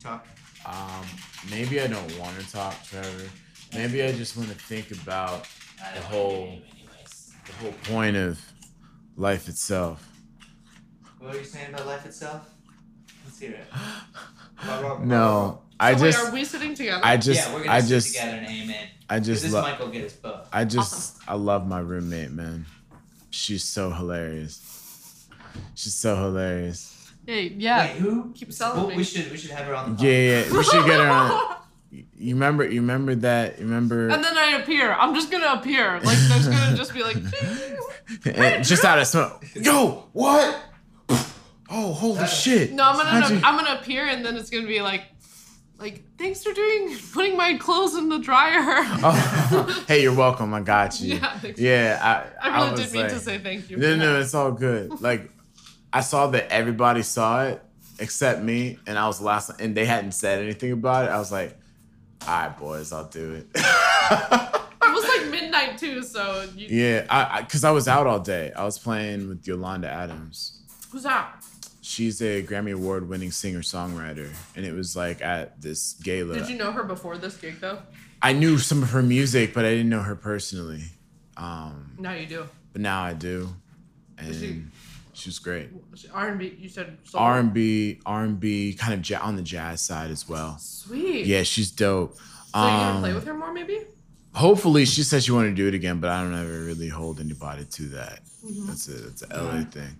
talk? Um, maybe I don't want to talk, Trevor. Maybe I just want to think about I The don't whole- want to do it anyways. the whole point of life itself. What were you saying about life itself? Let's hear it. No, I So wait, are just, we sitting together? I just, yeah, we're gonna I sit just, together and amen. I this just love, Michael get us both. I just, I love my roommate, man. She's so hilarious. She's so hilarious. Hey, yeah. Wait, who? Keep Well, celebrating. we should we should have her on the Yeah, podcast. yeah, we should get her on. You remember, you remember that? You remember? and then I appear. I'm just gonna appear. Like there's gonna just be like. And just out of smoke. Yo, what? Oh, holy Uh, shit! No, I'm How'd gonna you- I'm gonna appear, and then it's gonna be like, like thanks for doing putting my clothes in the dryer. Oh, hey, you're welcome. I got you. Yeah, thanks. Yeah, I, I really was did mean to like- say thank you. No, for no, that. it's all good. Like, I saw that everybody saw it except me, and I was the last, and they hadn't said anything about it. I was like, all right, boys, I'll do it. It was like midnight too, so you, yeah, I because I, was out all day. I was playing with Yolanda Adams. who's that? She's a Grammy Award winning singer songwriter, and it was like at this gala. Did you know her before this gig though? I knew some of her music, but I didn't know her personally. Um, Now you do. but now I do, and Is she- she, was great. R and B. You said soul. R and B, R and B, kind of ja- on the jazz side as well. Sweet. Yeah, she's dope. So you gonna Um, play with her more maybe? hopefully, she said she wanted to do it again, but I don't ever really hold anybody to that. Mm-hmm. That's a that's a LA thing.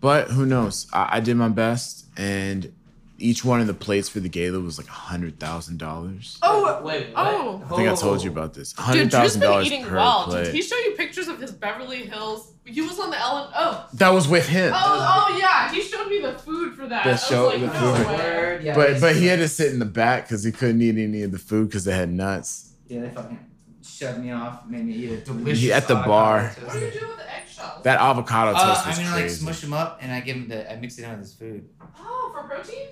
But who knows? I, I did my best, and each one of the plates for the gala was like a hundred thousand dollars. Oh. Wait, what? Oh. I think I told you about this. Dude, Hundred Drew's thousand been dollars eating per well. plate. Did he show you pictures of his Beverly Hills? He was on the Ellen. Oh, That was with him. oh, oh yeah. He showed me the food for that. The I was show- like, the no food. way. Word, yeah, But they- but he had to sit in the back because he couldn't eat any of the food because it had nuts. Yeah, they fucking shoved me off, made me eat a delicious. Yeah, at the avocado bar. toast. What do you do with the eggshells? That avocado toast Uh, was I mean, like crazy. smush them up, and I give them the I mix it in with this food. oh, for protein?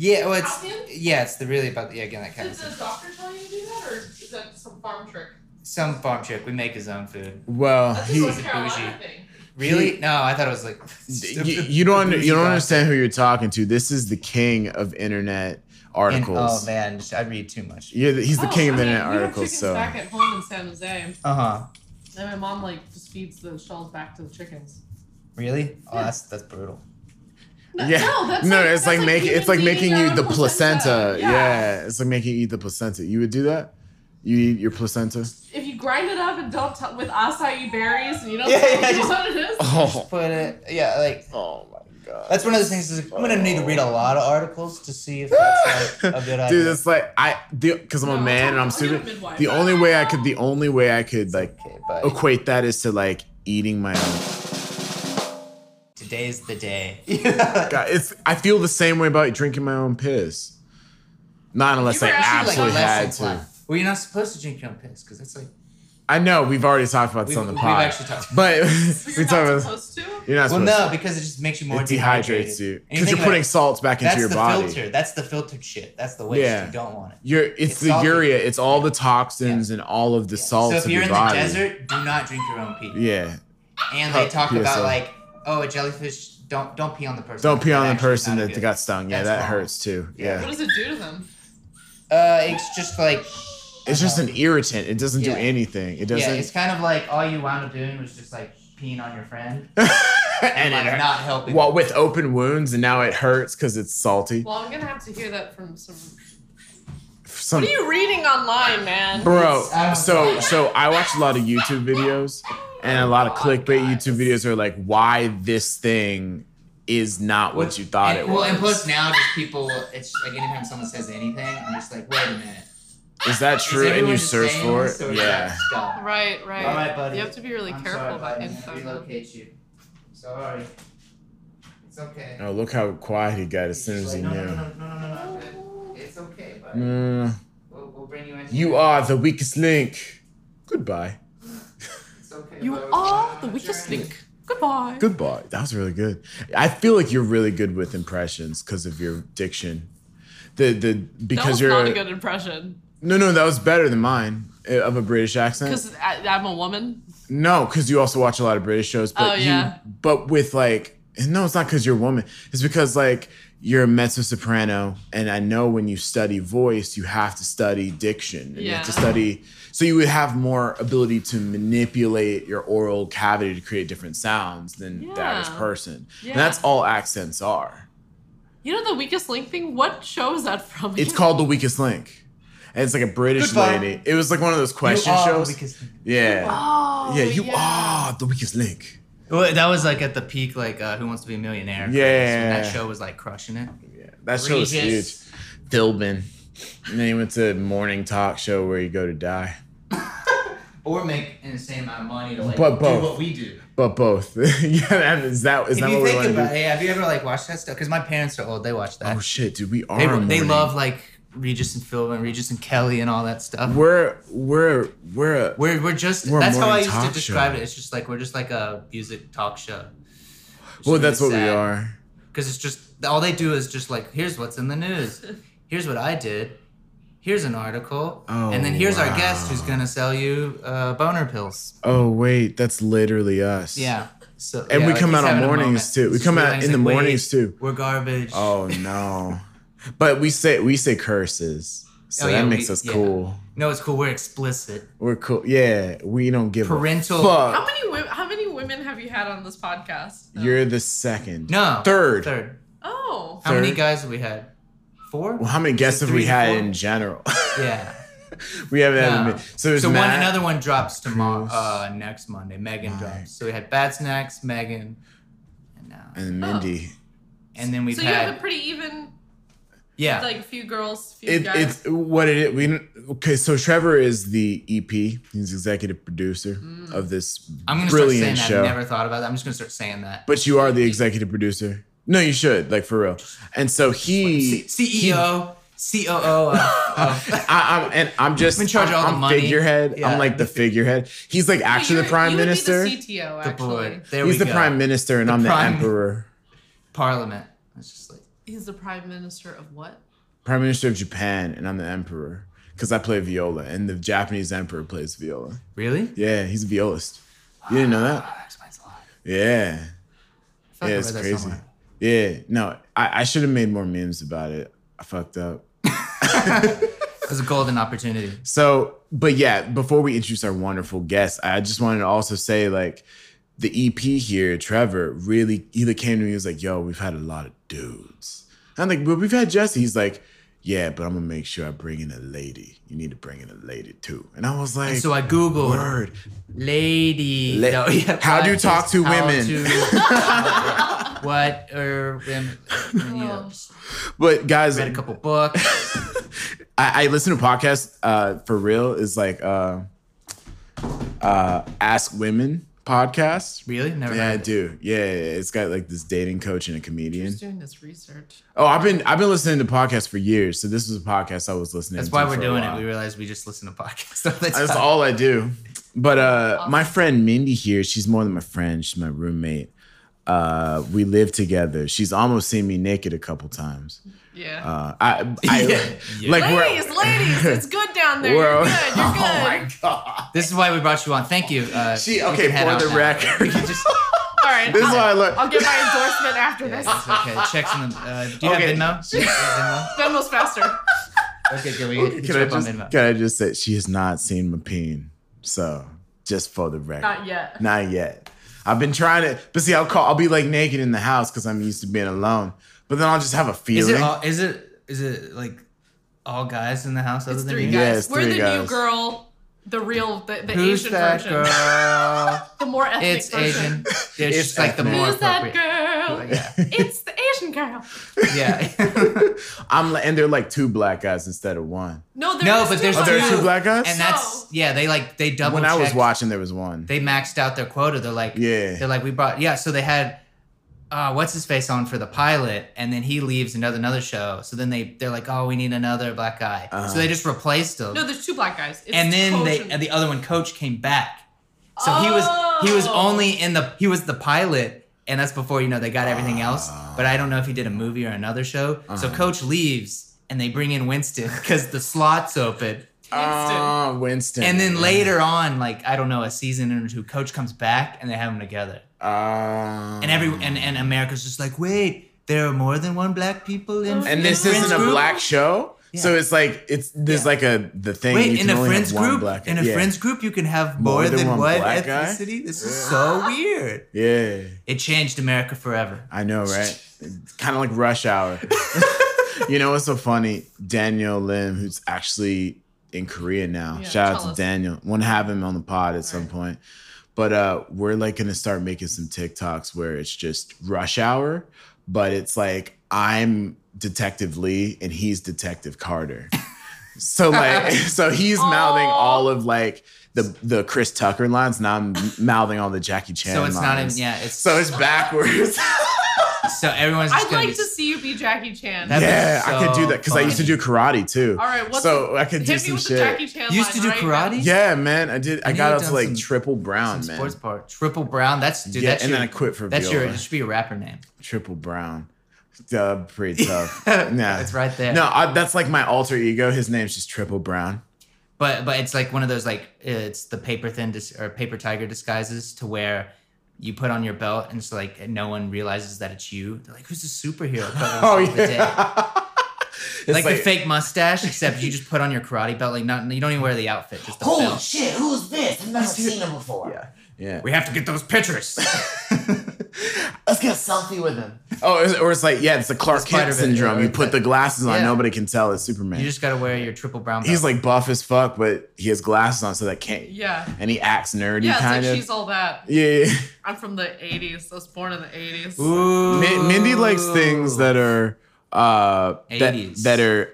Yeah, well, it's Calcium? yeah, it's the really about yeah again that kind Did of the stuff. doctor tell you to do that, or is that some farm trick? Some farm chick, we make his own food. well, That's Oh, he a North Carolina thing. Really? no, I thought it was like you, you don't under, you don't understand who you're talking to. This is the king of internet And- articles. oh man, I read too much. You're the, he's the Oh, king of I mean, internet we have articles. chickens So back at home in San Jose, Uh huh. and my mom like just feeds the shells back to the chickens. Really? Oh, that's that's brutal. No, yeah, no, that's no, like, it's that's like making human it's like being making their you own the placenta. Yeah. Yeah. it's like making you eat the placenta. You would do that? You eat your placenta? If you grind it up and don't tell with acai berries, and you don't Yeah, tell yeah, me just- what it is. Oh, But it, yeah, like oh my god. that's one of those things. Is like, I'm gonna need to read a lot of articles to see if that's like, a good idea. Dude, it's like I because I'm No, a man and I'm talking- stupid. you're a midwife. The only way I could, the only way I could like okay, but equate that is to like eating my own. today's the day. Yeah. God, it's I feel the same way about drinking my own piss. Not unless You I were actually, like, absolutely had less to. than flat. Well, you're not supposed to drink your own piss because that's like I know we've already talked about this we've, on the we've pod, actually talked. but So we you're talk not about. supposed to. You're not Well, supposed no, because it just makes you to. more it dehydrated. dehydrates you And because think you're about putting it, salts back into that's your the body. filter. That's the filtered shit. That's the waste. Yeah. You don't want it. You're it's, It's the salty. urea. It's all the toxins and all of the salts so if of you're your in body. the desert, do not drink your own pee. yeah, And they Huh, talk about PSA. like, oh, a jellyfish. Don't don't pee on the person. don't pee on the Actually, person not that good. got stung. Yeah, That's that wrong. hurts too. Yeah. Yeah, What does it do to them? Uh, it's just like it's just an irritant. It doesn't Yeah. do anything. It yeah. doesn't. It's kind of like all you wound up doing was just like peeing on your friend and and it like, hurts. not helping. Well, with open wounds, and now it hurts because it's salty. Well, I'm gonna have to hear that from some. Hmm. Some, What are you reading online, man? bro, I don't so know. so I watch a lot of YouTube videos, and a lot Oh of clickbait YouTube videos are like, why this thing is not what you thought and, it Well, and was. plus now just people. It's like anytime someone says anything, I'm just like, wait a minute. Is that Is true? And everyone you just search saying for this, or it? is Yeah. that stuff? Right, right. All right, buddy. You have to be really I'm careful sorry, about buddy. I'm info. gonna relocate you. Sorry. It's okay. Oh, look how quiet he got as He's soon just as he like, no, no, knew. no, no, no, no, no, no, no. It's okay, buddy. Mm, We'll, we'll bring you in. you are the weakest link. Goodbye. It's okay, You buddy. We're are on the a weakest journey. link. Goodbye. Goodbye. That was really good. I feel like you're really good with impressions because of your diction. The the that because was you're not a good impression. No, no, that was better than mine uh, of a British accent. Because I'm a woman. No, because you also watch a lot of British shows, but Oh, yeah. you, but with like, and no, it's not because you're a woman. It's because like you're a mezzo soprano, and I know when you study voice, you have to study diction. And You have to Yeah. study, so you would have more ability to manipulate your oral cavity to create different sounds than the average Yeah. person. Yeah. And that's all accents are. You know the weakest link thing? What show is that from? It's again? called The Weakest Link. And it's like a British Goodbye. lady. It was like one of those question You are shows. because- yeah. Oh. yeah, you are the weakest link. Well, that was like at the peak, like uh, Who Wants to Be a Millionaire? Yeah. that show was like crushing it. Yeah, that show was huge. Regis. Philbin. And then he went to morning talk show where you go to die. Or make an insane amount of money to like do But both. what we do. But both. yeah, is that is if that you what we think want to do? about it, yeah, have you ever like watched that stuff? Because my parents are old; they watch that. Oh shit, dude, we are. they, a they morning- love like Regis and Phil and Regis and Kelly and all that stuff. We're We're we're we're. a- we're, just We're a that's how I morning used to talk describe show. it. It's just like we're just like a music talk show. well, that's what we are. Because it's just all they do is just like here's what's in the news, here's what I did, here's an article, Oh, and then here's our guest wow. who's gonna sell you uh, boner pills. Oh wait, that's literally us. Yeah. So And yeah, we like, come he's out on having a mornings, moment. too. We He's come just out realizing, in the wait, mornings, too. We're garbage. Oh no. but we say we say curses, so Oh, that yeah, makes we- us yeah. cool. No, it's cool. We're explicit. We're cool. Yeah, we don't give Parental- A fuck. How many women? How many women have you had on this podcast? No. You're the second. No. Third. Third. Oh. How many Third. guys have we had? Four? Well, how many guests have three we to had four? in general? Yeah. we haven't had No. many. So there's so Matt. one another one drops tomorrow Cruz. uh, next Monday. Megan Mike. drops. So we had Bad Snacks, Megan, and now and Oh, Mindy. and then we've so you had have a pretty even, yeah. like few girls, few It, guys. it's what it is. We didn't- okay. So Trevor is the EP. He's executive producer Mm. of this I'm gonna brilliant start saying show. that. I've never thought about that. I'm just gonna start saying that. but you are the executive producer. No, you should like for real. And so he, he- CEO, COO. Of, of, I, I'm and I'm just I'm in charge of all the I'm money. figurehead. Yeah. I'm like the figurehead. He's like Wait, actually you're- the prime you would be minister. the CTO, the actually. boy. There He's we the go. prime minister, and The I'm prime- the emperor. Parliament. It's just like He's the prime minister of what? prime minister of Japan, and I'm the emperor because I play viola, and the Japanese emperor plays viola. really. Yeah, he's a violist. You didn't know that? Wow, that explains a lot. Yeah, I feel like I yeah, read it's that crazy. somewhere. Yeah, no, I, I should have made more memes about it. I fucked up. It was a golden opportunity. So, but yeah, before we introduce our wonderful guest, I just wanted to also say like the EP here, Trevor, really either came to me and was like, yo, we've had a lot of dudes. And I'm like, but we've had Jesse. He's like, yeah, but I'm gonna make sure I bring in a lady. You need to bring in a lady too. And I was like, So I googled word. lady. Le- no, yeah, How do you talk to how women? to- what are women? You know, Oh. But guys, read a couple books. I, I listen to podcasts uh, for real. Is like uh, uh, Ask Women podcast. Really? Never. Yeah, I heard of it. do. Yeah, yeah, yeah. it's got like this dating coach and a comedian. He's doing this research. Oh, I've been I've been listening to podcasts for years. So this was a podcast I was listening. That's to why we're for a doing it. while. We realized we just listen to podcasts. all the That's time. all I do. But uh, my friend Mindy here, she's more than my friend. She's my roommate. Uh, we live together. She's almost seen me naked a couple times. Yeah. Uh, I, I Yeah. like we're- ladies, ladies, it's good down there. We're- You're good. You're good. Oh my god. This is why we brought you on. Thank you. Uh, She you can okay head for out the now. record. You just- All right. this is I'll, why I look. I'll get my endorsement after yeah, this. it's okay. Checks in the. Uh, do you Okay. have Venmo? Do you have Venmo's faster. Venmo? Okay, good. We hit Can I, you up on just, Venmo. can I just say she has not seen my peen? So just for the record, Not yet. Not yet. I've been trying to, but see, I'll call. I'll be like naked in the house because I'm used to being alone. But then I'll just have a Is feeling. it all? Is it? Is it like all guys in the house other It's than three you? guys. Yeah, it's We're three the new guys. girl, the real, the, the Who's Asian that version, girl? the more ethnic it's version. Asian. It's, just like the ethnic. more Who's that appropriate. girl? It's the Asian girl. Yeah. I'm, li- and they're like two black guys instead of one. No, there No, is but there's Oh, not two. there are two Yeah. black guys. and So- that's yeah. They like they double. when I was checked- watching, there was one. they maxed out their quota. They're like, Yeah. They're like, we brought yeah. So they had, uh, what's his face on for the pilot, and then he leaves and does another show. So then they they're like, oh, we need another black guy. Uh-huh. So they just replaced him. No, there's two black guys. It's and then Coach they and- and the other one, Coach, came back. So he was he was Oh. only in the he was the pilot. And that's before you know they got everything else. But I don't know if he did a movie or another show. So Coach leaves, and they bring in Winston because the slot's open. Ah, Winston. And then later on, like I don't know, a season or two, Coach comes back and they have them together. Ah. And every and, and America's just like, wait, there are more than one black people in And in this friends isn't a group? black show. So Yeah. it's like it's there's Yeah. like a the thing. you Wait, in can a only have friends one group, black- in a yeah. friends group, you can have More more, than than, one one black guy? ethnicity. This is so weird. Yeah, It changed America forever. I know, right? kind of like Rush Hour. you know what's so funny? Daniel Lim, who's actually in Korea now. Yeah, Shout out tell to us. Daniel. Want to have him on the pod at some Right. point. But uh, we're like gonna start making some TikToks where it's just Rush Hour, but it's like I'm Detective Lee and he's Detective Carter. So like, so he's mouthing Aw. all of like the the Chris Tucker lines, and I'm mouthing all the Jackie Chan. so it's not lines. in, yeah. It's So it's backwards. so everyone's. Just I'd gonna like be, to see you be Jackie Chan. That'd be yeah, I could do so that because I used to do karate too. All right, what's so I could hit do me some with shit. the Jackie Chan. You used to line do right karate? now. Yeah, man, I did. I I got need up to to do like some- triple brown, some man. sports part. Triple Brown. That's dude. yeah, that's and your, then I quit for That's your. viola. It should be a rapper name. triple brown. Duh, pretty tough. nah, it's right there. No, I, that's like my alter ego. His name's just Triple Brown. but but it's like one of those like it's the paper thin dis- or paper tiger disguises to where you put on your belt and it's like no one realizes that it's you. They're like, who's the superhero? covering Oh up the day?" yeah. like, It's the fake mustache, except you just put on your karate belt. Like not you don't even wear the outfit, just the Holy belt. shit, who's this? I've never seen him before. Yeah. Yeah. We have to get those pictures. Let's get a selfie with him. Oh, it's- or it's like yeah, it's the Clark The Kent Spider-Man, syndrome. yeah, You put the glasses on, Yeah. nobody can tell it's Superman. you just gotta wear your triple brown. Belt. He's like buff as fuck, but he has glasses on, so that can't. Yeah. And he acts nerdy, Yeah, it's like kind of. she's all that. yeah. I'm from the 80s. I was born in the 80s. Ooh. Mi- Mindy likes things that are uh that 80s. that are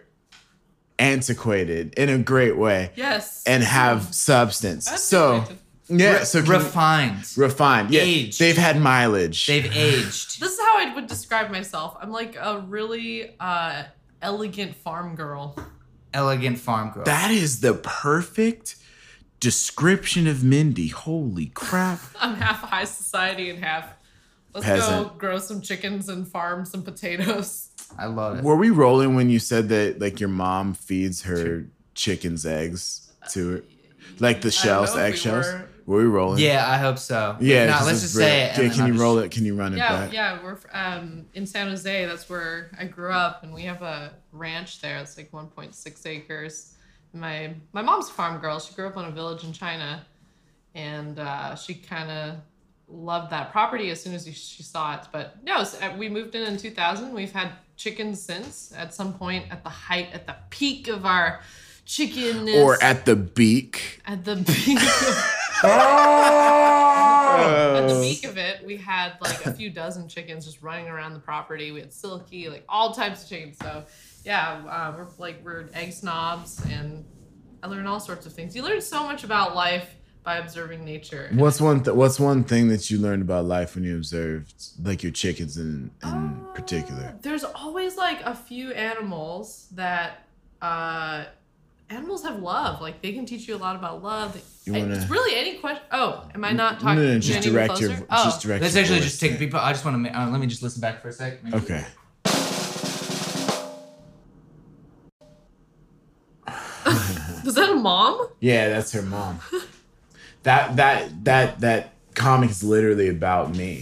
antiquated in a great way Yes. and have substance. That's so attractive. yeah, so can- refined. refined. Yeah, Aged. they've had mileage. They've aged. this is how I would describe myself. I'm like a really uh, elegant farm girl. Elegant farm girl. that is the perfect description of Mindy. Holy crap! I'm half high society and half. Let's go Peasant. grow some chickens and farm some potatoes. I love it. Were we rolling when you said that like your mom feeds her chickens eggs to her? Like the shells, Uh, know if we eggshells? were. were. we rolling? Yeah, I hope so. Yeah. Nah, 'cause let's it's just real. say it. and Yeah, then can I'll you just- roll it? Can you run it Yeah, back? yeah, we're um, in San Jose. That's where I grew up, and we have a ranch there. It's like 1.6 acres. My my mom's a farm girl. She grew up on a village in China, and uh, she kind of loved that property as soon as she saw it. But no, so, uh, we moved in in 2000. We've had chickens since. At some point, at the height, at the peak of our chickenness, Or at the beak. at the peak of, at the Oh! peak of it, we had like a few dozen chickens just running around the property. We had silky, like all types of chickens. So yeah, uh, we're like we're egg snobs, and I learned all sorts of things. You learn so much about life by observing nature. What's one th- What's one thing that you learned about life when you observed like your chickens in in Uh, particular? There's always like a few animals that uh, animals have love. Like they can teach you a lot about love. You I- wanna- Mm, It's really any question. Oh, am I not No, talking? no, no, should I just move direct your closer? Oh. just direct. Let's your actually voice. just take people. I just want to make. Uh, let me just listen back for a sec. Maybe- Okay. Was that a mom? Yeah, that's her mom. that that that that comic is literally about me.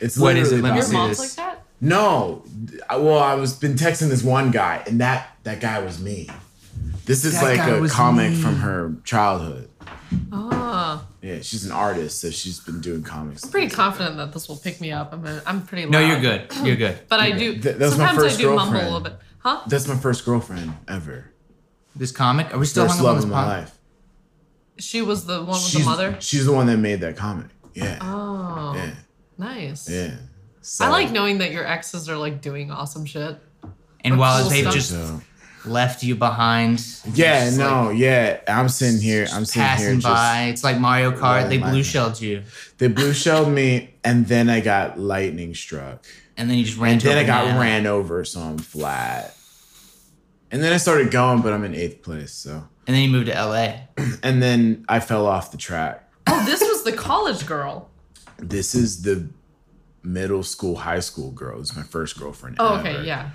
It's What is it? Let literally me about Your see mom's this. like that. No, I- well, I was been texting this one guy, and that that guy was me. This is That like guy a was comic me. from her childhood. Oh. Yeah, she's an artist, so she's been doing comics. pretty confident that this will pick me up. I'm, a, I'm pretty. Loud. No, you're good. You're good. But I do. Th- that was my sometimes first I do mumble a girlfriend. little bit. Huh? That's my first girlfriend ever. This comic. Are we still First hung up on love this of my pod? life. She was the one with She's the mother. she's the one that made that comic. Yeah, Oh, yeah, nice. yeah. So, I like knowing that your exes are like doing awesome shit. And while they've Cool just So, left you behind. yeah, just, no, like, yeah. I'm sitting here. I'm sitting passing here. Just, by. It's like Mario Kart. Right, they my- blue shelled you, They blue shelled me, and then I got lightning struck. and then you just ran. And to a then I Oh, got banana. ran over, so I'm flat. And then I started going, but I'm in eighth place. So, And then you moved to L.A. and then I fell off the track. Oh, this was the college girl. This is the middle school, high school girl. This is my first girlfriend. Oh, okay, ever. yeah.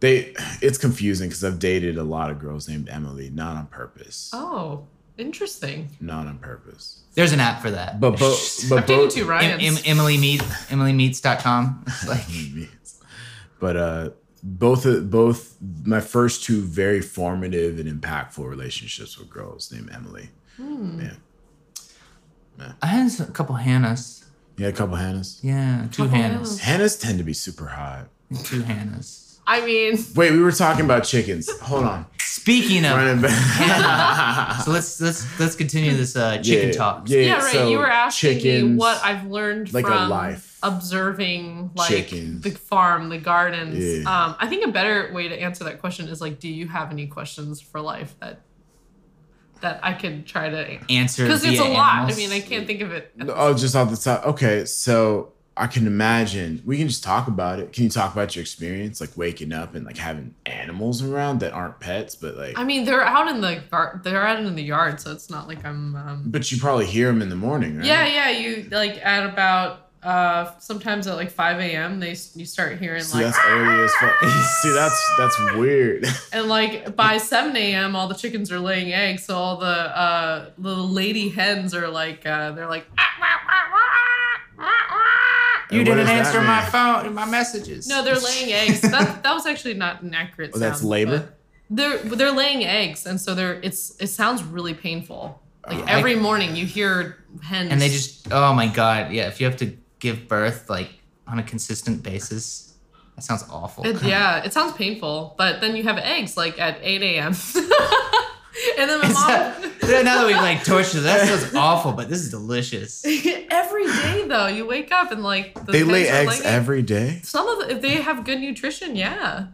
They, it's confusing because I've dated a lot of girls named Emily, not on purpose, Oh, interesting. not on purpose. There's an app for that. But both, I've but dated both, two Em- Ryans. Em- Emily Meet EmilyMeets.com. It's like Meets. But uh, both of both my first two very formative and impactful relationships with girls named Emily. Yeah, I had some- a couple Hannahs. you had a couple Hannahs. Yeah, two Couple Hannahs. Hannahs tend to be super hot. Two Hannahs. I mean, Wait, we were talking about chickens. Hold on, Speaking of running Hannah. back. so let's let's let's continue this uh, chicken Yeah, talk. yeah, yeah, right. so you were asking me chickens- what I've learned like a from life. observing, like Chickens. the farm, the Yeah. gardens. Um, I think a better way to answer that question is like, do you have any questions for life that that I could try to? Answer Because it's a via lot. I animals. mean, I can't think of it. Oh, just off the top. Okay, so I can imagine. We can just talk about it. Can you talk about your experience, like waking up and like having animals around that aren't pets, but like, I mean, they're out in the gar- they're out in the yard, so it's not like I'm. Um, but you probably hear them in the morning, right? Yeah, yeah. You like at about uh sometimes at like 5 a.m. They s- you start hearing See, like that's early as fuck. See, that's that's weird. And like by 7 a.m., all the chickens are laying eggs. So all the uh, the lady hens are like, uh, they're like, "Ah, wah, wah, wah, wah, wah." You And what didn't does that answer my mean? phone, my messages. no, they're laying eggs. That, that was actually not an accurate. Oh, that's sound, labor? but They're they're laying eggs, and so they're it's it sounds really painful. Like Oh. every morning you hear hens, and they just oh my god yeah if you have to give birth like on a consistent basis that sounds awful It- yeah, it sounds painful. But then you have eggs like at 8 a.m. and then my Is mom. that, now that we've like tortured that sounds awful but this is delicious every day though, you wake up and like the they lay hens are eggs laying every day. Some of the, if they have good nutrition, yeah.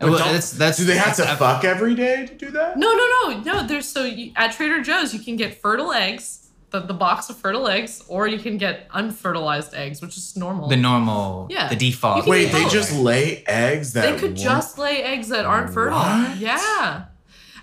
well, don't- that's that's Do they have to that's- fuck every day to do that? No, no, no, no. There's so you, at Trader Joe's you can get fertile eggs, the, the box of fertile eggs, or you can get unfertilized eggs, which is normal. the normal Yeah. the default You can Wait, eat they both. just lay eggs that they could won't- just lay eggs that aren't fertile. What? Yeah,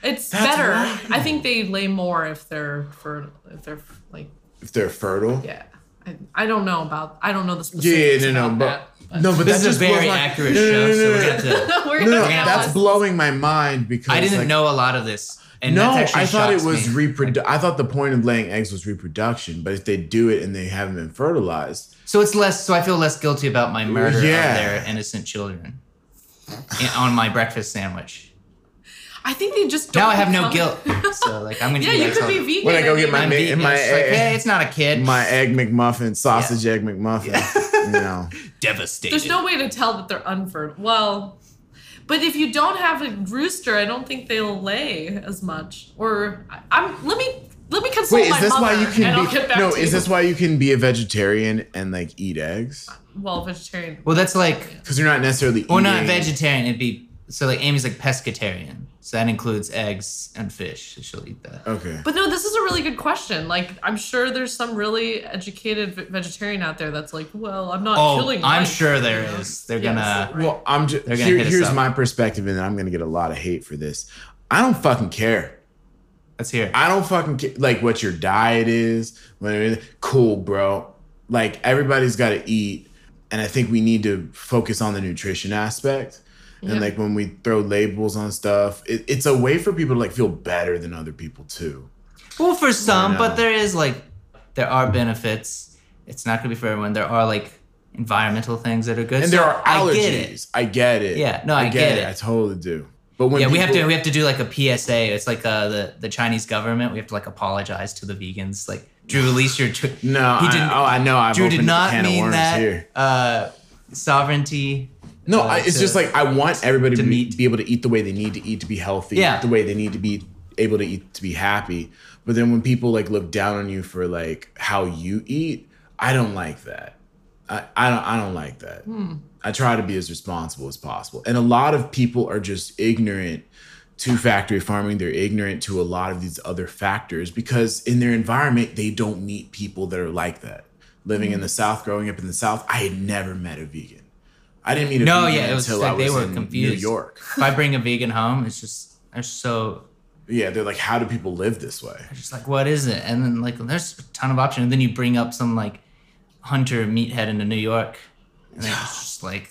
it's That's better. wild. I think they lay more if they're fertile. If they're like, if they're fertile. yeah. I, I don't know about. I don't know the Yeah, specifics. no, no, about but, that, but- no, but this that is a just blows very my- accurate No, no, show no, so we're no, no. gonna have to We're No, gonna no, have that's one. blowing my mind because i didn't like, know a lot of this and no, that's actually I thought it shocks was me. reprodu- I thought the point of laying eggs was reproduction, but if they do it and they haven't been fertilized, so it's less so i feel less guilty about my murder Yeah. of their innocent children in- on my breakfast sandwich I think they just. Don't now i have no become- guilt so like i'm gonna Yeah, eat you eggs could all- be vegan. When I go and get eat my I'm ma- vegan. my It's like, egg- hey, it's not a kid. my egg McMuffin, sausage egg McMuffin, you know, devastated. There's no way to tell that they're unfertile. Well, but if you don't have a rooster, I don't think they'll lay as much. Or I- I'm let me let me consult Wait, my is this mother. why you and can I'll get be back no? to Is you. this why you can be a vegetarian and like eat eggs well vegetarian? Well, that's like because you're not necessarily or not eating- vegetarian. It'd be so like Amy's like pescatarian, so that includes eggs and fish. So she'll eat that. Okay, But no, this is a really good question. Like I'm sure there's some really educated ve- vegetarian out there that's like, well, I'm not Oh, killing. I'm mice, sure you there know? is. They're Yes, gonna. right. well, I'm just They're gonna hit us here's up. my perspective, and I'm gonna get a lot of hate for this. I don't fucking care. Let's hear. it. I don't fucking care, like what your diet is. Whatever. Cool, bro. Like everybody's got to eat, and I think we need to focus on the nutrition aspect. Yeah. And like when we throw labels on stuff, it, it's a way for people to like feel better than other people too. Well, for some, no. but there is like there are benefits. It's not gonna be for everyone. There are like environmental things that are good. And So there are I allergies. get it. I get it. Yeah, no, I get it. I totally do. But when yeah, we have to people- we have to do like a PSA. It's like uh, the the Chinese government. We have to like apologize to the vegans. Like Drew, release your. Tw- No, He I- didn't- oh, I know. I've Drew opened did a not can of mean worms that. here. Uh, sovereignty. No, uh, I, it's to- just like I want everybody to to be, meet. be able to eat the way they need to eat to be healthy, Yeah. the way they need to be able to eat to be happy. But then when people like look down on you for like how you eat, I don't like that. I, I don't I don't like that. Hmm. I try to be as responsible as possible. And a lot of people are just ignorant to factory farming. They're ignorant to a lot of these other factors because in their environment they don't meet people that are like that. Living in the Mm. South, growing up in the South, I had never met a vegan. I didn't meet a No, vegan yeah, it was until like I was they were in confused. New York. If I bring a vegan home, it's just they're so Yeah, they're like, how do people live this way? they're just like, what is it? And then like there's a ton of options. And then you bring up some like hunter meathead into New York, and then it's just like,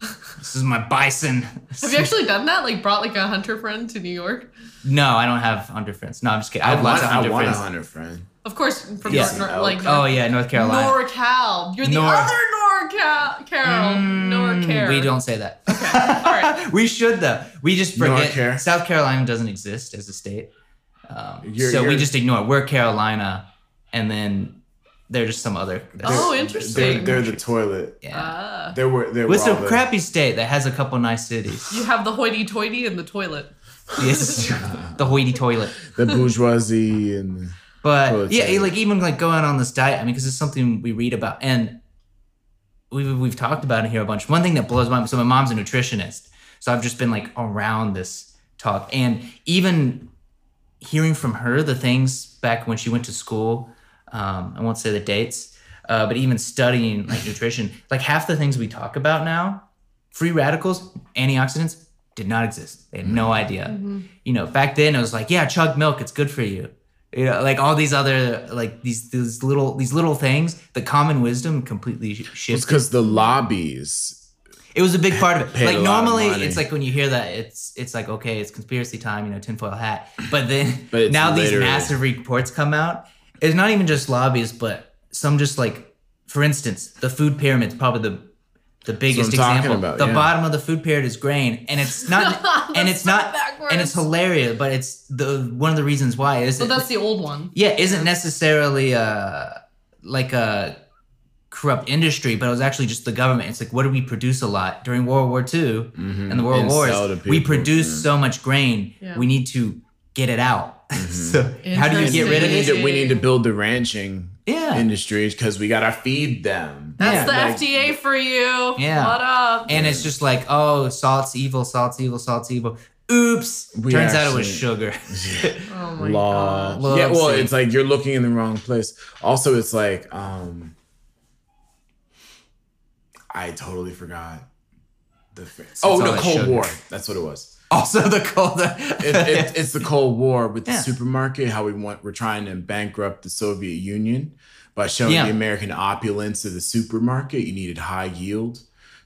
this is my bison. Have you actually done that? Like brought like a hunter friend to New York? no, I don't have hunter friends. No, I'm just kidding. I have lots want, of hunter I want a friends. hunter friend. Of course, from Oh, Yeah. Nor- Nor- like Oh yeah, North Carolina. NorCal. You're the Nor- Mm, other Cal- Carol nor Carol. We don't say that. All right. we should though. We just Nor forget care. South Carolina doesn't exist as a state, um, You're- so we you're- just ignore. it. We're Carolina, and then they're just some other. Oh, They're- They're, interesting. they're the toilet. yeah. Ah. There were there were With all a the- crappy state that has a couple nice cities. you have the hoity-toity and the toilet. yes, the hoity toilet. the bourgeoisie and But Well, it's yeah, a- like even like going on this diet, I mean, because it's something we read about and we've, we've talked about it here a bunch. One thing that blows my mind, so my mom's a nutritionist. So I've just been like around this talk and even hearing from her the things back when she went to school, um, I won't say the dates, uh, but even studying like nutrition, like half the things we talk about now, free radicals, antioxidants, did not exist. They had no idea you know, back then it was like, yeah, chug milk, it's good for you. You know, like all these other like these these little these little things. The common wisdom completely sh- it's shifted. because the lobbies. It was a big part of it. Paid Like a lot of normally, money. it's like when you hear that, it's it's like okay, it's conspiracy time, you know, tinfoil hat. But then But it's now these literally- massive reports come out. It's not even just lobbies, but some just like, for instance, the food pyramid's probably the the biggest I'm talking example. about, the yeah. bottom of the food pyramid is grain, and it's not, and That's it's so not, and it's backwards. hilarious. But it's the one of the reasons why is So that's the old one. yeah isn't necessarily uh like a corrupt industry but it was actually just the government it's like what did we produce a lot during world war ii and the world mm-hmm, And wars sell to we people, produced yeah. so much grain Yeah. we need to get it out so how do you get Interesting. rid Mm-hmm. Mm. we of need it to, we need to build the ranching yeah industries because we gotta feed them. Yeah, That's like- the FDA for you. Yeah. What up? and it's just like oh salt's evil salt's evil salt's evil oops We turns out it was actually- sugar Oh my law. god. Well, yeah, well, let's see. it's like you're looking in the wrong place. Also, it's like um I totally forgot the fa- oh all the that Cold sugar. War. That's what it was. also the colder It, it, it's the Cold War with the Yeah. supermarket. How we want we're trying to bankrupt the Soviet Union by showing Yeah. the American opulence of the supermarket. You needed high yield.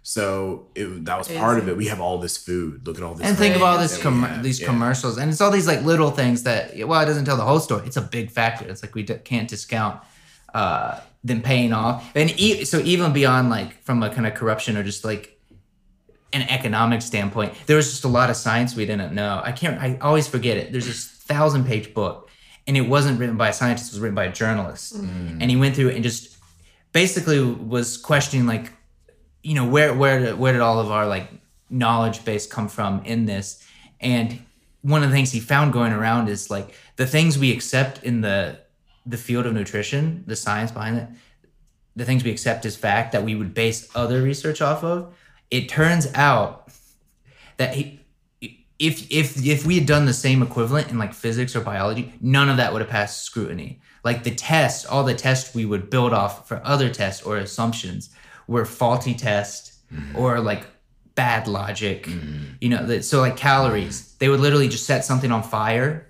So it, that was part of it. We have all this food. Look at all this. and think of all land this that we com- have. these Yeah. commercials and it's all these like little things that well it doesn't tell the whole story it's a big factor it's like we d- can't discount uh them paying off and e- so even beyond like from a kind of corruption or just like an economic standpoint there was just a lot of science we didn't know i can't i always forget it there's this thousand page book and it wasn't written by a scientist it was written by a journalist Mm. and he went through and just basically was questioning like you know where where did, where did all of our like knowledge base come from in this and one of the things he found going around is like the things we accept in the the field of nutrition the science behind it the things we accept as fact that we would base other research off of it turns out that he if if if we had done the same equivalent in like physics or biology, none of that would have passed scrutiny. Like the tests, all the tests we would build off for other tests or assumptions were faulty tests Mm-hmm. or like bad logic. You know, that, so like calories, they would literally just set something on fire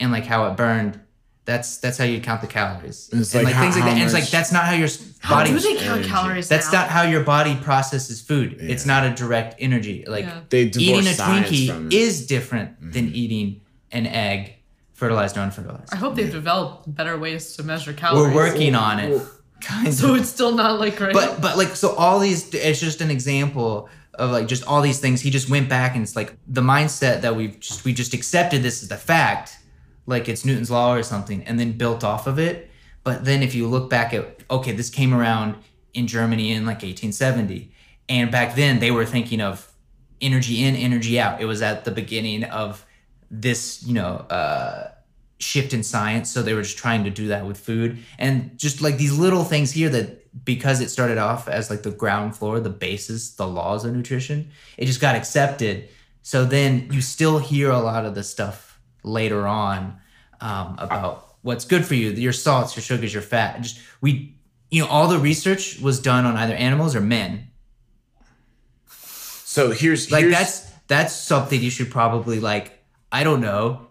and like how it burned. That's that's how you count the calories. It's and like like how- things like how that. And it's much- like that's not how your s- How body. do they count energy. calories? that's now? not how your body processes food. It's Yeah. not a direct energy. Like Yeah. They eating divorced a science from Mm-hmm. Twinkie it. is different than eating an egg, fertilized, or unfertilized. I hope they've developed better ways to measure calories. We're working on it, kind So of. it's still not like right. But but like so, all these it's just an example of like just all these things. He just went back and it's like the mindset that we've just we just accepted this as the fact, like it's Newton's law or something, and then built off of it. But then if you look back at okay, this came around in Germany in like 1870, and back then they were thinking of energy in, energy out. It was at the beginning of this, you know, uh, shift in science. So they were just trying to do that with food and just like these little things here that because it started off as like the ground floor, the basis, the laws of nutrition, it just got accepted. So then you still hear a lot of the stuff later on um, about what's good for you, your salts, your sugars, your fat. and Just we, you know, all the research was done on either animals or men. So here's like here's- that's that's something you should probably like i don't know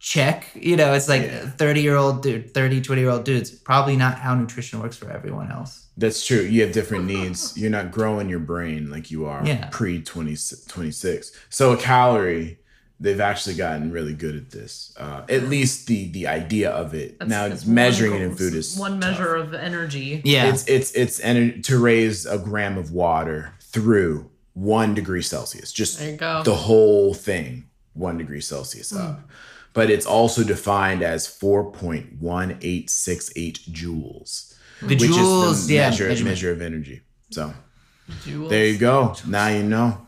check you know it's like 30 year old dude 30 20 year old dudes probably not how nutrition works for everyone else That's true. You have different needs. You're not growing your brain like you are Yeah. pre 20, 26. So a calorie they've actually gotten really good at this. Uh, at least the the idea of it. That's- now that's it's measuring one it in goal- food is one measure of energy. Yeah. It's it's it's ener- to raise a gram of water through one degree Celsius. Just There you go. the whole thing one degree Celsius up. But it's also defined as 4.1868 joules, the joules, yeah, measure, measurement. measure of energy. So Jewels. there you go. Now you know.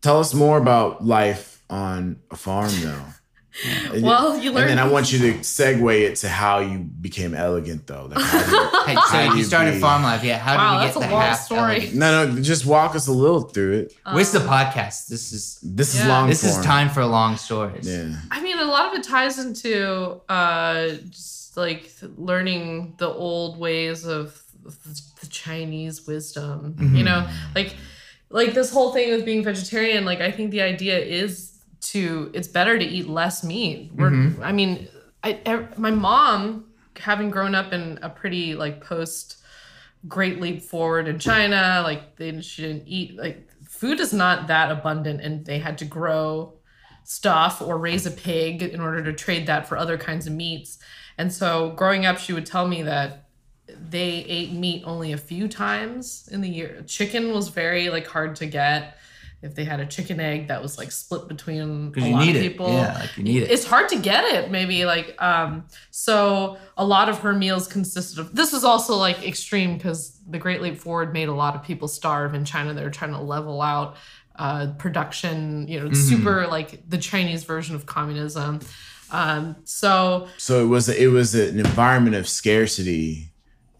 Tell us more about life on a farm, though. And- Well, you and learn. then I want you to segue it to how you became elegant, though. Like, how Hey, How so do you you started be- farm life, yeah? How did Wow, we get that's a the long half story. you- element? no, no, just walk us a little through it. Where's the Um, podcast? This is This is Yeah. long. this is form. time for long stories. Yeah. I mean, a lot of it ties into uh, just like learning the old ways of the Chinese wisdom. You know, like like this whole thing with being vegetarian. Like, I think the idea is to it's better to eat less meat. We're, I mean, I, ev- my mom, having grown up in a pretty like post Great Leap Forward in China, like they she didn't eat like food is not that abundant, and they had to grow stuff or raise a pig in order to trade that for other kinds of meats. And so growing up, she would tell me that they ate meat only a few times in the year. Chicken was very like hard to get. If they had a chicken egg that was like split between a Because you lot need of it. people, Yeah, like you need it. it's hard to get it maybe like um so a lot of her meals consisted of this is also like extreme because the great leap forward made a lot of people starve in china they were trying to level out uh, production you know Mm-hmm. it's Mhm. super like the chinese version of communism um so So it was it was an environment of scarcity,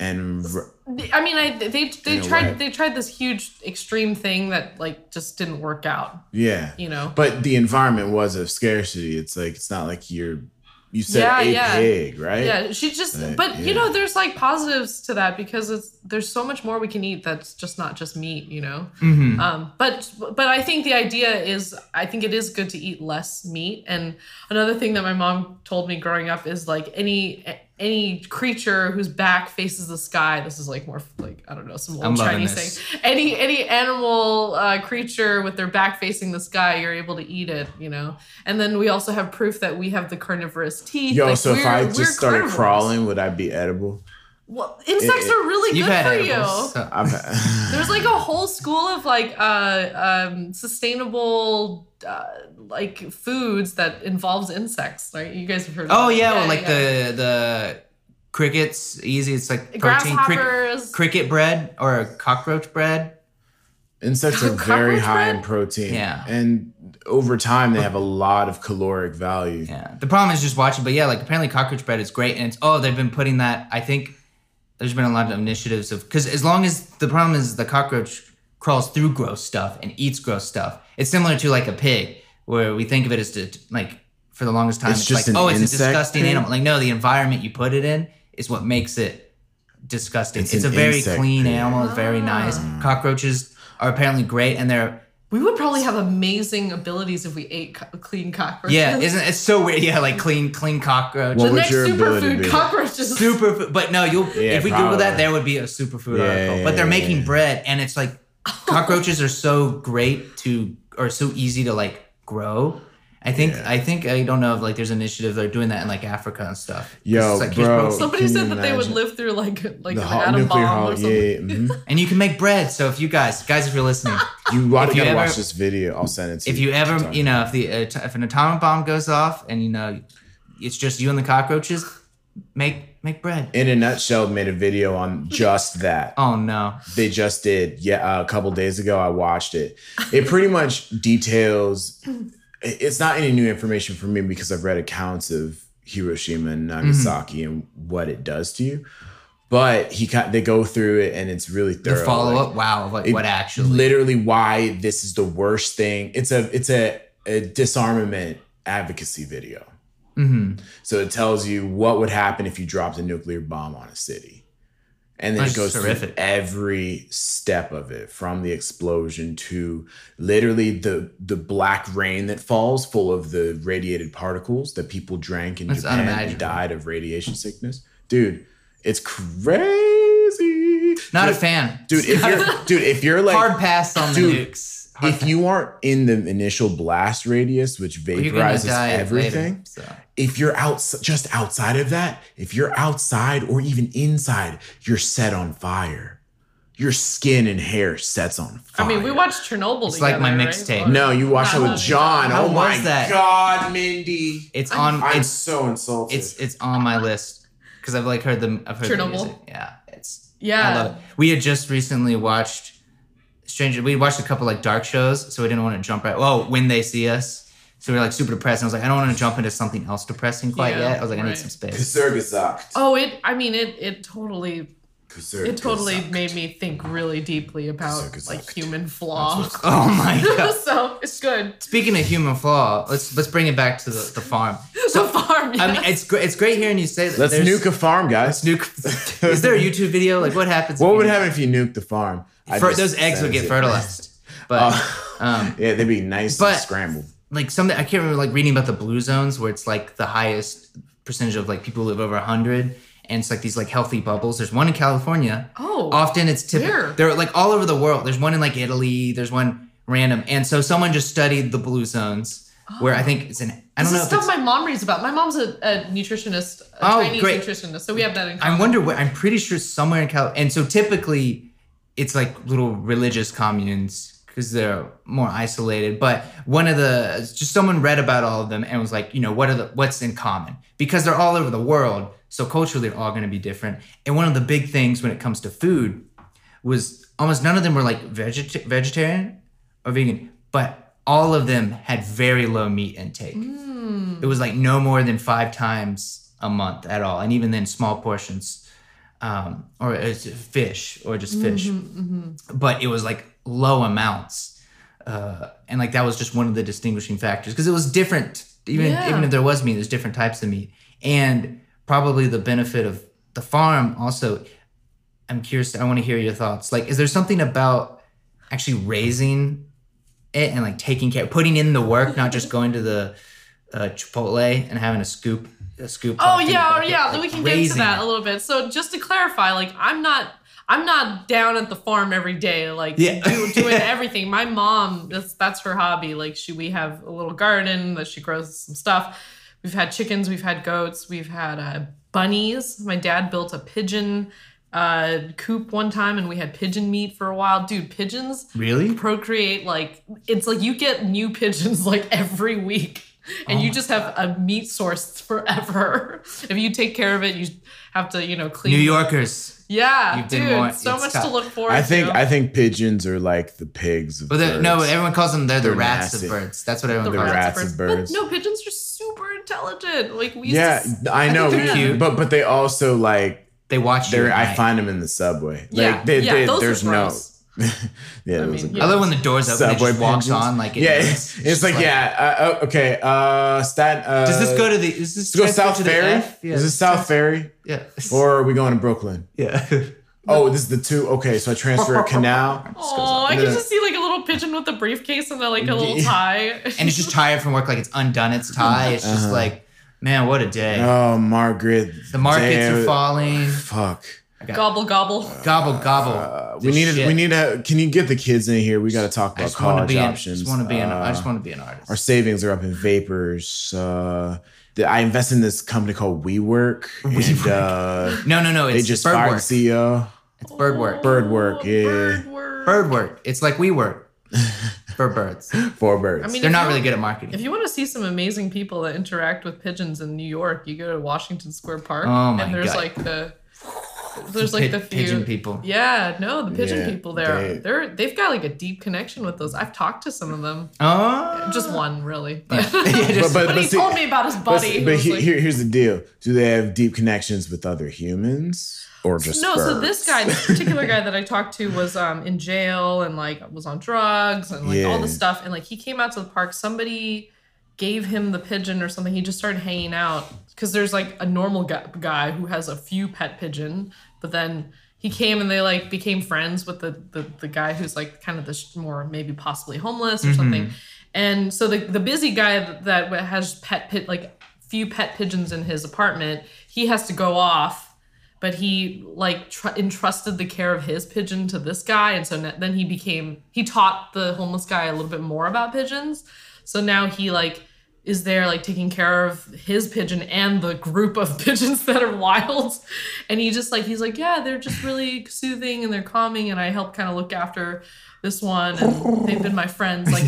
and r- i mean i they they In a way. tried they tried this huge extreme thing that like just didn't work out yeah. you know But the environment was of scarcity. It's like it's not like you're you said Yeah, a yeah. pig, right? Yeah, she just. Right, but you yeah. know, there's like positives to that because it's there's so much more we can eat that's just not just meat. You know. Mhm. Um, but but I think the idea is I think it is good to eat less meat. And another thing that my mom told me growing up is like any any creature whose back faces the sky. This is like more like I don't know some I'm old loving Chinese this. thing. Any any animal uh, creature with their back facing the sky, you're able to eat it. You know. And then we also have proof that we have the carnivorous teeth. Yo, Like, so if we're- I we're just started carnivores. crawling, would I be edible? well, insects It- it- are really You've good had for edibles. you. so- I'm, There's like a whole school of like uh, um, sustainable uh, like foods that involves insects, right? You guys have heard. Oh of that. yeah, well, like the the crickets easy. It's like protein cric- grasshoppers. cricket bread or cockroach bread. insects are very Cockroach high bread? in protein. Yeah. and over time they have a lot of caloric value. Yeah. The problem is just watching, but yeah, like apparently cockroach bread is great, and it's oh they've been putting that. I think there's been a lot of initiatives of because as long as the problem is the cockroach crawls through gross stuff and eats gross stuff. It's similar to like a pig where we think of it as to like for the longest time It's it's, just like an oh it's a insect disgusting pig? animal. Like no, the environment you put it in is what makes it disgusting. It's It's, an a very insect clean pig. animal. It's very nice. Cockroaches are apparently great, and they're we would probably have amazing abilities if we ate co- clean cockroaches. yeah, isn't it's so weird? Yeah, like clean, clean uh, cockroach. Well, What the would next your ability superfood be? cockroaches? Superfood, but no, you'll Yeah, if we Google probably. that, there would be a superfood Yeah, article. yeah, But they're yeah, making yeah. bread, and it's like cockroaches are so great to or so easy to like grow. I think Yeah. I think I don't know if like there's initiative they're doing that in like Africa and stuff. Yo, It's just, like, here's bro. protein. Somebody Can you said that they would imagine? live through like like an ho- atom bomb hol- or something. yeah, mhm. and you can make bread. So if you guys, guys, if you're listening, you gotta you gotta ever- watch this video. I'll send it to if you. you ever, Sorry. you know, if the uh, if an atomic bomb goes off and you know it's just you and the cockroaches, make make bread. in a nutshell, made a video on just that. Oh no, they just did yeah uh, a couple days ago i watched it it pretty much details it- it's not any new information for me because i've read accounts of hiroshima and Mm-hmm. nagasaki and what it does to you but he kind they go through it and it's really the thorough follow uh, like, up. Wow, like it what actually? literally why this is the worst thing it's a it's a, a disarmament advocacy video hmm so it tells you what would happen if you dropped a nuclear bomb on a city. And then That's it goes through terrific. every step of it, from the explosion to literally the the black rain that falls, full of the radiated particles that people drank in That's Japan and unimaginable. died of radiation sickness. Dude, it's crazy. Not a Dude, fan. Dude, if you're dude, if you're like Hard pass on Dude, the nukes. hard if time. you aren't in the initial blast radius, which You're gonna vaporizes die later, everything, so. if you're out just outside of that, if you're outside or even inside, you're set on fire. Your skin and hair sets on fire. I mean, we watched Chernobyl Oh, It's like together. my right? mixtape. No, you watched it with John. How oh my was that? God, Mindy. It's I'm- on. I'm It's so insulted. it's it's on my list because I've like heard them. I've heard Chernobyl. the music. Yeah, it's Yeah. I love it. We had just recently watched Stranger. We watched a couple like dark shows, so we didn't want to jump right. Oh, when they see us, so we are like super depressed. And I was like, I don't want to jump into something else depressing quite Yeah, yet. I was like, I right. need some space. Kazergazakt. Oh, it. I mean, it. It totally. It totally made me think really deeply about Suck, suck. like human flaw. Oh my god! so it's good. Speaking of human flaw, let's let's bring it back to the, the farm. the farm. I mean, yes. it's great. It's great hearing you say that. Let's There's- nuke a farm, guys. Let's nuke. Is there a YouTube video? Like, what happens? What if would you- happen if you nuked the farm? I Fer- just those eggs would sends get it. fertilized, but. Oh, um, yeah, they'd be nice but- and scrambled. like something I can't remember like reading about the blue zones where it's like the highest percentage of like people who live over 100 and it's like these like healthy bubbles. There's one in California. oh, Often it's typical. Where? They're like all over the world. There's one in like Italy, there's one random. And so someone just studied the blue zones where I think it's an I Oh. this don't know is if stuff it's, my mom reads about. My mom's a, a nutritionist, a Oh, Chinese great. nutritionist, so we have that in common. I wonder where I'm pretty sure somewhere in Cal and so typically it's like little religious communes because they're more isolated. But one of the just someone read about all of them and was like, you know, what are the what's in common? Because they're all over the world, so culturally they're all gonna be different. And one of the big things when it comes to food was almost none of them were like vegeta- vegetarian or vegan, but all of them had very low meat intake. It was like no more than five times a month at all, and even then, small portions, um, or it's fish or just fish. But it was like low amounts, uh, and like that was just one of the distinguishing factors because it was different. Even Yeah. even if there was meat, there's different types of meat, and probably the benefit of the farm also. I'm curious. I want to hear your thoughts. Like, is there something about actually raising it and like taking care, putting in the work, not just going to the uh, Chipotle and having a scoop, a scoop. Oh popped in the yeah, oh, bucket, yeah. like, we can get into raising that it. a little bit. So just to clarify, like I'm not, I'm not down at the farm every day, like Yeah. do, doing Yeah. everything. My mom, that's that's her hobby. Like she, we have a little garden that she grows some stuff. We've had chickens, we've had goats, we've had uh, bunnies. My dad built a pigeon uh, coop one time, and we had pigeon meat for a while. Dude, pigeons Really? procreate like it's like you get new pigeons like every week and Oh you my just have a meat source forever if you take care of it you have to you know clean New Yorkers, yeah You've dude been more- so it's much to tough. look forward I think to I think pigeons are like the pigs of but they're- no, birds. everyone calls them they're the They're rats nasty. of birds. That's what everyone The calls. them. rats and but birds. no pigeons are super intelligent like we used Yeah, to I know. think they're we- cute. But but they also like They watch you. they're. at I night. find them in the subway. Like yeah they, yeah they- those there's are no. gross. yeah, I those mean, are yeah. I love when the doors open. it Subway just walks pigeons. on like it yeah, is. it's, just like, yeah. Uh, oh, okay, uh, Staten. Uh, Does this go to the? Is this let's go transfer South to the Ferry? F? Yeah. Is this South Ferry, Yeah. or are we going to Brooklyn? yeah. Oh, this is the two. Okay, so I transfer a canal. oh i No, can no. just see like a little pigeon with a briefcase and then like a little Yeah. tie and it's just tired from work. Like it's undone its tie. It's just Uh-huh. like, man, what a day. Oh, Margaret. the markets are damn- falling. Fuck. gobble gobble Gobble gobble. Uh, we This need. A, shit. we need a. Can you get the kids in here? We got to talk I about just want to college be. An, I options. just want to be an. I Uh, just want to be an artist. our savings are up in vapors. Uh, the, I invest in this company called WeWork, and uh, no, no, no. It's they just bird fired the E work. CEO. It's bird work. Bird. Bird work, yeah. bird work. work. It's like we work for birds. Four birds. I mean, They're if not you- really good at If marketing. you want to see some amazing people that interact with pigeons in New York, you go to Washington Square Park, Oh my and there's God. like the there's like the Pi- few pigeon people. Yeah, no, the pigeon Yeah, people there. they- They, are they've got like a deep connection with those. I've talked to some of them, Oh, just one really. Yeah. But, Yeah, just- But- but, but- he but see- told me about his but, buddy. who but was he- like- here, here's the deal: Do they have deep connections with other humans, or just no, so birds? this guy, this particular guy that I talked to was um in jail and like was on drugs and like all Yeah. this stuff. And like he came out to the park, somebody gave him the pigeon or something. He just started hanging out because there's like a normal gu- guy who has a few pet pigeon, but then he came and they like became friends with the the, the guy who's like kind of the sh- more maybe possibly homeless Mm-hmm. or something. And so the the busy guy that, that has pet pit like few pet pigeons in his apartment, he has to go off but but he like tr- entrusted the care of his pigeon to this guy and so ne- then he became he taught the homeless guy a little bit more about pigeons so now he like is there like taking care of his pigeon and the group of pigeons that are wild and he just like he's like yeah they're just really soothing and they're calming and i help kind of look after this one and they've been my friends like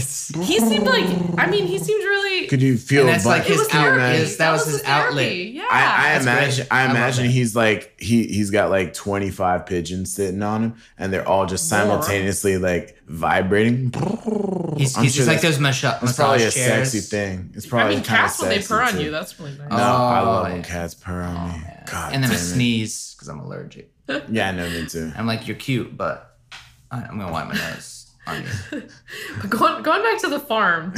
he seemed like i mean he seemed really Could you feel? And that's but- like it his was Could you outlet. imagine- Yes, that was his therapy. outlet. yeah I, I That's great. imagine I I love imagine that. he's like he he's got like 25 pigeons sitting on him and they're all just More. simultaneously like vibrating. He's, I'm he's sure just like that's- those massage, It's massage probably a chairs. sexy thing. It's I probably mean, kind of cats when sexy. they purr on too. you, that's pretty nice. No, I Oh, love when yeah. cats purr Oh, on me. God and then I damn it. sneeze because I'm allergic. Yeah, I know me too. I'm like, you're cute, but I, I'm gonna wipe my nose on you. But going going back to the farm,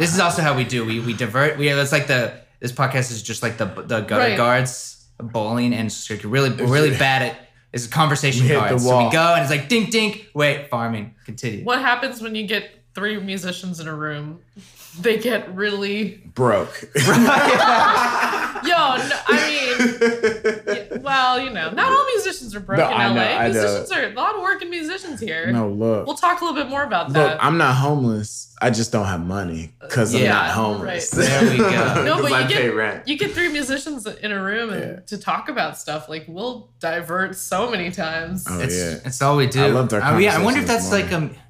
this is also how we do. We we divert. We it's like the this podcast is just like the the gutter Right. guards bowling and it's like really we're really bad at it's conversation We hit the cards. So wall. we go and it's like dink dink. Wait, farming. Continue. what happens when you get three musicians in a room? They get really Broke. yo. No, I mean, yeah, well, you know, not all musicians are broke No, in LA. I know, I know. musicians are a lot of working musicians here. no, look. We'll talk a little bit more about Look, that. I'm not homeless. I just don't have money because I'm Yeah, not homeless. right. There we go. No, 'Cause but you I get- pay rent. you get three musicians in a room and Yeah. to talk about stuff. Like we'll divert so many times. Oh, It's, yeah. it's all we do. I loved our Oh, yeah, I wonder if that's conversation like this a,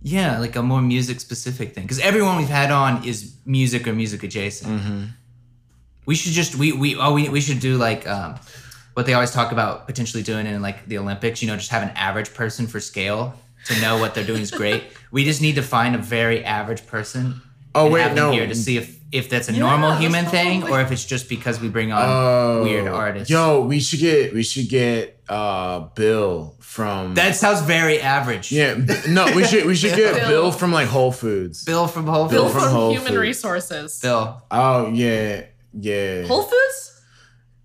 yeah, like a more music specific thing. Because everyone we've had on is music or music adjacent. Mm-hmm. We should just we we oh we, we should do like um, what they always talk about potentially doing in like the Olympics. You know, just have an average person for scale to know what they're doing is great. We just need to find a very average person. Oh, and wait, have them no. here to see if if that's a Yeah, normal that's human thing probably- or if it's just because we bring on Oh, weird artists. Yo, we should get we should get uh Bill from that sounds very average. Yeah, no, we should we should get Bill. Bill from like Whole Foods. Bill from Whole Bill Bill Foods. from from Whole Human Foods. Resources. Bill. Oh yeah, yeah. Whole Foods?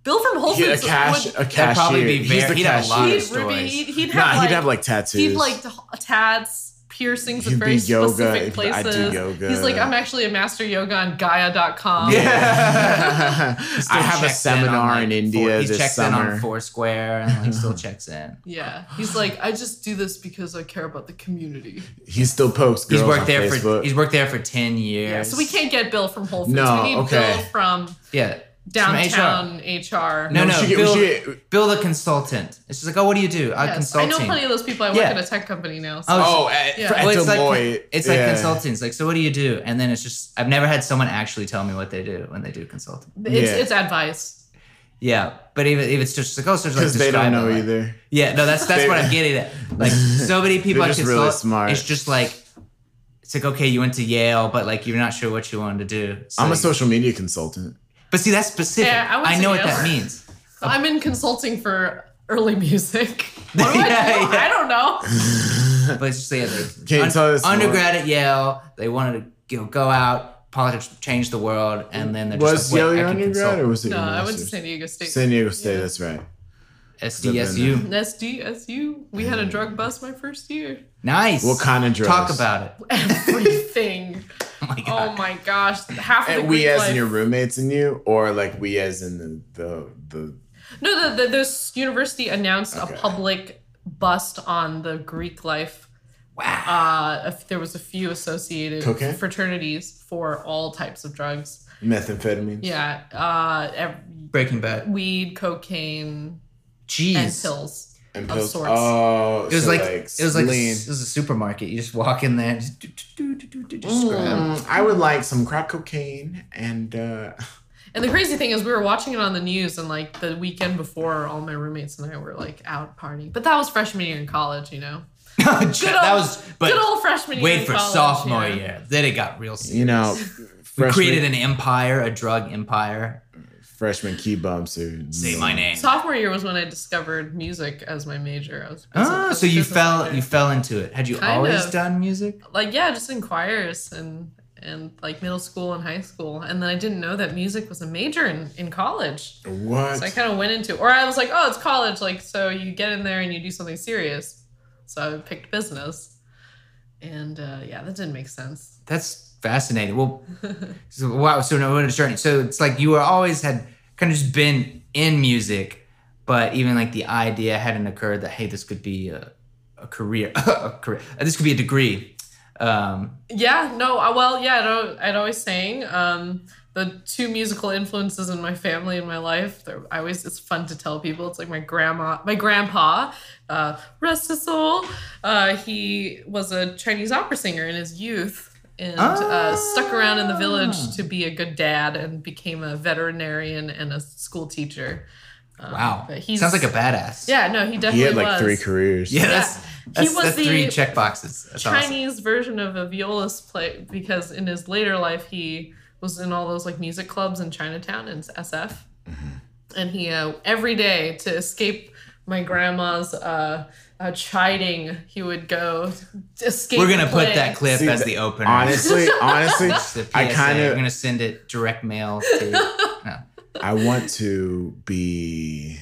Bill from Whole He- a Foods cash would a That'd cashier. probably be He's very. the He'd have a lot cashier. of he'd, stories. Ruby, he'd, he'd Nah, have like, he'd have like tattoos. he'd like t- tats, piercings in He'd very be yoga, specific he'd be- I do places. yoga. He's like, I'm actually a master yoga on Gaia.com. yeah. I Still have a checks in on, seminar like, in, four- India he this checks in summer. on Foursquare and like still checks in. Yeah. He's like, I just do this because I care about the community. he still posts girls He's worked on there Facebook. for he's worked there for ten years. Yeah. So we can't get Bill from Whole Foods. No, we need okay. Bill from Yeah. From HR. downtown No, HR. we no. should get- we Bill, should get- Bill the consultant. It's just like, oh, what do you do? I Yes. I consulting. know plenty of those people. I work Yeah. at a tech company now. So. Oh, Oh, at, Yeah. for- at Well, it's Deloitte. like it's like Yeah. consulting. It's like, so what do you do? And then it's just I've never had someone actually tell me what they do when they do consulting. it's, yeah. it's advice. Yeah, but even if it's just like, oh, so it's like Because they describe don't know it, like- either. Yeah, no, that's that's They- what I'm getting at. Like so many people They're I just consult, really smart. It's just like it's like okay, you went to Yale, but like you're not sure what you wanted to do. So I'm a you- social media consultant. But see, that's specific. Yeah, I went I, to know what Yale. that means. Oh. I'm in consulting for early music. What do Yeah, I do? yeah. I don't know. But it's just yeah, they- Can you tell us more? undergrad at Yale, they wanted to you know, go out, politics, change the world, and then they're just Was like, Yale wait, your I can undergrad or consult. was it No, your I went to master's? San Diego State. San Diego State, Yeah. that's right. SDSU. SDSU. We had a drug bust my first year. Nice. What kind of drugs? Talk about it. Everything. Oh my god. oh my gosh. Half of the And we Greek as life. in your roommates and you, or like we as in the the, the No, the, the, this university announced Okay. a public bust on the Greek life. Wow. Uh, if there was a few associated Cocaine? fraternities for all types of drugs. methamphetamines. Yeah, uh, ev- Breaking Bad. weed, cocaine, Jeez. and pills. and Of pills. sorts. Oh, It was so, like, it was like lean. it was a supermarket. You just walk in there, just, do, do, do, do, do, do, just grab. Mm, I would like some crack cocaine and uh, And the crazy thing is, we were watching it on the news, and like the weekend before, all my roommates and I were like out partying. But that was freshman year in college, you know. Good that old- was but Good old freshman year. wait in for college, sophomore yeah. year. Then it got real serious. you know, we freshman, created an empire, a drug empire. freshman key bumps. Are, Say my name. Sophomore year was when I discovered music as my major. I was Ah, was so you business fell major. you fell into it. Had you Kind always of. done music? like yeah, just in choirs and and like middle school and high school, and then I didn't know that music was a major in in college. What? So I kind of went into, or I was like, oh, it's college. Like, so you get in there and you do something serious. So I picked business. And uh, yeah, that didn't make sense. That's fascinating. Well, so, wow. So no, what a journey. So it's like you were always had kind of just been in music, but even like the idea hadn't occurred that hey, this could be a, a career, a career, uh, this could be a degree. Um, Yeah, no, uh, well, yeah, I don't, I'd always saying um, the two musical influences in my family and my life. They're, I always, it's fun to tell people. It's like my grandma, my grandpa, uh, rest his soul. Uh, he was a Chinese opera singer in his youth and uh, stuck around in the village to be a good dad and became a veterinarian and a school teacher. Um, wow, but he's, sounds like a badass. yeah, no, he definitely He had like three was. careers. yeah, that's He that's, was that's three the check boxes. That's awesome. Chinese version of a violist play because in his later life he was in all those like music clubs in Chinatown and SF, Mm-hmm. and he uh, every day to escape my grandma's uh, uh, chiding, he would go escape. We're gonna the put play. that clip See, as that- the opener. Honestly, honestly, It's the I PSA. kind We're of gonna send it direct mail to. I want to be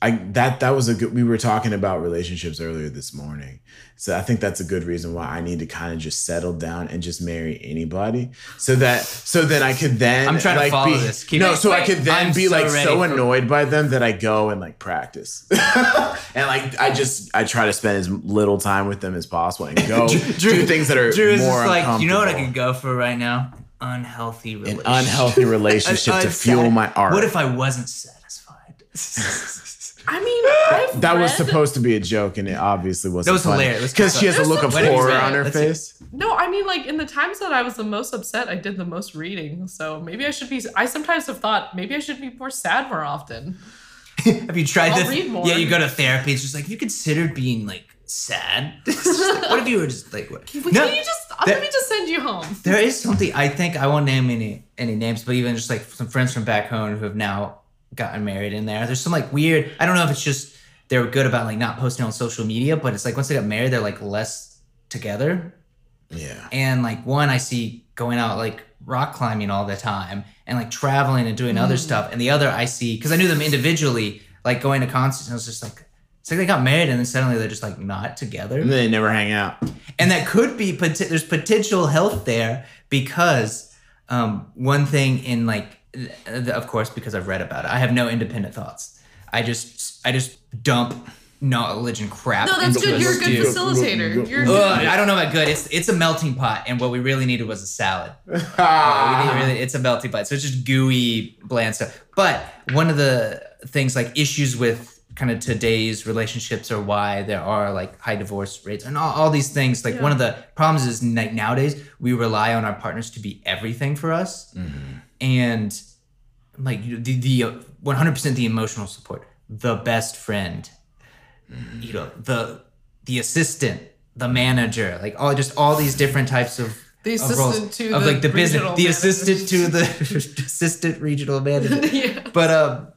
I that that was a good we were talking about relationships earlier this morning. So I think that's a good reason why I need to kind of just settle down and just marry anybody. So that so then I could then I'm trying to like follow be, this. Keep- no, Wait, so I wait. could then I'm be so like ready so for- annoyed by them that I go and like practice. and like I just I try to spend as little time with them as possible and go do things that are Drew is more just like, you know what I uncomfortable." could go for right now? Unhealthy an relationship. unhealthy relationship to fuel my art. What if I wasn't satisfied? I mean, I've that was read- supposed to be a joke, and it obviously wasn't. That was hilarious. Let's because keep she has a going. look of There's some horror jokes on in it. her Let's face. No, I mean, like in the times that I was the most upset, I did the most reading. So maybe I should be. I sometimes have thought maybe I should be more sad more often. Have you tried I'll this? read more. Yeah, you go to therapy. It's just like, you considered being like sad? It's just like, what if you were just like, what? No, Can you just uh, that- let me just send you home? there is something I think I won't name any any names, but even just like some friends from back home who have now gotten married in there. There's some like weird. I don't know if it's just they're good about like not posting on social media, but it's like once they got married, they're like less together. Yeah, And like one I see going out like rock climbing all the time and like traveling and doing Mm. other stuff, and the other I see because I knew them individually, like going to concerts, and I was just like. It's like they got married and then suddenly they're just like not together and they never hang out. and that could be pot- there's potential health there because um, one thing in like th- th- of course because i've read about it i have no independent thoughts i just i just dump knowledge and crap No, that's into good. a You're a good stew. facilitator. You're a good Ugh, i don't know about good it's it's a melting pot and what we really needed was a salad Ah. we didn't really- it's a melty bite. So it's just gooey, bland stuff. But one of the things like issues with kind of today's relationships or why there are like high divorce rates and all, all these things. Like one of the problems is like nowadays we rely on our partners to be everything for us. And like you know, the, the uh, 100% the emotional support, the best friend, you know, the, the assistant, the manager, like all just all these different types of The of roles, assistant to of the like the business, regional the manager. assistant to the assistant regional manager. yeah. But um,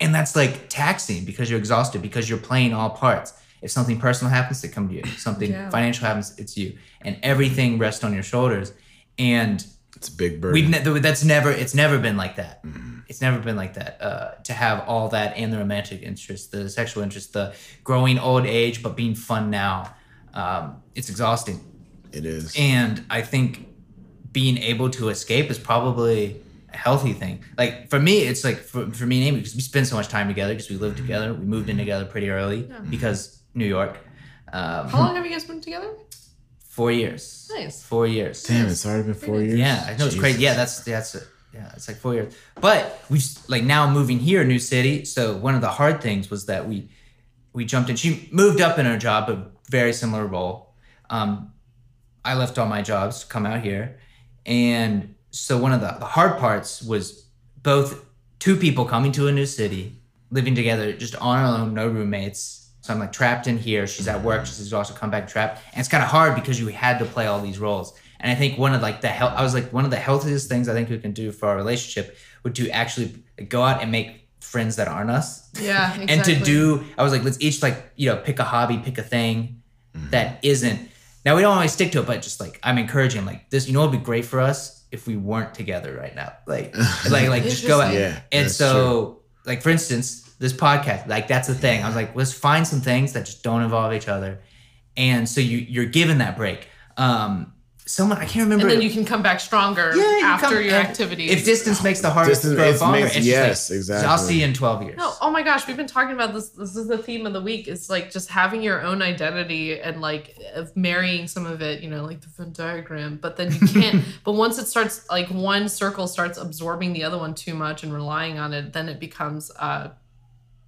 and that's like taxing because you're exhausted because you're playing all parts. If something personal happens, they come to you. If something Yeah. financial happens, it's you, and everything rests on your shoulders. And It's a big bird. we've ne- that's never it's never been like that Mm-hmm. it's never been like that uh, to have all that and the romantic interest the sexual interest the growing old age but being fun now um, it's exhausting it is. and i think being able to escape is probably a healthy thing like for me it's like for, for me and amy because we spend so much time together because we Mm-hmm. lived together we moved in together pretty early because new york How um, long have you guys been together? four years Nice. four years Damn, it's already been four years. yeah, I know it's crazy. Jesus. Yeah, that's that's it. Yeah, it's like four years. But we have like now moving here, new city. So one of the hard things was that we we jumped in. She moved up in her job, but very similar role. Um, I left all my jobs to come out here, and so one of the, the hard parts was both two people coming to a new city, living together, just on our own, no roommates. So I'm like trapped in here. She's at work. She's exhausted. Come back trapped, and it's kind of hard because you had to play all these roles. And I think one of like the hel- I was like one of the healthiest things I think we can do for our relationship would to actually go out and make friends that aren't us. Yeah, And to exactly. do, I was like, let's each like you know pick a hobby, pick a thing Mm-hmm. that isn't. Now we don't always stick to it, but just like I'm encouraging, like this, you know, it'd be great for us if we weren't together right now. Like, like, like just go out. Interesting. Yeah, and that's so, like for instance, this podcast, like that's the thing. I was like, let's find some things that just don't involve each other, and so you you're given that break. Um, someone I can't remember. And then you can come back stronger Yeah, you after come- your and activities. If distance makes the heart Distance- grow it's fonder, makes- it's just yes, like, exactly. I'll see you in twelve years. No, oh my gosh, we've been talking about this. This is the theme of the week. It's like just having your own identity and like of marrying some of it, you know, like the Venn diagram. But then you can't. but once it starts, like one circle starts absorbing the other one too much and relying on it, then it becomes uh,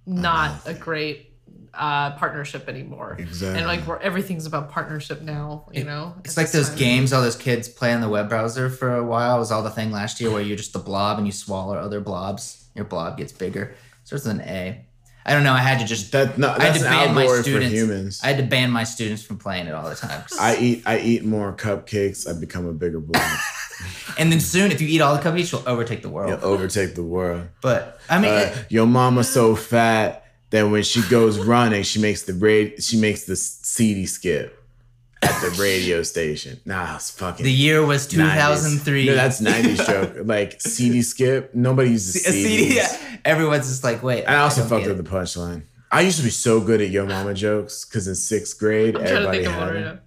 not a great uh, partnership anymore. Exactly. And like where everything's about partnership now, you It- know. It's at like this those time. games all those kids play on the web browser for a while. It was all the thing last year where you're just the blob and you swallow other blobs. Your blob gets bigger. Starts with an A. I don't know. I had to just That no, I had that's to an ban my allegory for students. humans. I had to ban my students from playing it all the time. I eat I eat more cupcakes. I become a bigger boy. and then soon, if you eat all the cupcakes, you'll overtake the world. You'll overtake the world. But I mean, Uh, it- your mama's so fat that when she goes running, she makes the radio. She makes the CD skip at the radio station. Nah, it's fucking. the year was 2003. 90s. No, that's nineties joke. Like CD skip. Nobody a uses CDs. CD. yeah. Everyone's just like, wait. And I also don't fucked get up it. the punchline. I used to be so good at yo mama jokes because in sixth grade I'm trying to everybody think of had one right them.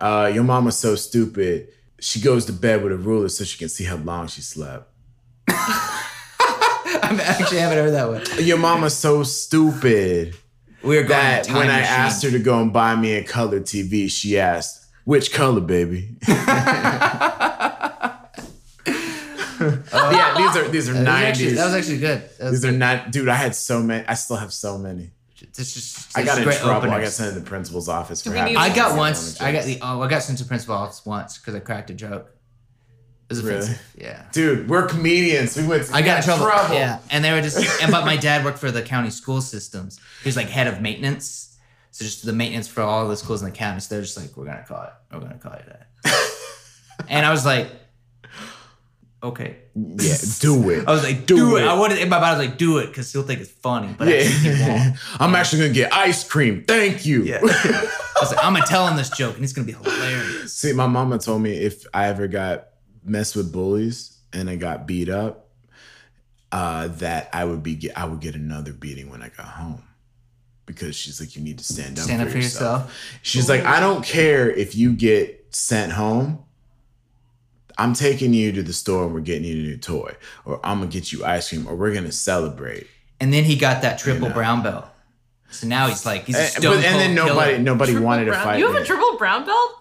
now. uh, your mama's so stupid. She goes to bed with a ruler so she can see how long she slept. I'm actually haven't heard that one. Your mama's so stupid We were going that to when I asked her to go and buy me a color TV, she asked, "Which color, baby?" yeah, these are these are nineties. that was actually good. That was These are not, dude. I had so many. I still have so many. This is I got in great trouble. I openers. got sent to the principal's office Do for we having. need- I got these once. yellow I got jokes. the oh, I got sent to principal office once because I cracked a joke. It was Really? offensive. Yeah. Dude, we're comedians. We went. I got in trouble. Yeah, and they were just. and but my dad worked for the county school systems. He was like head of maintenance, so just the maintenance for all the schools in the county. So they're just like, we're gonna call it. We're gonna call you that. and I was like, okay. Yeah, do it. I was like, do, Do it. it. I wanted in my mind. I was like, do it because he'll think it's funny. But actually, he won't. yeah. I'm actually gonna get ice cream. Thank you. I was like, I'm gonna tell him this joke, and it's gonna be hilarious. See, my mama told me if I ever got messed with bullies and I got beat up, uh, that I would be get, I would get another beating when I got home. Because she's like, you need to stand up, Stand for, up for yourself. yourself. She's like, I don't care if you get sent home. I'm taking you to the store and we're getting you a new toy, or I'm gonna get you ice cream, or we're gonna celebrate. And then he got that triple know. brown belt. So now he's like he's a and, stone Eh, but, and then cold nobody killer. nobody Triple wanted to brown- fight. You have me. a triple brown belt?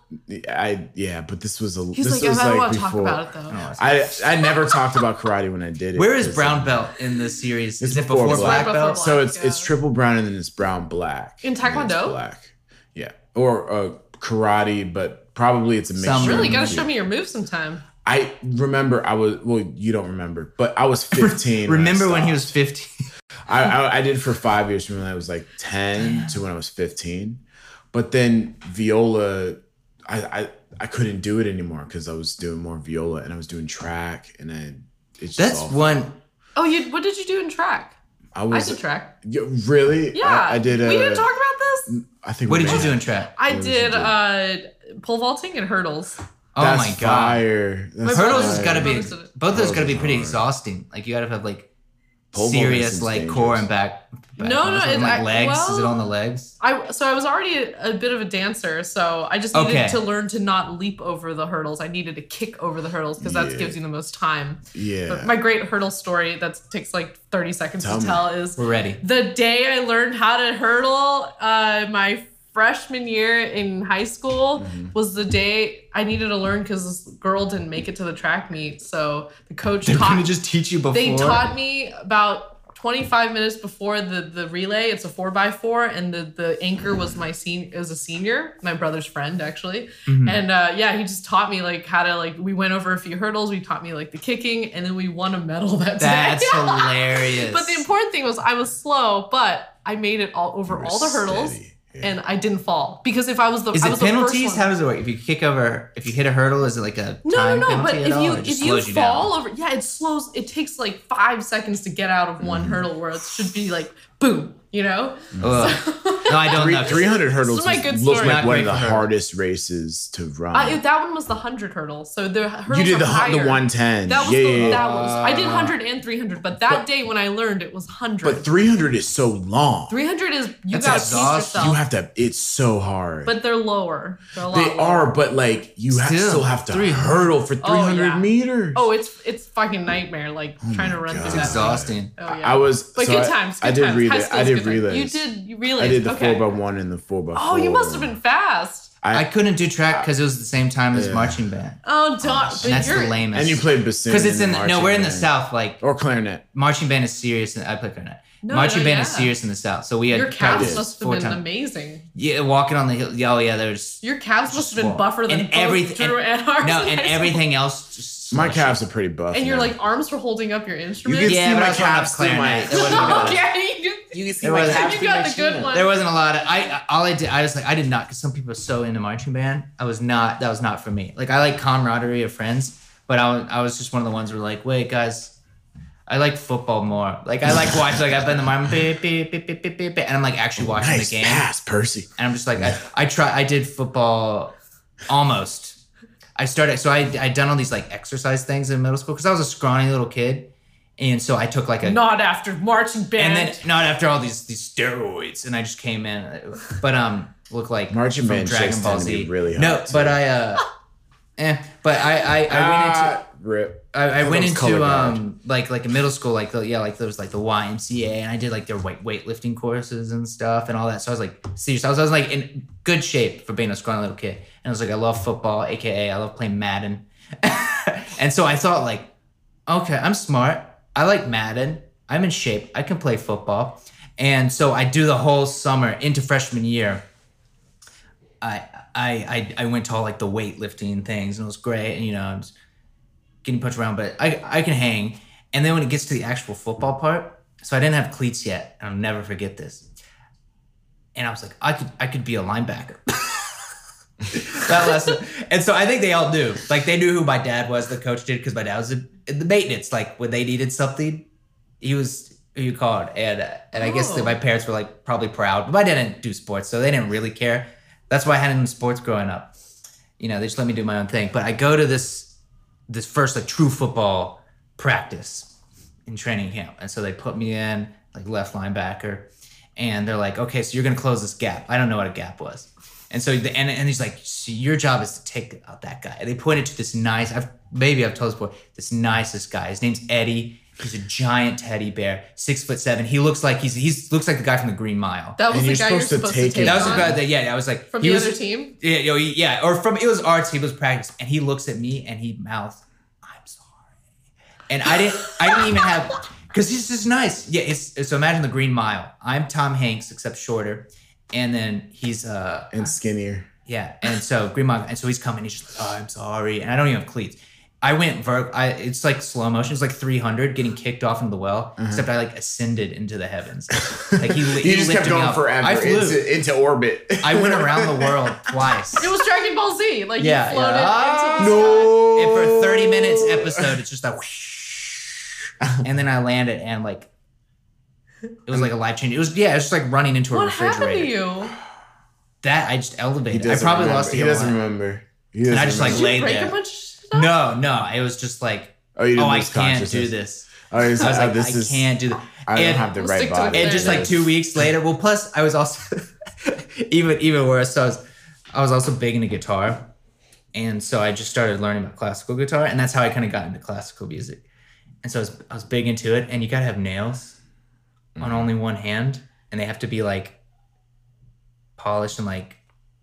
I yeah, but this was a He's this like, was I don't like want to before. talk about it though. Oh, I see. I I never talked about karate when I did it. Where is It's, brown um, belt in this series? It's Is it before before black, black. belt? Before So it's it's yeah. triple brown and then it's brown black In And then it's Taekwondo? Black, yeah, or uh, karate, but probably it's a mixture. Some- of Really the gotta two. show me your move sometime. I remember I was well, you don't remember, but I was fifteen. I Remember when he was stopped. 15? I, I I did for five years from when I was like ten to when I was fifteen, but then viola, I I, I couldn't do it anymore because I was doing more viola and I was doing track and I. It's just That's all- one. Oh, you what did you do in track? I I was did track. Yeah, really? Yeah. I, I did. Uh, we didn't talk about this. I think. What we did you made- do in trap? I what did you did do? uh pole vaulting and hurdles. Oh That's my god. Fire. That's brother- Hurdles is has fire. got to be Hurdles did it. both of those Hurdles got to be is pretty hard. exhausting. Like you got to have like Pole vaulting serious seems like core dangerous. and back. back No, muscles no, and, it- like I- legs. is it well- on the legs? I so I was already a, a bit of a dancer, so I just needed Okay. to learn to not leap over the hurdles. I needed to kick over the hurdles because that Yeah. gives you the most time. But Yeah. my great hurdle story that takes like 30 seconds Tell to me. tell is We're ready. the day I learned how to hurdle uh, my freshman year in high school Mm-hmm. was the day I needed to learn because this girl didn't make it to the track meet. So the coach They're gonna taught just teach you before. they taught me about 25 minutes before the the relay. It's a four by four, and the the anchor was my senior is a senior, my brother's friend actually. Mhm. And uh, yeah, he just taught me like how to like. We went over a few hurdles. We taught me like the kicking, and then we won a medal that That's day. hilarious. But the important thing was I was slow, but I made it all over We're all the hurdles steady. Yeah. and I didn't fall because if I was the Is I it was The penalties? first How one. does it work? If you kick over, if you hit a hurdle, is it like a no, time no, no. penalty But at if all, you or it if just you slows down? fall over, yeah, it slows. It takes like Mm-hmm. five seconds to get out of one hurdle where it should be like boom, you know. Ugh. No, I don't Three, know. 300 hurdles is my was- good looks story. like Not one of great the for her. hardest races to run. I, that one was the hundred hurdle. So the hurdles you did are the, hu- higher. the 110. That was yeah, the, yeah, yeah. that was I did Ah. 100 and 300, but that day when I learned it was 100. But 300 is so long. 300 is you That's got to pace exhausting. yourself. You have to, it's so hard. but they're lower. They're a lot they lower. are, but like you ha- Still, still have to 300. hurdle for 300 yeah. meters. Oh, it's it's fucking nightmare. Like Oh trying my to run God. through It's that. Exhaust- exhausting. Oh yeah. I was but so good I- times. Good I did times. read High it. school I is did good relay. times. You did you I realized. did the okay. four by one and the four by four. Oh, you must have been fast. I I, couldn't do track because it was the same time as Yeah. marching band. Oh, darn. but And that's the you're- lamest. and you played bassoon because it's in and the, no, we're in the marching band. south. Like or clarinet. marching band is serious, and I play clarinet. No, marching no, band yeah. is serious in the south, so we had Your calves practice must have four been times. amazing. Yeah, walking on the hill. yeah, Oh yeah, there's Your calves must Just have been walk. buffer than And both everyth- Drew and, ours no, in and high school. everything else. Just My smushed. calves are pretty buff. And your now. like arms were holding up your you instrument. can Yeah, see but I my was on a calves through my. clarinet. It wasn't Oh, good. okay. you- You can see It my wasn't- calf You through got my the good sheena. one. There wasn't a lot of I. All I did, I was like, I did not because some people are so into marching band. I was not. That was not for me. Like I like camaraderie of friends, but I was, I was just one of the ones who were like, wait, guys, I like football more. Like I like watching. Like I play in the marching beep, beep, beep, beep, beep, beep, beep, and I'm like actually watching Nice the game. pass, Percy. and I'm just like, I, I try, I did football almost. I started, so I I done all these like exercise things in middle school because I was a scrawny little kid, and so I took like a Not after marching and band. then not after all these these steroids, and I just came in, but um, look like Marching from band Dragon chicks Ball tend to be Z. really no, hot, but too. I uh, eh, but I I, I went into Ah, rip. I, I That went was color into guard. um like like in middle school like the, yeah like there was like the YMCA and I did like their weight weightlifting courses and stuff and all that so I was like serious I was, I was like in good shape for being a scrawny little kid and I was like I love football aka I love playing Madden and so I thought like okay I'm smart I like Madden I'm in shape I can play football and so I do the whole summer into freshman year I I I, I went to all like the weightlifting things and it was great and you know I was getting punched around, but I I can hang. And then when it gets to the actual football part, so I didn't have cleats yet, and I'll never forget this. And I was like, I could I could be a linebacker. that lesson. And so I think they all knew. Like they knew who my dad was, the coach did, because my dad was in, in the maintenance. Like when they needed something, he was who you called. And uh, and I guess that Oh. my parents were like probably proud. But my dad didn't do sports, so they didn't really care. That's why I hadn't done sports growing up. You know, they just let me do my own thing. But I go to this this first like true football practice in training camp. And so they put me in like left linebacker and they're like, okay, so you're gonna close this gap. I don't know what a gap was. And so the and, and he's like, so your job is to take out that guy. And they pointed to this nice, I've maybe I've told this before, this nicest guy. His name's Eddie. He's a giant teddy bear, six foot seven. He looks like he's he's looks like the guy from the Green Mile. that was and you're the guy you're supposed to supposed take to it take. that was the on guy that yeah, I was like from he the was- other team. yeah, yo, he- yeah, or from it was arts. He was practice, and he looks at me and he mouths, "I'm sorry," and I didn't, I didn't even have, because he's just nice. Yeah, it's so imagine the Green Mile. I'm Tom Hanks except shorter, and then he's uh And skinnier. yeah, and so Green Mile, and so he's coming. He's just like, "Oh, I'm sorry," and I don't even have cleats. I went ver. I it's like slow motion. It's like 300 getting kicked off into the well. Except I like ascended into the heavens. Like he, li- Uh-huh. you just kept lifted me going up. forever I flew. Into, into orbit. I went around the world twice. It was Dragon Ball Z. Like Yeah, Ah, you floated yeah. into the sky. no. and for 30 minutes Oh. episode it's just like whoosh. and then i landed and like it was like a life change it was yeah it was just like running into a What happened refrigerator to you? that i just He elevated i doesn't probably remember. lost the He yellow doesn't line. remember. He And I doesn't just, like, Did remember. laid you break there. a bunch of stuff? no no it was just like Oh, oh you didn't i lose can't do consciousness. this Oh, you i was said, like oh, this i is, can't do this I don't and- have the We'll right stick to body. it and just like two weeks later well plus i was also even even worse so I was, I was also big into guitar and so i just started learning about classical guitar and that's how i kind of got into classical music and so I was, I was big into it and you gotta have nails on only one hand and they have to be like polished and like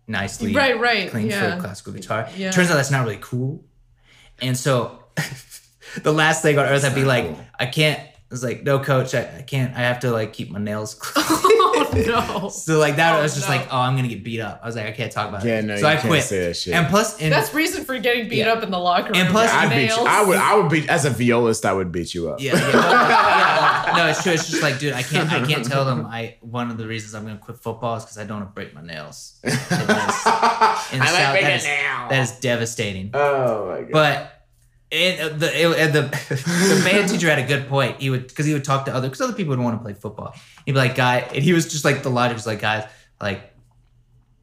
nicely Right, right. clean for yeah. classical guitar. Yeah. Turns out that's not really cool. And so the last thing on earth, I'd be like, I can't. I was like, no, coach, I, I can't. I have to like keep my nails oh clean. no. so like that, I was Oh, just no. like, oh, I'm gonna get beat up. I was like, I can't talk about Yeah, it. no, so you I can't quit. say that shit. And plus, in, That's reason for getting beat Yeah. up in the locker room. And plus- with I'd beat you. nails. I would. I would be as a violist. I would beat you up. Yeah, yeah. yeah. Oh, No, it's true. It's just like, dude, I can't. I can't tell them. I one of the reasons I'm gonna quit football is because I don't want to break my nails. In the South, oh I like that big is- now. that is devastating. my god. But it, the it, and the the band teacher had a good point. He would because he would talk to other because other people would want to play football. He'd be like, guy, and he was just like the logic was like, guys, Like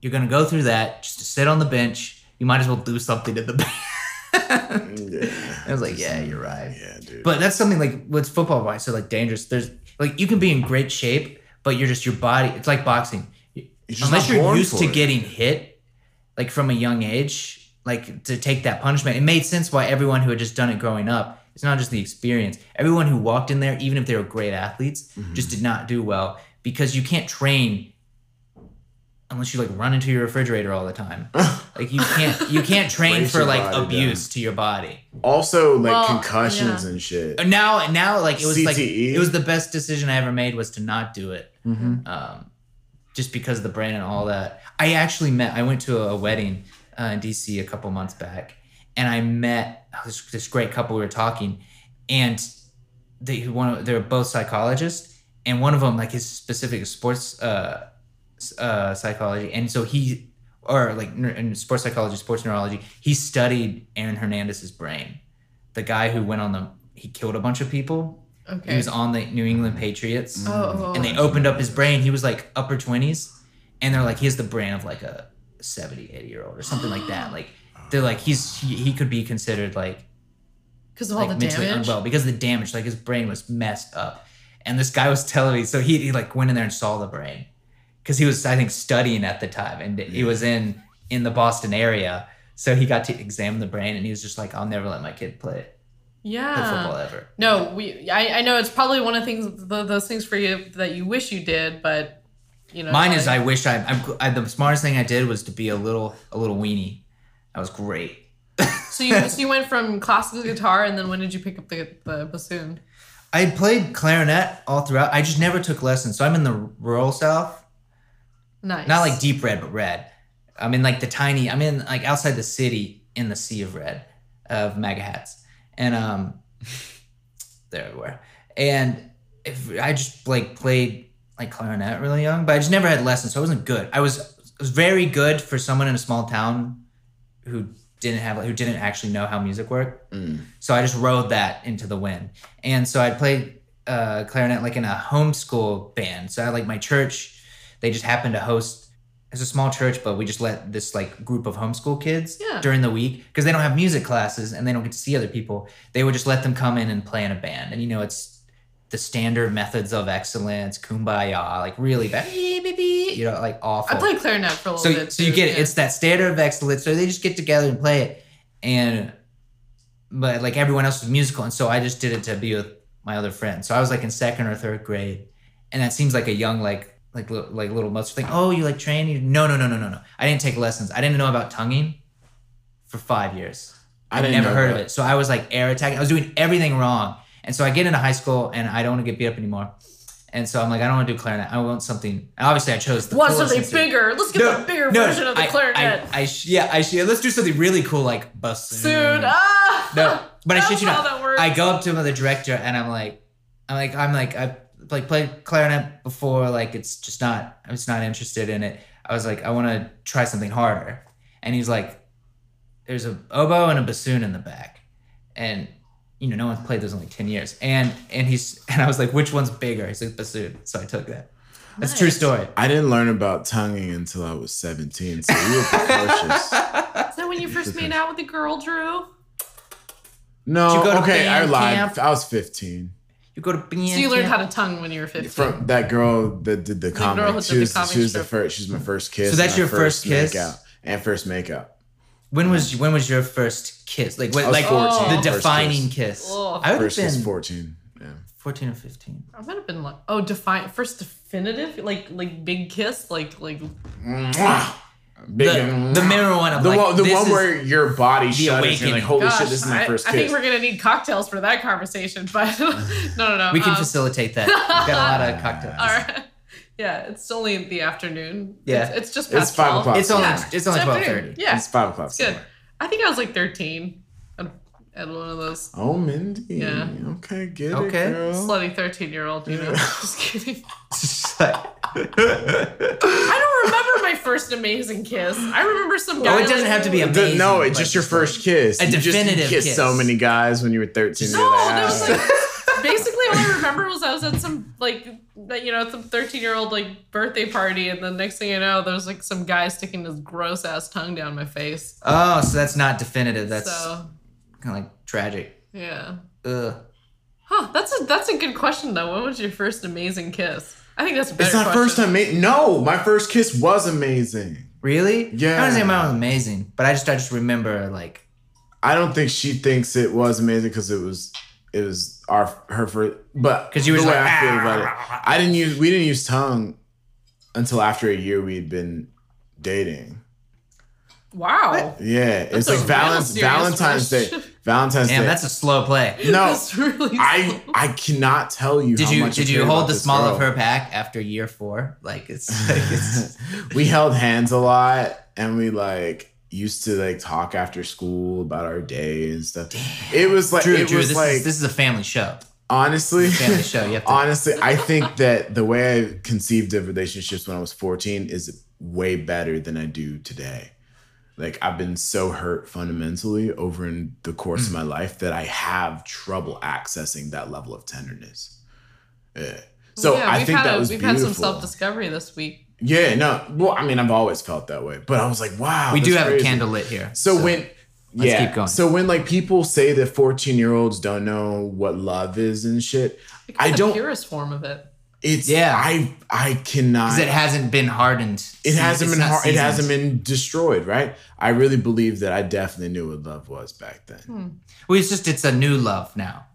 you're gonna go through that just to sit on the bench. You might as well do something to the bench. Yeah. I was like, yeah, you're right. Yeah, dude. But that's something like what's football wise. So like dangerous. There's like you can be in great shape, but you're just your body. It's like boxing. It's just Unless not you're born used for to it. getting hit, like from a young age, like to take that punishment. It made sense why everyone who had just done it growing up. It's not just the experience. Everyone who walked in there, even if they were great athletes, Mm-hmm. just did not do well because you can't train unless you like run into your refrigerator all the time. like you can't you can't train Brace for your like body down. abuse to your body also like Well, concussions yeah. and shit. now now like it was like CTE? it was the best decision I ever made was to not do it. Mhm. Um, just because of the brand and all that. I actually met I went to a wedding uh, in DC a couple months back and I met this, this great couple we were talking and they one of- they were both psychologists and one of them like his specific sports uh, s- uh, psychology and so he or like neur- in sports psychology sports neurology he studied Aaron Hernandez's brain the guy who went on the he killed a bunch of people. He Okay. was on the New England Patriots, Oh, and they opened up his brain. He was like upper twenties, and they're like he has the brain of like a 70, 80 year old or something like that. Like they're like he's he, he could be considered like because of all like the mentally damage. unwell because of the damage. Like his brain was messed up, and this guy was telling me. So he, he like went in there and saw the brain because he was I think studying at the time, and he was in in the Boston area. So he got to examine the brain, and he was just like, "I'll never let my kid play, play football Yeah. ever." No, we. I, I know it's probably one of the things the, those things for you that you wish you did, but you know. Mine it's is like- I wish I, I'm I, the smartest thing I did was to be a little a little weenie. That was great. So you so you went from classical guitar, and then when did you pick up the the bassoon? I played clarinet all throughout. I just never took lessons. So I'm in the rural south, Nice. not like deep red, but red. I'm in like the tiny. I'm in like outside the city in the sea of red, of mega hats, and um, there we were. And if I just like played like clarinet really young, but I just never had lessons, so I wasn't good. I was, I was very good for someone in a small town who didn't have who didn't actually know how music worked. Mm. So I just rode that into the wind, and so I played uh, clarinet like in a homeschool band. So I like my church, they just happened to host. It's a small church, but we just let this like group of homeschool kids Yeah. during the week because they don't have music classes and they don't get to see other people. They would just let them come in and play in a band, and you know it's the standard methods of excellence, kumbaya, like really bad, you know, like awful I played clarinet for a little so, bit. so you too, get it. yeah. It's that standard of excellence. So they just get together and play it, and but like everyone else was musical, and so I just did it to be with my other friends. So I was like in second or third grade, and that seems like a young like like li- like little muster thing. Oh, you like train? You no no no no no no. I didn't take lessons. I didn't know about tonguing for five years. I I've didn't never know heard of that. it. So I was like air attacking. I was doing everything wrong. And so I get into high school and I don't want to get beat up anymore. And so I'm like, I don't want to do clarinet. I want something. Obviously, I chose the Want coolest something instrument. bigger? Let's get the bigger version of the I, clarinet. I, I sh- yeah, I should. Let's do something really cool like bassoon. Soon. Ah. Mm. No, but I That's shit you how not. that works. I go up to him, the director, and I'm like, I'm like, I'm like, I like played clarinet before. Like, it's just not. I'm just not interested in it. I was like, I want to try something harder. And he's like, there's a oboe and a bassoon in the back, and you know, no one's played those in like ten years. And and he's and I was like, which one's bigger? He's like bassoon. So I took that. That's a true Nice. story. I didn't learn about tonguing until I was 17, so we were precocious. Is that when you first made out with the girl, Drew? No, Did you go to okay, I band lied. camp? I was 15. You go to band. So you learned camp. how to tongue when you were 15. From that girl that did the comic. girl who she did the was, comic she was the strip. first. She's my first kiss. So that's and your my first kiss? makeout and first makeup. When was when was your first kiss? Like I what? was Like 14, the first defining kiss. Ugh. I would have First kiss, been 14. Yeah. fourteen or fifteen. I might have been like, oh, define first definitive, like like big kiss, like like Mwah! The, Big and- the mirror one. I'm The like, one, the this one is- where your body shudders and you're like, awakening. holy gosh. shit, this is my I, first I kiss. think we're gonna need cocktails for that conversation, but no, no, no. we can um, facilitate that. We've got a lot of cocktails. All right. Yeah, it's only the afternoon. Yeah. it's, it's just It's past five 12. o'clock. It's only Yeah. it's only twelve afternoon. thirty. Yeah, It's five o'clock. it's good. somewhere. I think I was like 13 at, at one of those Oh, Mindy. Yeah. Okay, get Okay. it, girl. slutty 13 year old, you know. Just kidding. oh, I don't remember my first amazing kiss. I remember some guy. Oh, it doesn't have to be a. amazing. no, it's but just your first kiss. A you just, you definitive kissed kiss. so many guys when you were 13. No, you're like, "Ah." that was like basically all I remember was I was at some like you know some thirteen year old like birthday party, and the next thing I know, there's like some guy sticking his gross ass tongue down my face. Oh, so that's not definitive. That's so kind of like tragic. yeah. Ugh. Huh, that's a that's a good question though. What was your first amazing kiss? I think that's a better It's not question. first time. No, my first kiss was amazing. Really? Yeah. I don't say mine was amazing, but I just I just remember like I don't think she thinks it was amazing because it was it was our her first. But 'Cause you were the just way like, "Ah, I feel about it, I didn't use we didn't use tongue until after a year we had been dating. Wow. Yeah, it's That's a like Valentine's real serious Valentine's Day. Valentine's damn, Day. that's a slow play. no, That's really I I cannot tell you. Did how you much I did care you about hold the this small girl. of her back after year four? Like it's, like it's we held hands a lot and we like used to like talk after school about our day and stuff. It was like Drew, it Drew, was this like is this is a family show. honestly Family show. You have to honestly, I think that the way I conceived of relationships when I was 14 is way better than I do today. Like I've been so hurt fundamentally over in the course of my life that I have trouble accessing that level of tenderness. Yeah. So yeah, I we've think had that a, was we've beautiful. had some self discovery this week. Yeah, no. Well, I mean, I've always felt that way, but I was like, wow. we do that's have crazy. a candle lit here. So, when, let's yeah. keep going. So when like people say that 14 year olds don't know what love is and shit, Like, I the don't. purest form of it. It's Yeah. I I cannot. because it It, hasn't been hardened. Se- hasn't it's been not har- it seasoned. hasn't been destroyed, right? I really believe that I definitely knew what love was back then. Hmm. Well, it's just it's a new love now.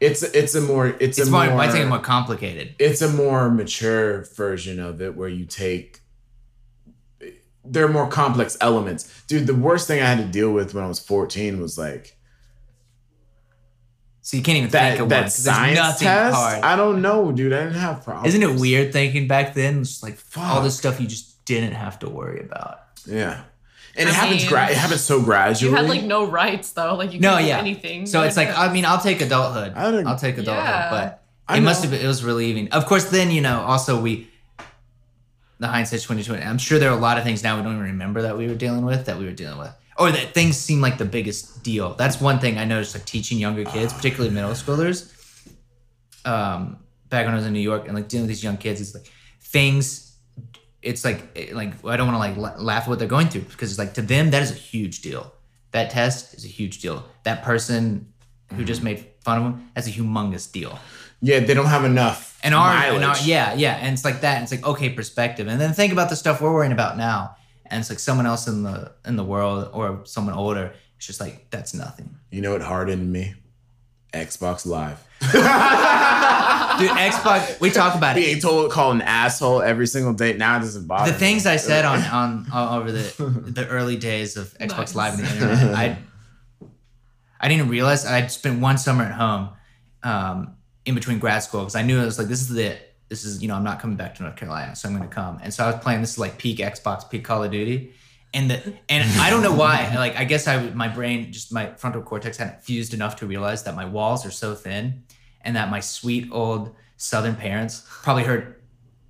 It's it's a more it's, It's, a more, more I think more complicated. it's a more mature version of it where you take there are more complex elements. Dude, the worst thing I had to deal with when I was 14 was like So you can't even that think of one that 'cause there's science nothing test. hard. I don't know, dude. I didn't have problems. Isn't it weird thinking back then? Just like all Fuck. the stuff you just didn't have to worry about. Yeah. And I it happens mean, gra- it happens so gradually. You had like no rights though. Like you No, couldn't do yeah. anything. So You it's had like to- I mean I'll take adulthood. I don't- I'll take adulthood, Yeah. but I it must know. have been it was relieving. Of course, then you know also we the hindsight twenty twenty. I'm sure there are a lot of things now we don't even remember that we were dealing with that we were dealing with, or that things seem like the biggest deal. That's one thing I noticed like teaching younger kids, particularly middle schoolers. Um, back when I was in New York and like dealing with these young kids, it's like things. It's like it- like I don't want to like la- laugh at what they're going through because it's like to them that is a huge deal. That test is a huge deal. That person Mm-hmm. who just made fun of them that's a humongous deal yeah, they don't have enough. and our, mileage. and our yeah yeah and it's like that it's like okay perspective and then think about the stuff we're worrying about now and it's like someone else in the in the world or someone older it's just like that's nothing You know what hardened me? Xbox Live. dude xbox we talk about it Being told called an asshole every single day. Now it doesn't bother the me. things i said on on all over the the early days of xbox Nice. live and the internet i i didn't realize i'd spent one summer at home um in between grad school because i knew i was like this is the this is you know i'm not coming back to north carolina so i'm going to come and so i was playing this is like peak xbox peak call of duty and the and I don't know why. Like I guess I w- my brain just my frontal cortex hadn't fused enough to realize that my walls are so thin, and that my sweet old Southern parents probably heard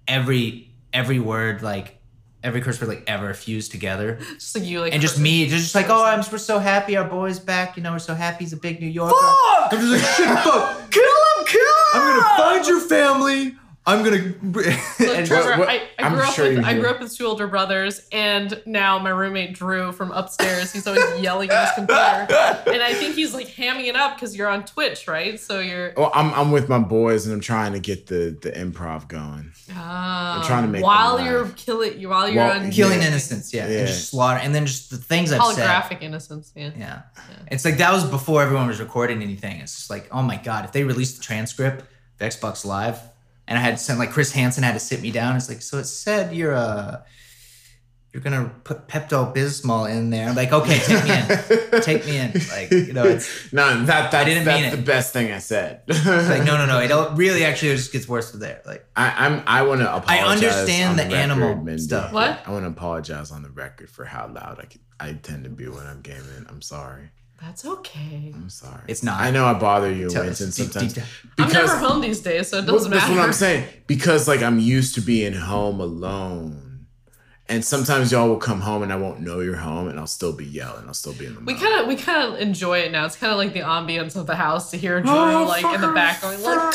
every every word like every curse word like ever fused together, just like you like and just me just, just like oh I'm we're so happy our boy's back you know we're so happy he's a big New Yorker. I'm just like, shit, fuck. Kill him, kill him. I'm gonna find your family. I'm gonna. Look, Trevor, what- I, I I'm grew up sure you with I do. grew up with two older brothers, and now my roommate Drew from upstairs. He's always yelling at his computer, and I think he's like hamming it up because you're on Twitch, right? So you're well, I'm I'm with my boys and I'm trying to get the the improv going. Ah. trying to make them while you're laugh. killing you while you're Well, on Killing Yeah. innocence, yeah, Yeah. and just slaughter, and then just the things I've said. holographic innocence. Yeah. Yeah. Yeah. It's like that was before everyone was recording anything. It's just like, oh my God, if they released the transcript of Xbox Live and I had sent like Chris Hansen had to sit me down. It's like, so it said you're uh you're gonna put Pepto Bismol in there. I'm like, okay, take me in. take me in. Like, you know, it's No, that that didn't that's mean the it. best thing I said. like, no, no, no. It don't- really actually just gets worse from there. Like I, I'm I want to apologize. understand on the record, animal Mindy. stuff. What? I want to apologize on the record for how loud I can, I tend to be when I'm gaming. I'm sorry. That's okay. I'm sorry. It's not. I know I bother you, tell us Winston, deep, sometimes. deep down. I'm never home these days, so it doesn't Well, That's matter. what I'm saying. Because like I'm used to being home alone. And sometimes y'all will come home and I won't know you're home and I'll still be yelling. I'll still be in the We mouth. kind of we kind of enjoy it now. It's kind of like the ambience of the house to hear Drew Oh, like in the back going like go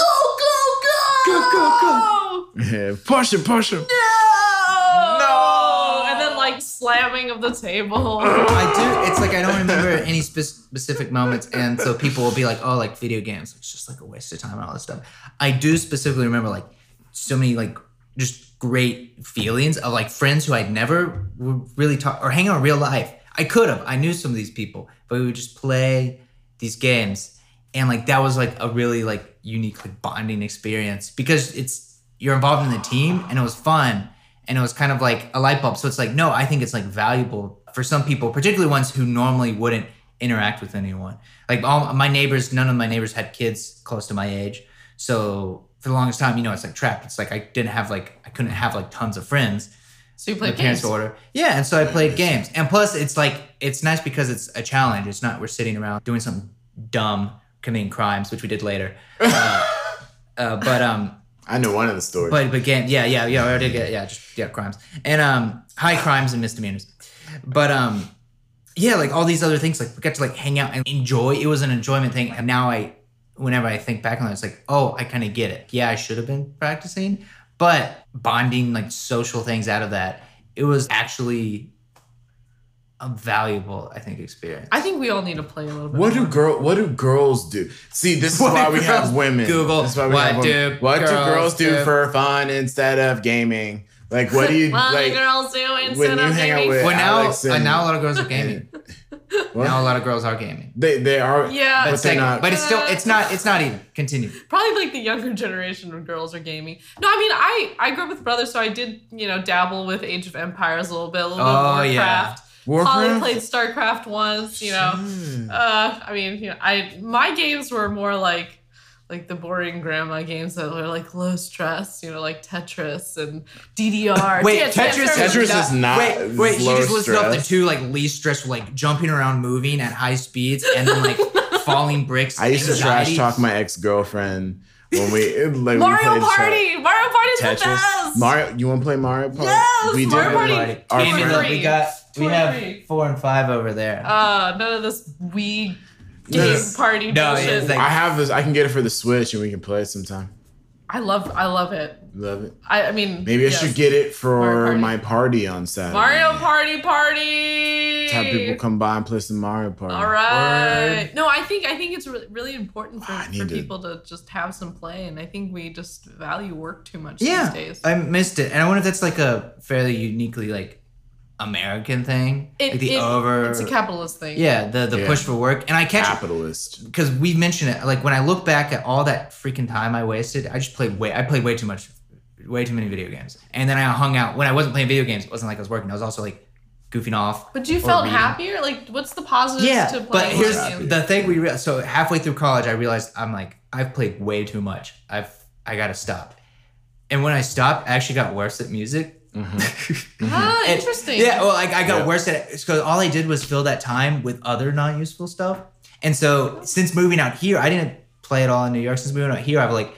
go go go go Yeah, push him, push him. no and then like slamming of the table. I do. It's like I don't remember any spe- specific moments, and so people will be like, "Oh, like video games, it's just like a waste of time and all this stuff." I do specifically remember like so many like just great feelings of like friends who I'd never would really talk or hang out in real life. I could have. I knew some of these people, but we would just play these games, and like that was like a really like unique like bonding experience because it's you're involved in the team and it was fun and it was kind of like a light bulb. So it's like, no, I think it's like valuable for some people, particularly ones who normally wouldn't interact with anyone. Like all my neighbors, none of my neighbors had kids close to my age. So for the longest time, you know, it's like trapped. It's like I didn't have like I couldn't have like tons of friends. so you My play parents games. order. Yeah, and so I played games. And plus it's like it's nice because it's a challenge. It's not we're sitting around doing something dumb, committing crimes, which we did later. Uh, uh, but um I know one of the stories. but but game, yeah, yeah, yeah. I already get yeah, just yeah, crimes and um high crimes and misdemeanors. But um yeah, like all these other things, like we got to like hang out and enjoy. It was an enjoyment thing, and now I, whenever I think back on it, it's like oh, I kind of get it. Yeah, I should have been practicing, but bonding like social things out of that, it was actually a valuable, I think, experience. I think we all need to play a little bit. What do more. girl? What do girls do? See, this is What why do we have girls- women. Google, That's why we what have women. do what do girls girls do, do? for fun instead of gaming? Like, what do you Well, like? the girls do when instead you of hang out gaming. with- Well, now Alex uh, and- now a lot of girls are gaming. What? Now a lot of girls are gaming. They they are. Yeah. but That's they're second, not. but it's still it's not it's not even continue. probably like the younger generation of girls are gaming. No, I mean I I grew up with brothers, so I did you know dabble with Age of Empires a little bit, a little Oh, bit yeah. of Warcraft. Holly Warcraft? played StarCraft once, you know. Shit. Uh, I mean, you know, I my games were more like like the boring grandma games that were like low stress, you know, like Tetris and DDR. Wait, Dance Dance Tetris- Revolution. Tetris is not. Wait, wait, she low just listed off the stress. two like least stressful, like jumping around, moving at high speeds, and then like falling bricks. I used to trash anxiety. talk my ex girlfriend when we like we Mario played Party. Mario Party's the Tetris. best. Mario, you want to play Mario Party? Yes, we Mario did. Party. Like, our Game Amy, friend- look, we Twenty-three. got we have Twenty-three. four and five over there. Uh, none of this Wii No, game no. party No, bullshit. it's like- I have this. I can get it for the Switch, and we can play it sometime. I love I love it. Love it. I, I mean Maybe I yes. should get it Mario for Party. my party on Saturday. Mario Party Party. Have people come by and play some Mario Party. All right. Word. No, I think I think it's re- really important for, Ah, I for need to- people to just have some play, and I think we just value work too much yeah, these days. I missed it, and I wonder if that's like a fairly uniquely like American thing, It- like the it- over. it's a capitalist thing. yeah, the the Yeah. push for work, and I catch Capitalist. because we mentioned it. Like when I look back at all that freaking time I wasted, I just played way. I played way too much, way too many video games. And then I hung out when I wasn't playing video games. It wasn't like I was working. I was also like goofing off. But you Or felt reading. happier. Like, what's the positives to Yeah, but playing here's games? the thing we realized. So halfway through college, I realized I'm like I've played way too much. I've I gotta stop. And when I stopped, I actually got worse at music. ah, And- interesting. Yeah, well, like I got Yeah. worse at it because all I did was fill that time with other non-useful stuff. And so since moving out here, I didn't play at all in New York. Since moving out here, I've like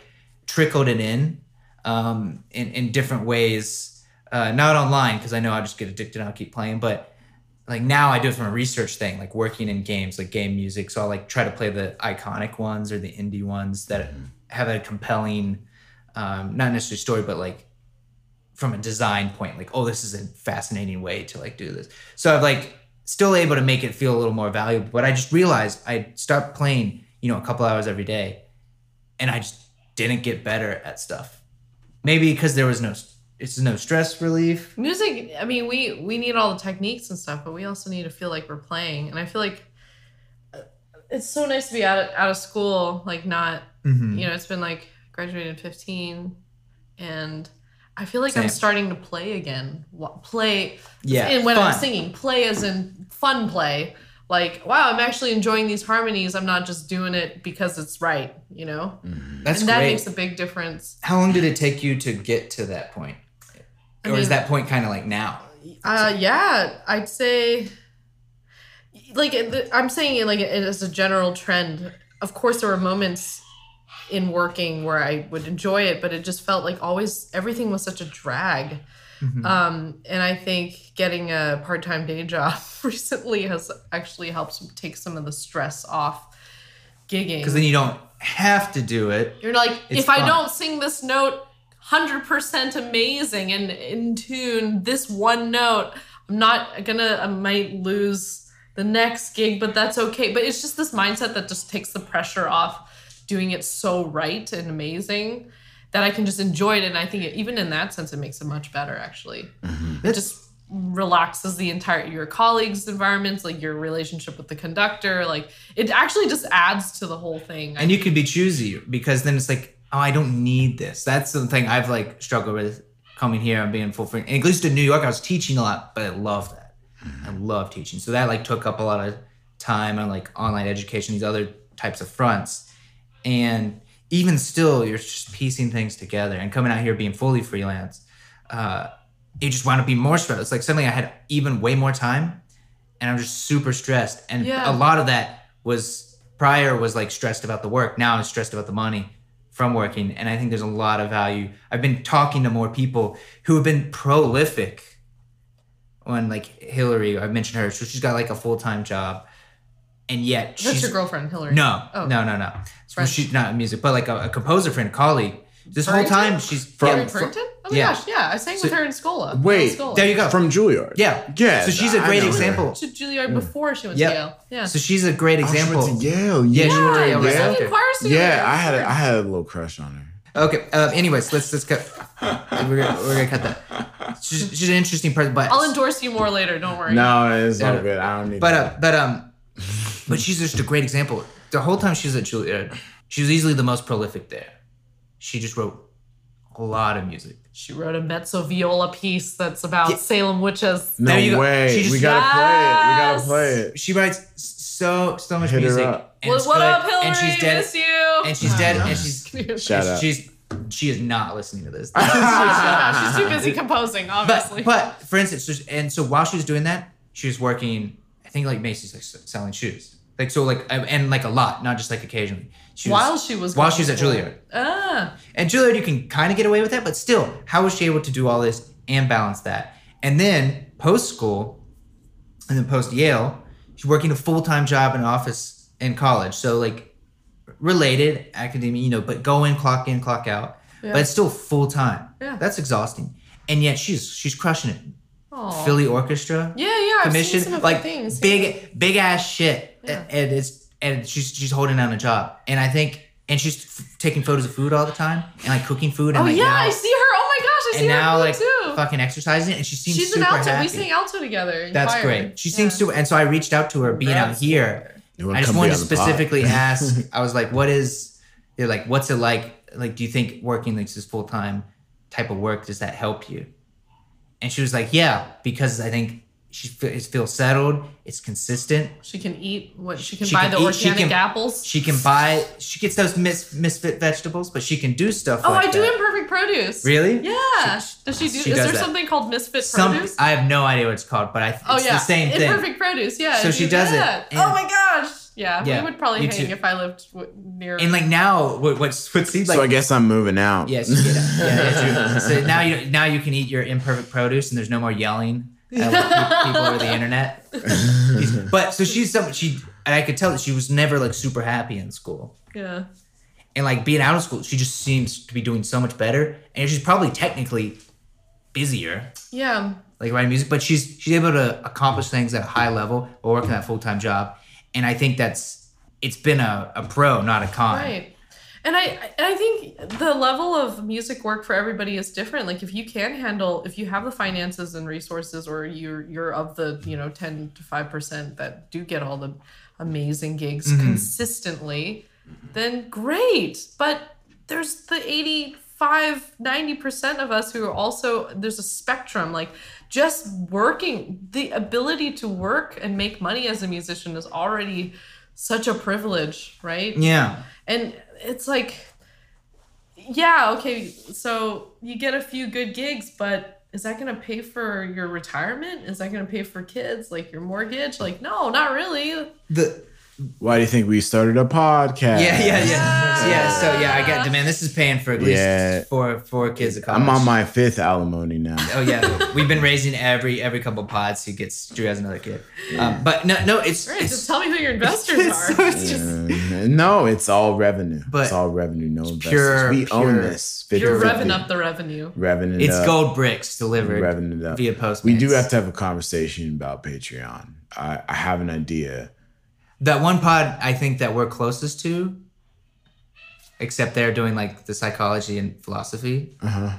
trickled it in um, in in different ways. Uh, not online because I know I just get addicted and I'll keep playing, but like now I do it from a research thing, like working in games, like game music. So I like try to play the iconic ones or the indie ones that have a compelling, um, not necessarily story, but like from a design point, like, oh, this is a fascinating way to like do this. So I've like still able to make it feel a little more valuable. But I just realized I start playing, you know, a couple hours every day, and I just didn't get better at stuff. Maybe because there was no it's no stress relief. music i mean we we need all the techniques and stuff but we also need to feel like we're playing and i feel like uh, it's so nice to be out of, out of school like not Mm-hmm. you know it's been like graduated 15 and i feel like Same. i'm starting to play again Wa- play Yeah, and when i'm fun. singing play as in fun play like wow i'm actually enjoying these harmonies i'm not just doing it because it's right you know That's and that great. makes a big difference How long did it take you to get to that point? I or is mean- that point kind of like now? Uh, yeah, I'd say, like the- I'm saying, it like it is a general trend. Of course, there were moments in working where I would enjoy it, but it just felt like always everything was such a drag. Um, and I think getting a part time day job recently has actually helped take some of the stress off gigging. Because then you don't have to do it. You're like, It's if I fun. don't sing this note 100% amazing and in tune, this one note, I'm not gonna, I might lose the next gig, but that's okay. But it's just this mindset that just takes the pressure off doing it so right and amazing that I can just enjoy it. And I think it, even in that sense, it makes it much better actually. It just relaxes the entire your colleagues' environments, like your relationship with the conductor. Like it actually just adds to the whole thing. and you can be choosy because then it's like oh i don't need this that's the thing i've like struggled with coming here and being full free and at least in new york i was teaching a lot but i love that i love teaching so that like took up a lot of time on like online education these other types of fronts and even still you're just piecing things together and coming out here being fully freelance uh you just want to be more stressed it's like suddenly i had even way more time and i'm just super stressed and Yeah. a lot of that was prior was like stressed about the work now i'm stressed about the money from working and i think there's a lot of value i've been talking to more people who have been prolific on like hillary i mentioned her so she's got like a full-time job and yet That's she's your girlfriend, Hillary. no, Oh. no, no, no. So French. she's not music, but like a, a composer friend, colleague. This whole Burrington? time she's From- Hillary Burrington? Oh my yeah. gosh, yeah. I sang with So- her in Scola. Wait, in Scola. There you go. From Juilliard. yeah, Yeah. So she's a I great know her. example. to Juilliard before she went Yeah. to Yale. Yeah. Hmm. So she's a great Oh, she went example. to Yale. Yeah, she went to yeah, Yale we right sang in after. choirs together. Yeah, I had a, I had a little crush on her. Okay. Um, anyways, let's let's cut. we're, gonna, we're gonna cut that. She's, she's an interesting person, but I'll endorse you more later. Don't worry. No, it's all Yeah. good. I don't need. But that. uh, but um, but she's just a great example. The whole time she was at Juilliard, she was easily the most prolific there. She just wrote a lot of music. She wrote a mezzo viola piece that's about Salem witches. no there you go. way. She just- we gotta Yes! play it. We gotta play it. She writes so so much Hit her music. up. and Well, it's what good, up, Hillary? And she's dead. Miss you. and she's Oh, dead, no. and she's Shout out. she's she is not listening to this. She's- she's too busy composing, obviously. but but for instance, just- and so while she was doing that, she was working. I think like Macy's like s- selling shoes, like so like and- and like a lot, not just like occasionally. She was- while she was while going she was at to school. Juilliard, ah, and Juilliard you can kind of get away with that, but still, how was she able to do all this and balance that? And then post school, and then post Yale, she's working a full time job in an office in college. So like related academia, you know, but go in, clock in, clock out. Yeah. But it's still full time. Yeah. That's exhausting. And yet she's she's crushing it. Aw. Philly Orchestra Yeah, yeah. I've seen some commission, of like her things. big big ass shit. Yeah. And it's and she's she's holding down a job. And I think and she's f- taking photos of food all the time and like cooking food. And Oh like yeah, now, I see her. Oh my gosh, I see and her now now, like too. fucking exercising and she seems She's an super alto. happy. We sang alto together. in That's choir. great. She Yeah. seems super. And so I reached out to her being out That's here. You wanna I just come be wanted to on the pod? specifically ask. I was like, what is, they're like, what's it like? Like, do you think working like this full time type of work, does that help you? And she was like, yeah, because I think she fe- is- feels settled. It's consistent. She can eat what she can She buy can the eat- she organic can- apples. She can buy, she gets those mis- misfit vegetables, but she can do stuff. oh, like I do that. imperfect produce. Really? Yeah. does she she do? is does there that. something called misfit Some, produce? I have no idea what it's called, but I, it's oh yeah, the same thing. Imperfect produce. Yeah. So I she do does it, that. and- oh my gosh. Yeah. Yeah, We would probably you hang too. if I lived w- near. And like now, what, what's, what seems like so I guess I'm moving out. Yes, you get it. yeah, yeah, true. So now you now you can eat your imperfect produce, and there's no more yelling at like, pe- people over the internet. She's- But so she's some she, and I could tell that she was never like super happy in school, yeah. and like being out of school, she just seems to be doing so much better, and she's probably technically busier, Yeah. like writing music, but she's she's able to accomplish things at a high level or working that full time job, and I think that's it's been a, a pro, not a con. Right. And I and I think the level of music work for everybody is different. Like if you can handle if you have the finances and resources or you're you're of the, you know, 10 to 5% that do get all the amazing gigs consistently, then great. But there's the 85 90% of us who are also there's a spectrum like just working the ability to work and make money as a musician is already such a privilege, right? Yeah. and it's like yeah okay so you get a few good gigs but is that going to pay for your retirement is that going to pay for kids like your mortgage like no not really the Why do you think we started a podcast? Yeah, yeah, yeah, yeah. So yeah, I got demand. This is paying for at least Yeah. four four kids a college. I'm on my fifth alimony now. Oh yeah, we've been raising every every couple pods who gets Drew has another kid. Um, but no, no, it's, All right, it's just tell me who your investors are. so it's just Uh, no, it's all revenue. But it's all revenue. No investors. pure- we own pure- this. You're 50-50. revving up the revenue. Revving it it's up. gold bricks delivered Revving it up. via Postmates. We do have to have a conversation about Patreon. I, I have an idea. that one pod. I think that we're closest to, except they're doing like the psychology and philosophy. Uh-huh.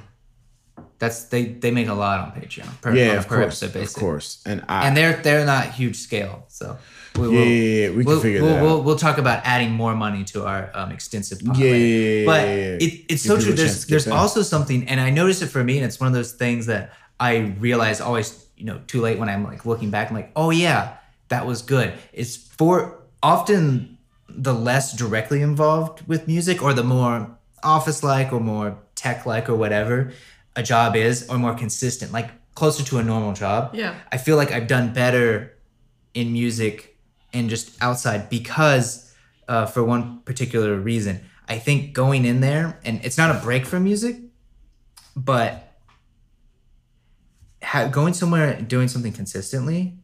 That's they they make a lot on Patreon. Per, on Yeah, a of per course, episode of basis. course. And I, and they're they're not huge scale, so we yeah, yeah, yeah, we we'll, can figure we'll, that we'll, out. we'll talk about adding more money to our um, extensive pot Yeah, yeah, later. yeah, yeah, but yeah, yeah. It, it's Give so people true a chance there's to get there's back. also something and i noticed it for me and it's one of those things that i realize always you know too late when i'm like looking back i'm like oh yeah that was good it's for often the less directly involved with music or the more office like or more tech like or whatever a job is or more consistent like closer to a normal job Yeah. I feel like I've done better in music and just outside because uh, for one particular reason. I think going in there and it's not a break from music, but ha- going somewhere and doing something consistently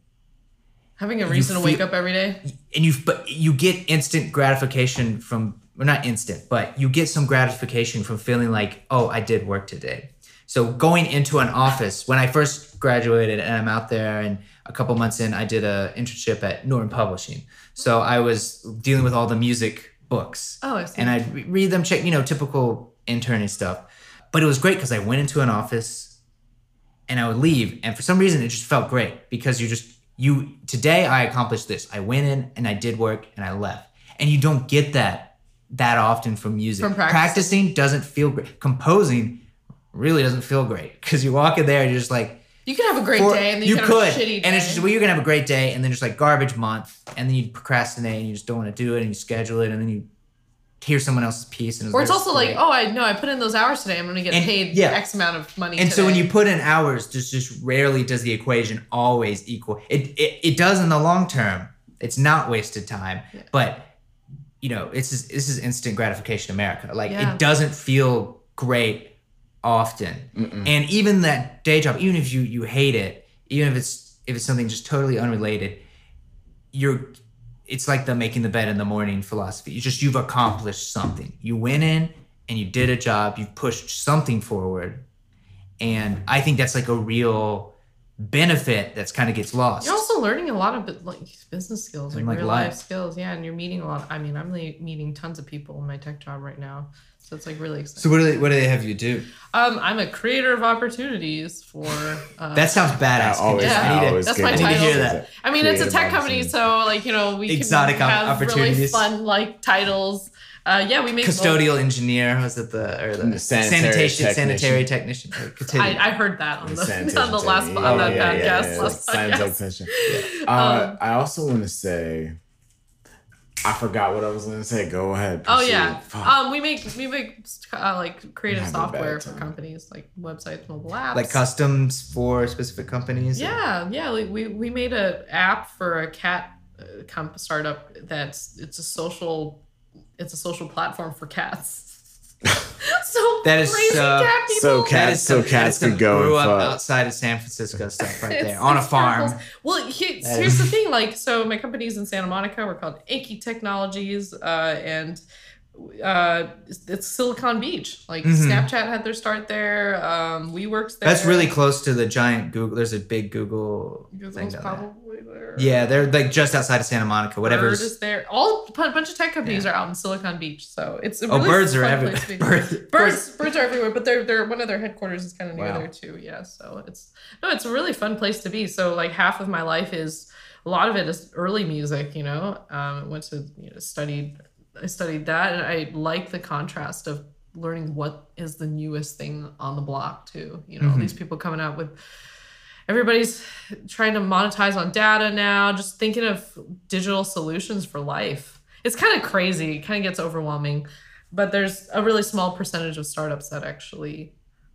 Having a reason to feel- wake up every day. and you but you get instant gratification from well not instant but you get some gratification from feeling like oh i did work today so going into an office when i first graduated and i'm out there and a couple months in i did a internship at norton publishing so i was dealing with all the music books Oh, I see. and I'd re- read them, check, you know, typical intern and stuff. But it was great because I went into an office and I would leave. And for some reason, it just felt great because you just, you, today I accomplished this. I went in and I did work and I left. And you don't get that that often from music. From practice. Practicing doesn't feel great. Composing really doesn't feel great because you walk in there and you're just like, you could have a great for- day and then you you, could could, have a shitty day. and it's just well, you're gonna have a great day, and then just like garbage month, and then you procrastinate, and you just don't want to do it, and you schedule it, and then you hear someone else's piece, and or it's like, also like, great. oh, I know I put in those hours today. I'm going to get And- paid yeah. X amount of money. And so when today. you put in hours, just just rarely does the equation always equal. It it, it does in the long term. It's not wasted time, but you know, it's just, this is instant gratification America. Like Yeah. it doesn't feel great often. And even that day job, even if you you hate it, even if it's if it's something just totally unrelated, you're it's like the making the bed in the morning philosophy. You just you've accomplished something. You went in and you did a job, you pushed something forward. And I think that's like a real benefit that's kind of gets lost. You're also learning a lot of bu- like business skills, And, like, like, real life. life. skills. Yeah, and you're meeting a lot. I mean, I'm really meeting tons of people in my tech job right now, so it's like really exciting. what do they what do they have you do? um, I'm a creator of opportunities for. Uh, That sounds I badass. always, Yeah. I I need it. always That's get my it. title. I need to hear that. I mean, it's a creative tech company, opportunities. so like you know, we Exotic op- can have really opportunities. fun like titles. Uh, yeah, we make both- Custodial engineer was it the or the The sanitary sanitation technician. sanitary technician. Or continue. I, I heard that on The the, sanitation on the last technician. Yeah, on that Oh, yeah, podcast. yeah, yeah. last Scientific podcast. tension. Uh, Um, I also want to say, I forgot what I was going to say. Go ahead. Oh proceed. yeah, Fuck. um, we make we make uh, like creative having a bad software for time. companies, like websites, mobile apps, like customs for specific companies. Yeah, yeah. Like we we made an app for a cat uh, comp startup that's it's a social it's a social platform for cats. so That is crazy so- cat people. so cat- Cats- so some- is cats some could go and grew up fuck. outside of San Francisco stuff right It's- there on a it's farm. terrible. Well, he- That here's is- the thing. Like, so my company's in Santa Monica. We're called Anki Technologies, uh, and uh, it's- it's Silicon Beach. Like, Mhm. Snapchat had their start there. Um, WeWorks there. That's really close to the giant Google. There's a big Google thing Google's down there. probably there. Yeah, they're like just outside of Santa Monica. Bird Whatever's is there. All a bunch of tech companies are out in Silicon Beach, so it's a oh, really birds are fun everywhere. place to be. Birds, Birds, birds are everywhere, but they're, they're one of their headquarters is kind of near Wow. there too. Yeah, so it's no, it's a really fun place to be. So like half of my life is a lot of it is early music. You know, um, I went to you know studied I studied that, and I like the contrast of learning what is the newest thing on the block too. You know, all Mhm. Mm-hmm. these people coming out with everybody's trying to monetize on data now. Just thinking of digital solutions for life. It's kind of crazy. It kind of gets overwhelming but there's a really small percentage of startups that actually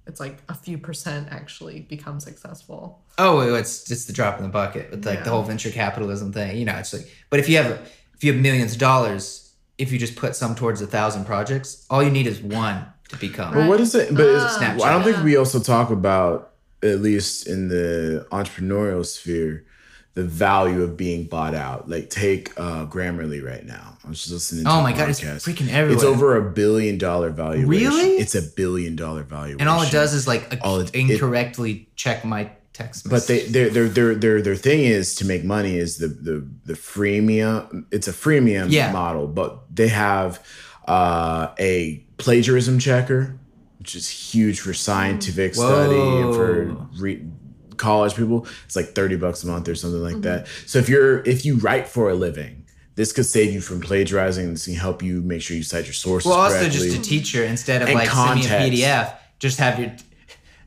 it's like a few percent actually become successful Oh, it's it's the drop in the bucket with like the Yeah. whole venture capitalism thing. You know, it's like, but if you have if you have millions of dollars, if you just put some towards a thousand projects, all you need is one to become. But what is it? But it's, Ah, well, I don't think Snapchat. we also talk about, at least in the entrepreneurial sphere, the value of being bought out. Like take uh, Grammarly right now. I was just listening. to Oh a my god, it's podcast. freaking everywhere. It's over a billion dollar valuation. Really? It's a billion dollar valuation. and all it does is like All Oh, it- it- incorrectly check my text But they, message. their, their, their, their, their thing is to make money is the, the, the freemium. It's a freemium Yeah. model, but they have uh, a plagiarism checker, which is huge for scientific study and Whoa. for re- college people. It's like 30 bucks a month or something like that. So if you're, if you write for a living, this could save you from plagiarizing. This can help you make sure you cite your sources. well, also correctly. just a teacher instead of And like send context. me a PDF, just have your.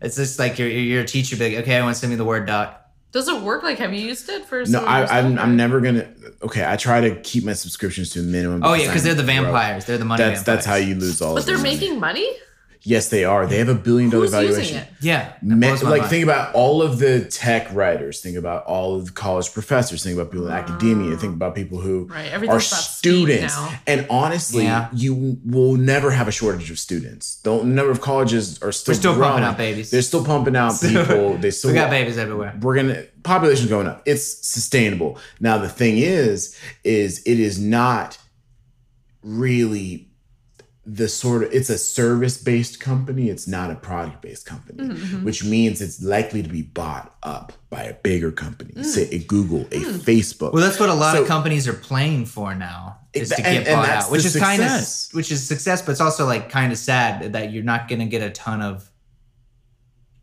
It's just like you're, you're a teacher, be like, okay, I want to send me the Word doc. Does it work? Like, have you used it for? No, some of your I, I'm, stuff, I'm or- never gonna. Okay, I try to keep my subscriptions to a minimum. Oh yeah, because they're I'm the broke. vampires. They're the money. That's that's how vampires. you lose all. But of they're your money. making money. Yes, they are. They have a billion dollar Who's using valuation. it? Yeah, that Me- blows my like mind. think about all of the tech writers. Think about all of the college professors. Think about people in academia. Think about people who Right, are everything's about speed students. now. And honestly, Yeah. you will never have a shortage of students. The number of colleges are still We're still growing. pumping out babies. They're still pumping out people. They still we got babies everywhere. we're gonna population's going up. It's sustainable. Now the thing is, is it is not really the sort of it's a service based company. It's not a product based company, Mm-hmm, which means it's likely to be bought up by a bigger company, say a Google, a Facebook. Well, that's what a lot So- of companies are playing for now is to Exa- and- get and bought that's out, which the is kind of success. which is success, but it's also like kind of sad that you're not going to get a ton of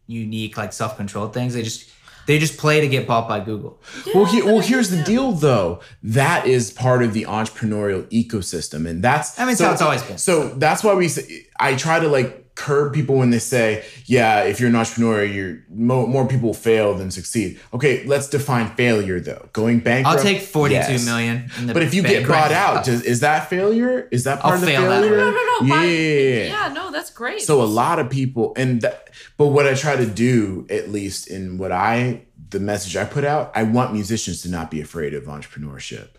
unique like self controlled things. They just they just play to get bought by Google. well, he, well, here's the deal, though. That is part of the entrepreneurial ecosystem, and that's I mean, it's how it's always been. So that's why we. say- I try to like curb people when they say, "Yeah, if you're an entrepreneur, you're mo- more people fail than succeed." Okay, let's define failure though. Going bankrupt. I'll take forty two yes. million. In the But if you bank get bought right now. out, does, is that failure? Is that I'll part of the fail that failure? one. No, no, no. by- Yeah. yeah, no, that's great. So a lot of people, and that, but what I try to do, at least in what I, the message I put out, I want musicians to not be afraid of entrepreneurship.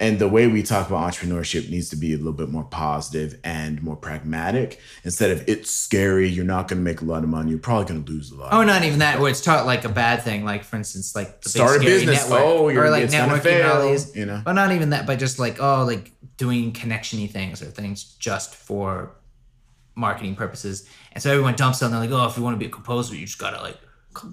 And the way we talk about entrepreneurship needs to be a little bit more positive and more pragmatic instead of it's scary, you're not going to make a lot of money, you're probably going to lose a lot. Oh, of not even that. Where it's taught like a bad thing, like for instance, like the Start a big scary business. network, Oh, you're- or like it's gonna networking fail, rallies. you know? Well, not even that, but just like oh, like doing connectiony things or things just for marketing purposes. And so everyone dumps on. They're like, oh, if you want to be a composer, you just gotta like,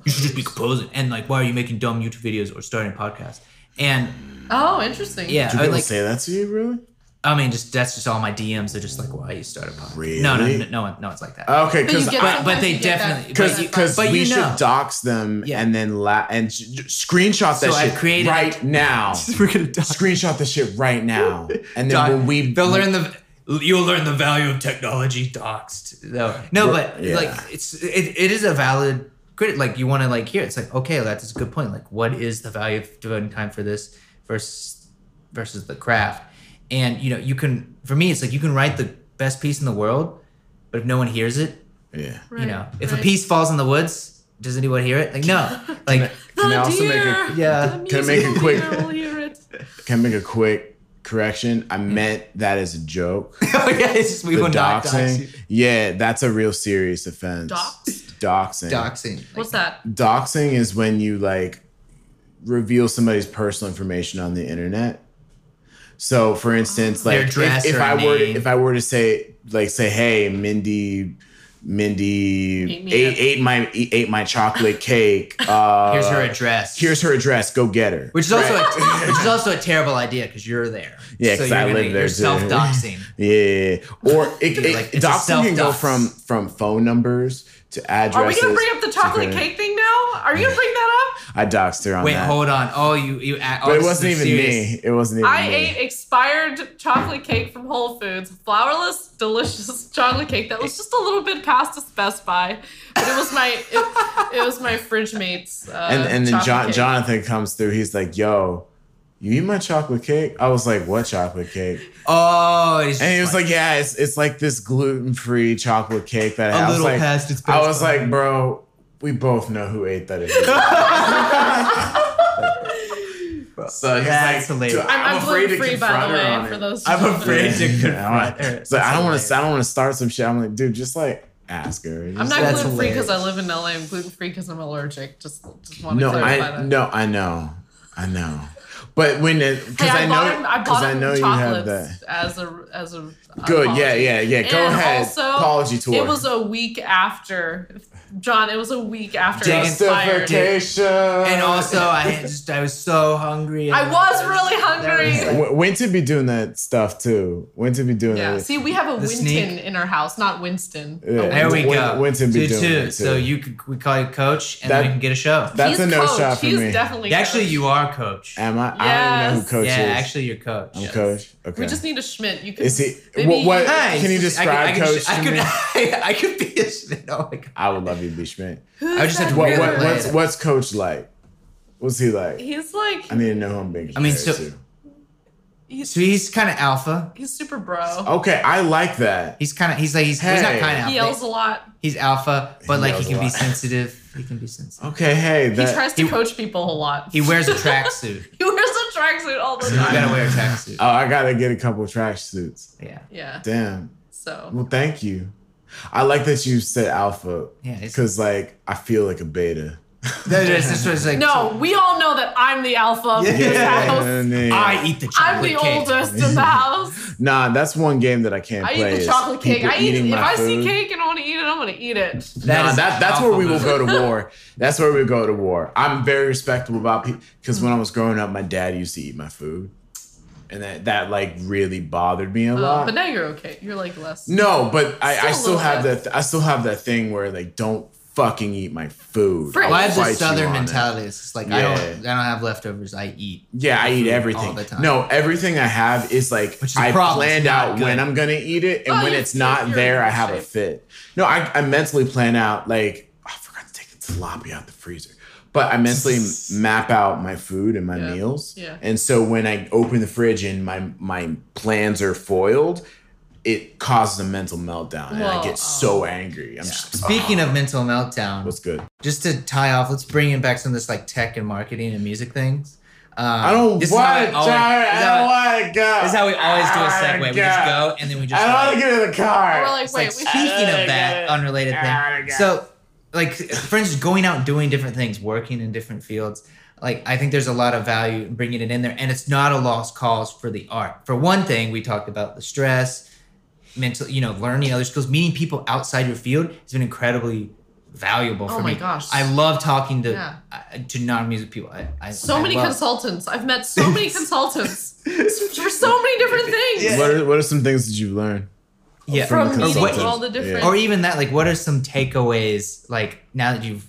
you should just be composing. And like, why are you making dumb YouTube videos or starting podcasts? And oh, interesting. yeah, Do I, people like say that to you, really? I mean, just that's just all my DMs. They're just like, why you start a podcast? No, no, Really? no, no one, no one's like that. Okay, But you because get But- sometimes but they you get that- definitely- because But- because but we you should know. dox them Yeah. and then la- and sh- sh- screenshot that So I've shit created- right now. We're gonna die. screenshot this shit right now. And then Doc- when we they'll learn the you'll learn the value of technology doxed though no We're- but yeah. like it's it, it is a valid critic like you want to like hear it's like okay that's a good point like what is the value of devoting time for this versus versus the craft and you know you can for me it's like you can write the best piece in the world but if no one hears it Yeah. Right, you know if a right. piece falls in the woods does anyone hear it like no like The Can I also make a- deer, yeah the Can I make a musical quick- deer will hear it. Can I make a quick correction? I meant that as a joke. oh yeah it's just we The will not dox you. doxing. Yeah, that's a real serious offense. Doxed? Doxing. doxing like, What's that? Doxing is when you like reveal somebody's personal information on the internet. So, for instance, like Ah. Their dress if, if or I were name. if I were to say like say, hey, Mindy, Ate Mindy me ate, up. ate my e, ate my chocolate cake. Uh, here's her address Here's her address. Go get her. Which is also a, which is also a terrible idea because you're there. Yeah, 'cause you're I live there You're too. self doxing. Yeah, or it, it, Like, it's a doxing can go self-dox. from from phone numbers to addresses. Are we gonna bring up the to chocolate credit- cake thing now? Are you gonna bring that up? I doxed her on Wait, that. hold on. Oh, you you. Oh, but it this wasn't is even serious. me. It wasn't even I me. ate expired chocolate cake from Whole Foods, flourless, delicious chocolate cake that was just a little bit cost us Best Buy, but it was my it, it was my fridge mate's. Uh, and and then chocolate John, cake. Jonathan comes through. He's like, "Yo, you eat my chocolate cake?" I was like, "What chocolate cake?" Oh, it's just And he was like, "Yeah, it's it's like this gluten free chocolate cake that I a was little like, past its. I best was time. like, bro, we both know who ate that. So he's That's like, hilarious. "Dude, I'm, I'm afraid to gluten-free, confront by the her way, on for it. those I'm who- afraid to Yeah, confront right. her. It's like, I don't want That's to. I don't want to start some shit. I'm like, dude, just like ask her. I'm Just- not That's gluten free because I live in LA. I'm gluten free because I'm allergic. Just, just want to No, clarify I that. no, I know, I know. But when it because Hey, I, bought him, know I because bought I him know you have chocolates that. as a as a Good, apology. yeah, yeah, yeah. Go And ahead. Also, Apology tour. It was a week after, John. It was a week after I was fired. Justification. And also, I just I was so hungry. and- I was really That hungry. was- W- when to be doing that stuff too? When to be doing Yeah. that? See, we have a The Winton sneak. in our house, not Winston. Yeah. There we Win- go. Winton be Two, doing two. it, too. So you could, we call you coach, and That- then we can get a show. That's He's a no coach. shot for He's me. Definitely. actually, coach. you are coach. Am I? I don't even know who Yes. coach yeah, is. actually, you're coach. I'm coach. Okay. We just need a Schmidt. You can. is he? what? maybe what Hey, can you it's just- I could- describe I could, coach? I to could, me? I, I could be a Schmidt. Oh my god. would love you, to be Schmidt. Who's I just that had to What, Really what, dude? what's What's coach like? What's he like? He's like I need to know who I'm being. I mean, compared so- to. he's, So he's kind of alpha. he's super bro. okay, I like that. He's kind of he's like he's, he's not Hey. kind of He alpha. yells a lot. He's alpha, but He like he yells a can be lot. sensitive. He can be sensitive. Okay, hey, He that, tries to he- coach people a lot. He wears a tracksuit. He wears a tracksuit all the you gotta time. wear a tracksuit. Oh, I gotta get a couple trash suits. yeah, Yeah. Damn. So Well, thank you. I like that you said alpha yeah. It's, because, like, I feel like a beta. that is, this was like no, we all know that I'm the alpha of this Yeah. house. And then- I eat the chocolate I'm the cake. oldest in the house. Nah, that's one game that I can't I play. eat the is chocolate cake. people I eat eating if my I food. see cake and I want to eat it, I'm gonna eat it. That nah, is that, that's alpha where we will move. go to war. That's where we go to war. I'm very respectable about people because when I was growing up, my dad used to eat my food, and that that like really bothered me a Uh, lot. but now you're okay. You're like less. no, but I, I Still a still little have bit. that. I still have that thing where like don't fucking eat my food. Frick. I'll Well, I have fight the you southern on it. mentality. It's just like I Yeah. don't, I don't have leftovers. I eat. Yeah, I eat food all everything. the time. No, everything I have is like Which is a I problem. It's planned not out when good. I'm gonna eat it, and Oh, when you're- it's not you're there, in I good have a shape. fit. No, I, I mentally plan out like oh, I forgot to take the tilapia out the freezer, but I mentally map out my food and my Yeah. meals. Yeah. And so when I open the fridge and my my plans are foiled, it causes a mental meltdown, and I Well, get oh. so angry. I'm just Speaking of mental meltdown, what's good. just to tie off, let's bring in back some of this like tech and marketing and music things. Um, I don't want this to. is how I always- this is I how I- don't want to go. This is how we always do a segue. We just go and then we just. I don't like- want to get in the car. We're like, It's wait, like, we speaking should. of that unrelated thing, so like for instance, going out and doing different things, working in different fields, like I think there's a lot of value in bringing it in there, and it's not a lost cause for the art. For one thing, we talked about the stress, mental, you know, learning other skills, meeting people outside your field has been incredibly valuable Oh for my me. gosh. I love talking to Yeah. uh, to non-music people. I, I So I many love- consultants. I've met so many consultants for so many different things. What are, what are some things that you've learned? yeah. from From the meeting consultants. all the different. Yeah. or even that like what are some takeaways like now that you've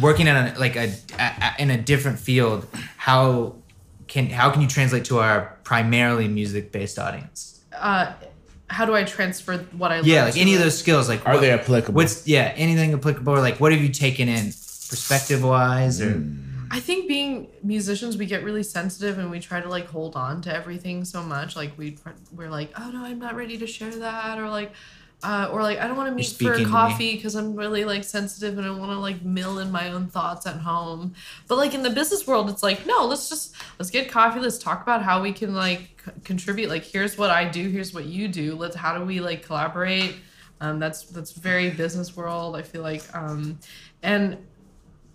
working on a, like a, a, a- in a different field how can how can you translate to our primarily music based audience uh, how do I transfer what I learned? yeah like to any of it? those skills like Are what- they applicable? what's yeah anything applicable or like what have you taken in perspective wise or Mm. I think being musicians, we get really sensitive and we try to like hold on to everything so much. Like we we're like, oh no, I'm not ready to share that, or like, uh, or like I don't want to meet for speaking to me. coffee because I'm really like sensitive and I want to like mill in my own thoughts at home. But like in the business world, it's like no, let's just let's get coffee. Let's talk about how we can like c- contribute. Like here's what I do, here's what you do. Let's how do we like collaborate. Um, that's that's very business world. I feel like, um, and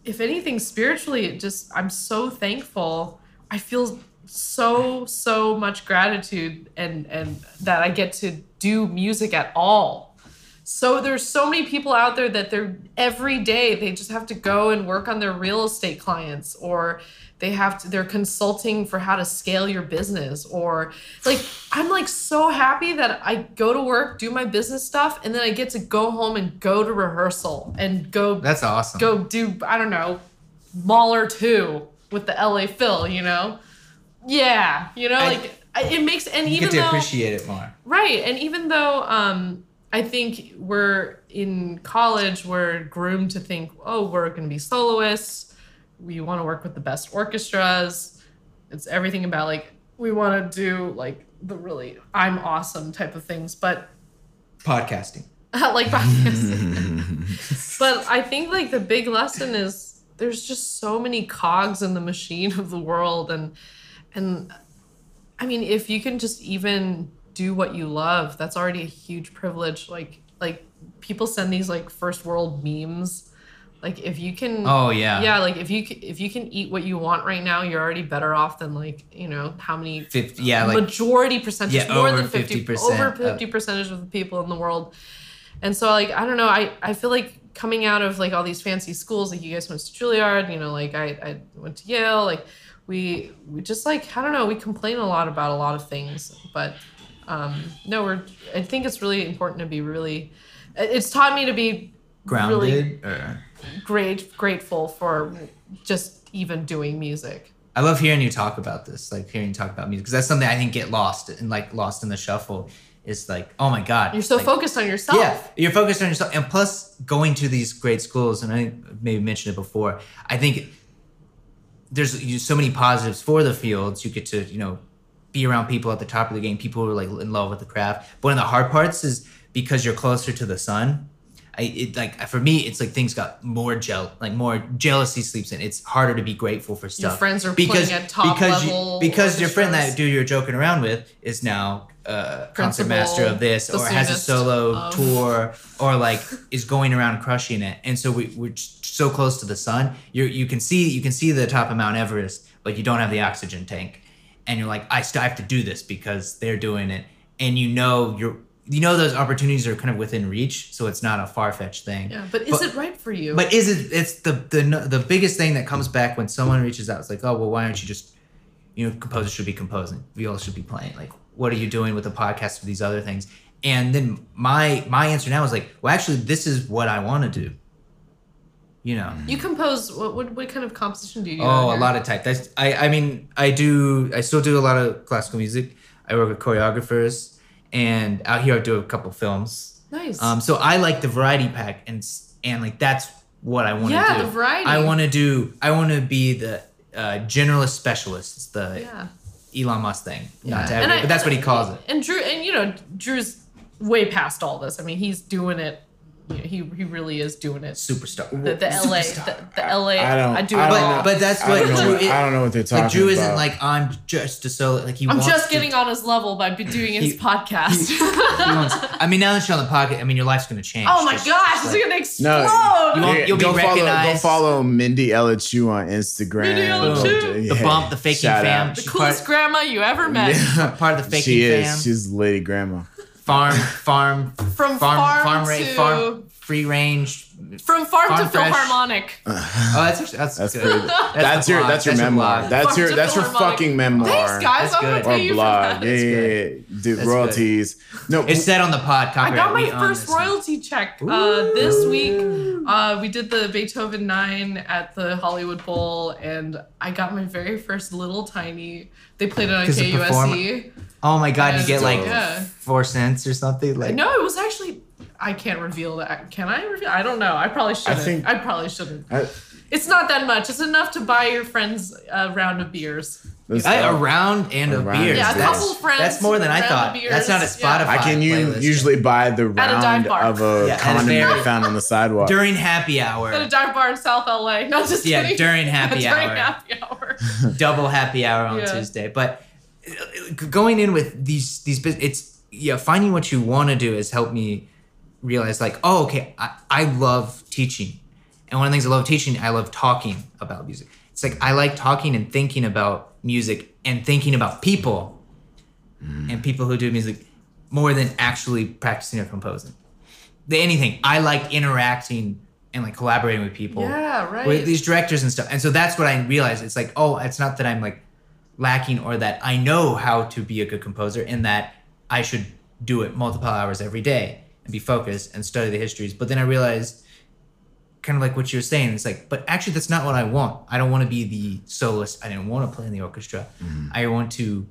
if anything spiritually it just i'm so thankful i feel so so much gratitude and and that i get to do music at all so there's so many people out there that they're every day they just have to go and work on their real estate clients or they have to they're consulting for how to scale your business or like i'm like so happy that i go to work do my business stuff and then i get to go home and go to rehearsal and go that's awesome go do I don't know Mauler two with the LA Phil, you know? Yeah, you know, I- like I, it makes and you even get to though appreciate it more right and even though um I think we're in college we're groomed to think oh we're going to be soloists, we want to work with the best orchestras. It's everything about like we want to do like the really I'm awesome type of things, but podcasting like podcasts. but I think like the big lesson is there's just so many cogs in the machine of the world and And I mean, if you can just even do what you love, that's already a huge privilege. Like, like people send these like first world memes. Like, if you can, Oh yeah. Mm. yeah, like if you c- if you can eat what you want right now, you're already better off than like you know how many 50, yeah, like majority percentage Yeah, more over than 50 50% over of- 50 percentage of the people in the world and so like i don't know i i feel like coming out of like all these fancy schools like you guys went to juilliard you know like i i went to yale like we we just like i don't know we complain a lot about a lot of things but um no we're i think it's really important to be really it- it's taught me to be grounded. or- great grateful for just even doing music I love hearing you talk about this, like hearing you talk about music, because that's something I think get lost and like lost in the shuffle. Is like, oh my god, you're so like, focused on yourself Yeah, you're focused on yourself, and plus going to these great schools. And I think maybe mentioned it before. I think there's you, so many positives for the fields. You get to you know be around people at the top of the game, people who are like in love with the craft. But one of the hard parts is because you're closer to the sun. I it like for me, it's like things got more gel, like more jealousy sleeps in. It's harder to be grateful for stuff. friends are playing at top because level you, because your friend orchestras. that dude you're joking around with is now uh, concert Principal, master of this the or has a soonest solo of- tour or like is going around crushing it and so we, we're just so close to the sun you you can see you can see the top of mount everest but you don't have the oxygen tank and you're like i still have to do this because they're doing it and you know you're you know those opportunities are kind of within reach so it's not a far-fetched thing Yeah, but is it right for you? but is it? It's the the the biggest thing that comes back when someone reaches out. It's like, oh well, why aren't you just, you know, composers should be composing, viola should be playing. Like, what are you doing with the podcast or these other things? And then my my answer now is like, well, actually, this is what I want to do. You know. you compose. What, what what kind of composition do you? do Oh, out a here? lot of type. That's I. I mean, I do. I still do a lot of classical music. I work with choreographers, and out here I do a couple films. nice. Um, so I like the variety pack, and s- and like that's what I want to Yeah, do. the variety. I want to do. I want to be the uh, generalist specialist. It's the yeah, Elon Musk thing. Not to And aggravate, I- but that's what he calls it. and Drew, and you know, Drew's way past all this. I mean, he's doing it. You know, he he really is doing it. Superstar. The, the LA, the, the LA. I don't- do it I don't all. know. But but that's I what don't know Drew. what- is- I don't know what they're Like Drew talking isn't about. like I'm just a solo. Like he. I'm wants just to- getting on his level by be doing his He- podcast. he wants- I mean, now that you're on the podcast, I mean, your life's gonna change. oh my Just- gosh, just it's like- gonna No, explode. You won't- Yeah, you'll be go Follow, go recognized. Oh, follow Mindy Elichu on Instagram. Mindy Elichu. The bump, the faking Shout fam. out. the coolest grandma you ever met Yeah. Part of the faking she is. fam. She's Lady Grandma. farm, farm, farm, from farm, ra- to farm, free range. from farm, farm to fresh. Philharmonic. Oh, that's actually, that's, That's good. pretty. That's, the your. blog. That's your the memoir. blog. That's your. Fuck, That's your just a little fucking memoir. Thanks, guys. That's I'm gonna good. Or pay you blog. for Yeah, that. yeah, yeah. Dude, That's royalties. No, It's said on the pod. I copyright, got we my own first this one. royalty check uh, this week. Uh, we did the Beethoven Nine at the Hollywood Bowl, and I got my very first little tiny. They played it on 'Cause the KUSE. Oh my god, you And- get like Yeah. four cents or something. Like No, it was actually. I can't reveal that. Can I reveal? I don't know. I probably shouldn't. I, think- probably shouldn't. I- It's not that much. It's enough to buy your friends a round of beers. that's- I, a round and a A round beer. and a Yeah, a beer. that's, couple friends. that's more than I round of thought. beers. That's not a Yeah. Spotify. I can u- playlist. usually buy the dive round bar. of a Yeah, at a condom very- we found on the sidewalk. during happy hour, At a dive bar in South LA. No, just Yeah, kidding. during happy During hour. happy hour. double happy hour on Yeah. Tuesday. But uh, going in with these these bus- it's yeah, finding what you want to do has helped me realize like, oh, okay, I, I love teaching, and one of the things I love teaching, I love talking about music. It's like I like talking and thinking about music and thinking about people and people who do music more than actually practicing or composing. Than Anything I like interacting and like collaborating with people Yeah, right. with these directors and stuff. And so that's what I realized. It's like, oh, it's not that I'm like lacking or that I know how to be a good composer in that I should do it multiple hours every day and be focused and study the histories. But then I realized kind of like what you were saying, it's like, but actually that's not what I want. I don't want to be the soloist. I didn't want to play in the orchestra. I want to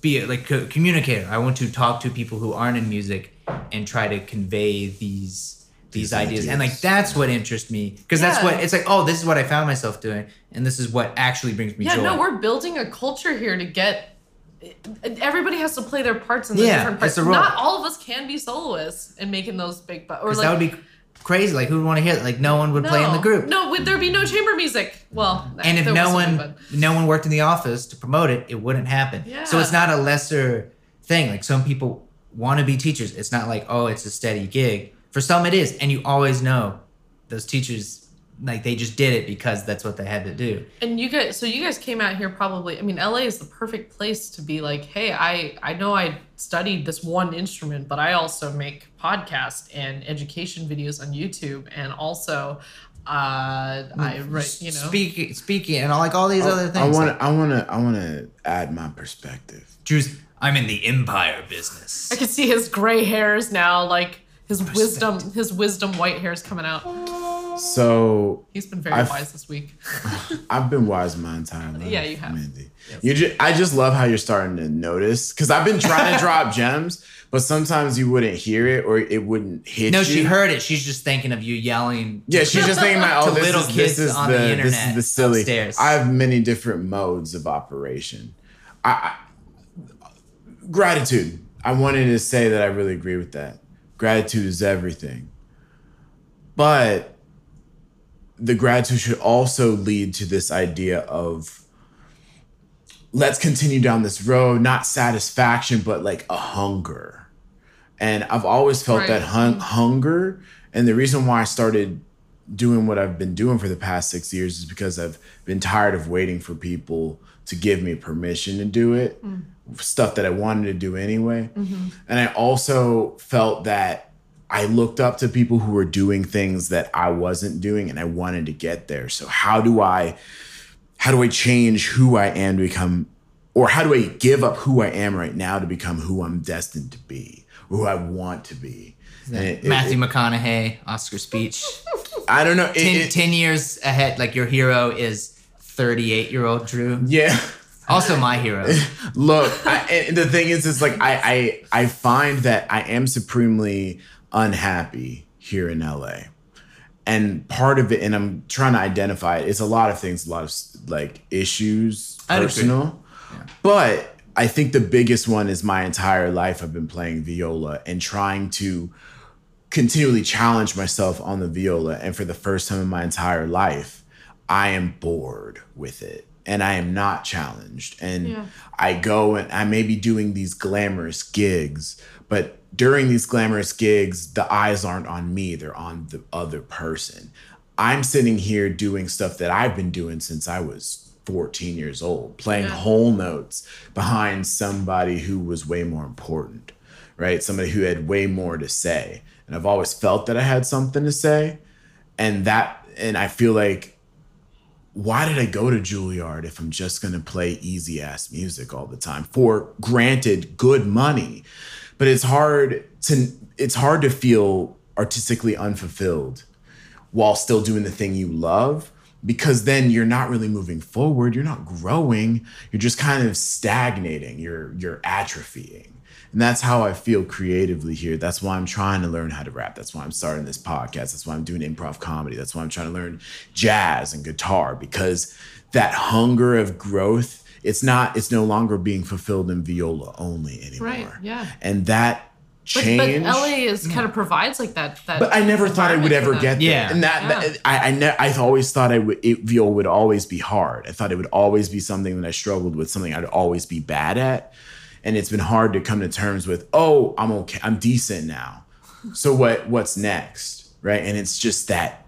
be a, like a communicator. I want to talk to people who aren't in music and try to convey these these These ideas. And ideas. like that's what interests me because that's Yeah. what it's like. Oh, this is what I found myself doing, and this is what actually brings me Yeah, joy. no, we're building a culture here to get. Everybody has to play their parts in the Yeah, different it's parts. a role. Not all of us can be soloists and making those big bucks. Or 'Cause like, that would be crazy. Like who would want to hear? It? Like no one would play in the No. group. No, would there be no chamber music? Well, and if there was no some, one but- no one worked in the office to promote it it wouldn't happen so it's Yeah. not a lesser thing like some people want to be teachers it's not like oh it's a steady gig for some it is and you always know those teachers like they just did it because that's what they had to do And you guys, so you guys came out here probably. I mean, LA is the perfect place to be like, hey, I I know I studied this one instrument, but I also make podcasts and education videos on YouTube, and also, uh, I write, you know, speaking speaking and all like all these other things I want like, to. I want to. I want to add my perspective. Drew's, i'm in the empire business I can see his gray hairs now, like his wisdom, his wisdom white hairs coming out. So He's been very I've- wise this week. I've been wise my entire life. Yeah, you have. Mindy. You just, I just love how you're starting to notice because I've been trying to drop gems, but sometimes you wouldn't hear it or it wouldn't hit no you. she heard it she's just thinking of you yelling Yeah, she's just thinking about To oh, this little is, kids this is on the, the this is internet the silly. upstairs. I have many different modes of operation. I, I gratitude. I wanted to say that I really agree with that. Gratitude is everything, but the gratitude should also lead to this idea of let's continue down this road, not satisfaction, but like a hunger. And I've always felt Right. that hun- hunger. And the reason why I started doing what I've been doing for the past six years is because I've been tired of waiting for people to give me permission to do it, stuff that I wanted to do anyway. And I also felt that I looked up to people who were doing things that I wasn't doing and I wanted to get there. So, how do I? how do I change who I am to become, or how do I give up who I am right now to become who I'm destined to be, who I want to be? And it- it- matthew mcconaughey oscar speech I don't know. it- 10, it- 10 years ahead like your hero is 38 year old drew yeah. also my hero Look, I, and the thing is, is like I, I I find that I am supremely unhappy here in LA, and part of it, and I'm trying to identify it. It's a lot of things, a lot of like issues, I'd agree. personal, but. I think the biggest one is my entire life I've been playing viola and trying to continually challenge myself on the viola and for the first time in my entire life i am bored with it and i am not challenged and Yeah. i go and i may be doing these glamorous gigs but during these glamorous gigs the eyes aren't on me they're on the other person i'm sitting here doing stuff that i've been doing since i was 14 years old playing Yeah. whole notes behind somebody who was way more important right? Somebody who had way more to say. And I've always felt that I had something to say. And that, and I feel like, why did I go to Juilliard if I'm just going to play easy ass music all the time for granted good money? But it's hard to, it's hard to feel artistically unfulfilled while still doing the thing you love because then you're not really moving forward you're not growing you're just kind of stagnating you're you're atrophying and that's how i feel creatively here that's why i'm trying to learn how to rap that's why i'm starting this podcast that's why i'm doing improv comedy that's why i'm trying to learn jazz and guitar because that hunger of growth it's not it's no longer being fulfilled in viola only anymore Right, yeah. and that But, change Hmm. but LA is kind of provides like that. That but I never thought I would ever environment for get them. there. Yeah. And that, Yeah. that- I I, ne- I always thought I would it Viola would always be hard. I thought it would always be something that I struggled with, something I'd always be bad at. And it's been hard to come to terms with, oh, I'm okay, I'm decent now. So what what's next? Right. And it's just that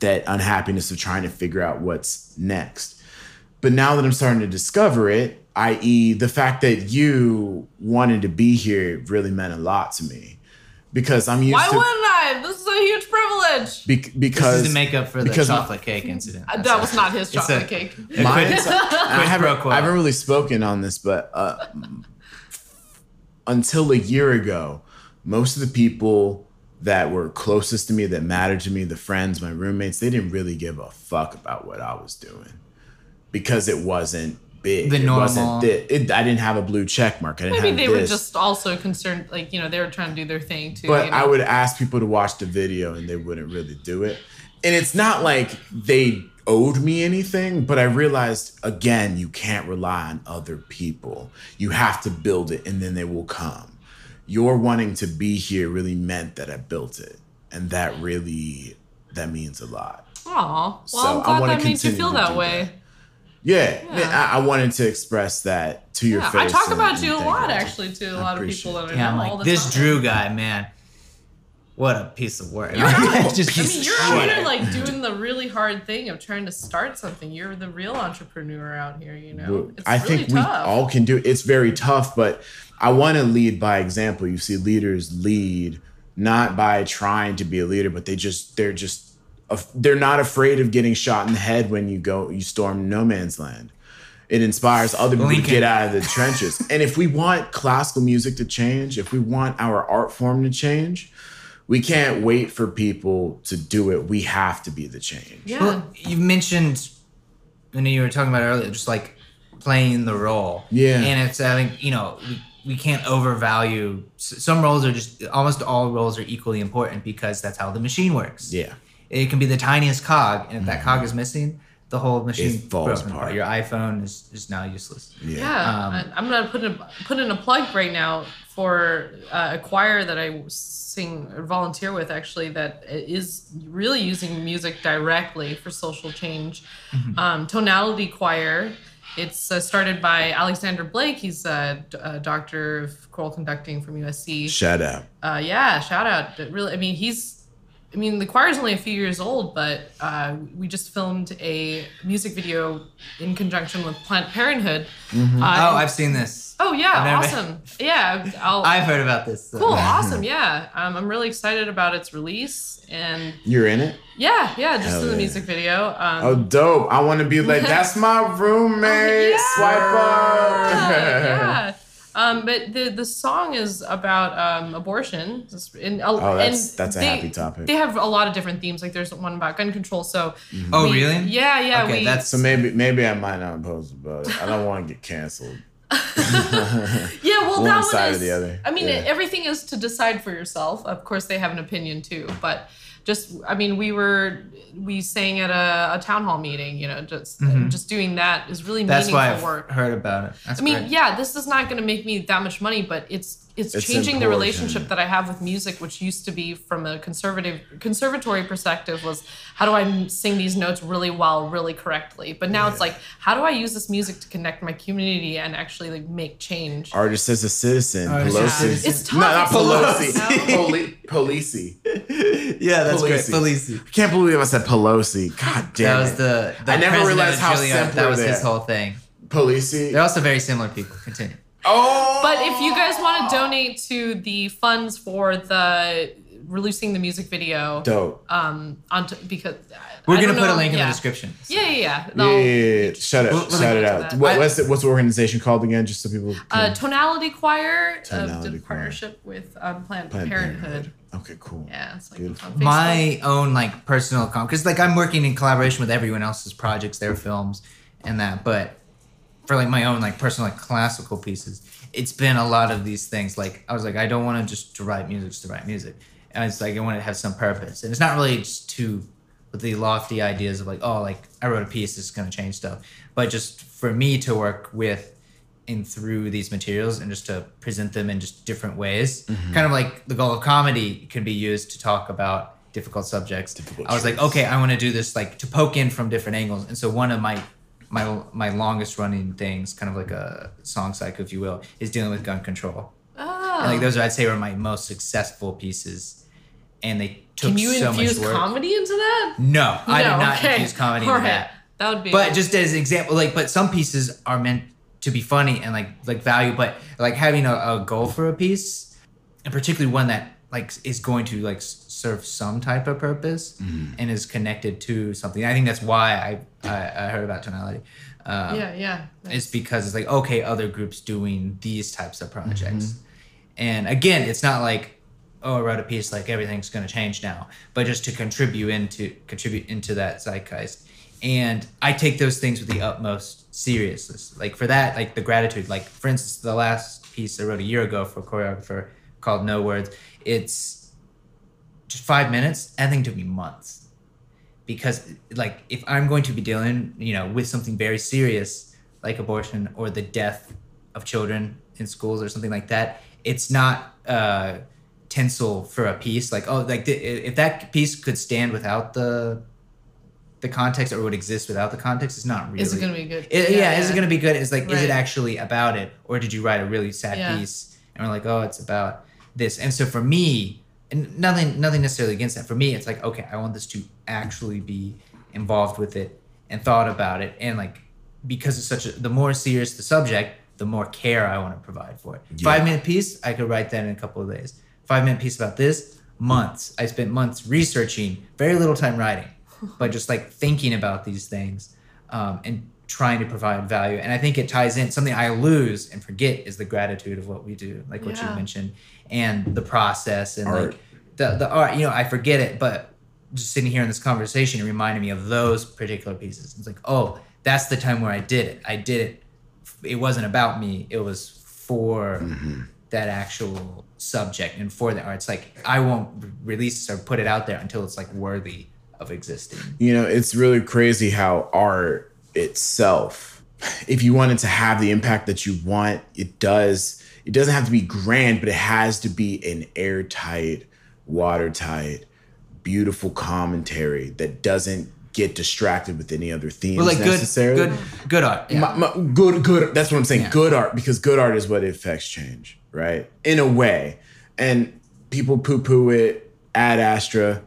that unhappiness of trying to figure out what's next. But now that I'm starting to discover it, i.e., the fact that you wanted to be here really meant a lot to me because I'm used Why to wouldn't I? This is a huge privilege. Be- this because is to make up for the because- chocolate cake incident Uh, That's That was it. not his It's a- chocolate cake. a Mine- quick- I pro haven't, quo. I haven't really spoken on this, but uh, until a year ago, most of the people that were closest to me, that mattered to me, the friends, my roommates, they didn't really give a fuck about what I was doing because it wasn't big. The It normal. wasn't thi- it, I didn't have a blue check mark. I didn't I mean, have they this. were just also concerned, like you know, they were trying to do their thing too. But you know? I would ask people to watch the video and they wouldn't really do it. And it's not like they owed me anything, but I realized again, you can't rely on other people. You have to build it and then they will come. Your wanting to be here really meant that I built it. and that really that means a lot. Aw. Well, So I I'm glad wanna that made you continue feel to that do way. Yeah, Yeah. man, I, I wanted to express that to your Yeah, face. I talk and- about and you a thank lot, actually, to a I lot of appreciate people that I Yeah, know I'm all like the this time. Drew guy, man. What a piece of work! You're out. Just I piece mean, of you're out shit. here like doing the really hard thing of trying to start something. You're the real entrepreneur out here, you know. It's I really think we tough. all can do. it. It's very tough, but I want to lead by example. You see, leaders lead not by trying to be a leader, but they just they're just af- they're not afraid of getting shot in the head when you go you storm no man's land. It inspires other people to Lincoln. get out of the trenches. and if we want classical music to change, if we want our art form to change, we can't wait for people to do it. We have to be the change. yeah. Well, you mentioned, I know you were talking about it earlier, just like playing the role. Yeah. And it's having, you know, we, we can't overvalue s- some roles are just almost all roles are equally important because that's how the machine works. Yeah. Mm-hmm. It can be the tiniest cog, and if that cog is missing, the whole machine falls broken apart. Your iPhone is, is now useless. Yeah, Um, I- I'm gonna put in, put in a plug right now for uh, a choir that I sing or volunteer with actually that is really using music directly for social change. Mm-hmm. Um, Tonality Choir. It's uh, started by Alexander Blake. He's a, d- a doctor of choral conducting from USC Shout out. uh, yeah, shout out. But Really, I mean, he's, I mean, the choir's only a few years old, but uh, we just filmed a music video in conjunction with Planned Parenthood. Uh, oh, I've seen this. oh yeah, I've never- awesome. Yeah, I'll, I've heard about this. cool, awesome. Yeah, um, I'm really excited about its release, and You're in it? yeah, yeah, just Hell in the yeah. music video. Um, Oh, dope. I want to be like, that's my roommate, Swiper. Oh, yeah. Um, but the the song is about um, abortion. Just in- Oh, that's- and that's a they- happy topic. They have a lot of different themes. Like there's one about gun control. So Mm-hmm. Oh, we- really? Yeah, yeah. Okay, we, that's- so maybe maybe I might not post about it. I don't want to get canceled. yeah. Well, one that side or one is. the other. I mean, Yeah. everything is to decide for yourself. Of course, they have an opinion too, but. Just, I mean, we were we sang at a, a town hall meeting, you know, just just doing that is really Mm-hmm. That's meaningful why I've work. heard about it. That's I mean, great. yeah, this is not going to make me that much money, but it's it's, It's changing the important. relationship that I have with music, which used to be from a conservative conservatory perspective was how do I m- sing these notes really well, really correctly? But now it's like how do I use this music to connect my community and actually like make change? Artist as a citizen. Artist as a Pelosi. citizen. It's tough. No, not It's tough, Pelosi. you know? Poli- Polisi. yeah, that's great. Polisi. Felici. I can't believe I said Pelosi. God damn That was it. the, the I never president realized of how Juilliard. simple that was they his are. whole thing. Polisi. They're also very similar people. Continue. Oh. But if you guys want to donate to the funds for the releasing the music video, Dope. um, onto because I- We're I gonna don't put a know- link in yeah. the description. Yeah, yeah, yeah. yeah, They'll- yeah, yeah, yeah. Shut it. We'll- we'll Shut link it to out. that. What, I- what's, the, what's the organization called again? Just so people can. uh, Tonality Choir, uh, Tonality did Choir. partnership with um, Planned, Planned Parenthood. Okay, cool. Yeah, it's like Beautiful. on Facebook. My own like personal account, because like I'm working in collaboration with everyone else's projects, their films, and that. But for like my own like personal like classical pieces, it's been a lot of these things. Like I was like, I don't want to just to write music just to write music, and it's like I want to have some purpose. And it's not really just too with the lofty ideas of like, oh, like I wrote a piece that's gonna change stuff, but just for me to work with and through these materials and just to present them in just different ways. Kind of like the goal of comedy can be used to talk about difficult subjects. Difficult I was like, truths. okay, I want to do this like to poke in from different angles. And so one of my my my longest running things, kind of like a song cycle, if you will, is dealing with gun control. oh. And like those, I'd say, were my most successful pieces, and they took Can you so much infuse work. comedy into that? no, I did No, not okay. infuse comedy All into right. that That would be. but just as an example like but some pieces are meant to be funny and like like value but like having a, a goal for a piece and particularly one that like is going to like s- serve some type of purpose and is connected to something i think that's why i i, I heard about tonality um, yeah, yeah. it's because it's like okay other groups doing these types of projects and again it's not like oh i wrote a piece like everything's going to change now but just to contribute into contribute into that zeitgeist and i take those things with the utmost seriousness like for that like the gratitude like for instance the last piece i wrote a year ago for a choreographer called no words it's just five minutes i think it took me months because like if i'm going to be dealing you know with something very serious like abortion or the death of children in schools or something like that it's not uh tinsel for a piece like oh like the, i- if that piece could stand without the the context or would exist without the context it's not really Is it gonna be good? It- yeah, is it going to be good it's like is it Right. actually about it or did you write a really sad Yeah. piece and we're like oh it's about this and so for me and nothing nothing necessarily against that for me it's like okay i want this to actually be involved with it and thought about it and like because it's such a the more serious the subject the more care i want to provide for it Yeah. five minute piece i could write that in a couple of days five minute piece about this months i spent months researching very little time writing but just like thinking about these things um, and trying to provide value and i think it ties in something i lose and forget is the gratitude of what we do like what you Yeah. mentioned and the process and Art. like the, the art you know i forget it but just sitting here in this conversation it reminded me of those particular pieces it's like oh that's the time where i did it i did it it wasn't about me it was for Mm-hmm. that actual subject and for the art it's like i won't re- release or put it out there until it's like worthy of existing you know it's really crazy how art itself if you want it to have the impact that you want it does it doesn't have to be grand but it has to be an airtight watertight beautiful commentary that doesn't get distracted with any other themes but like good necessarily good good art yeah. my, my, good good that's what i'm saying Yeah. good art because good art is what affects change right in a way and people poo-poo it ad astra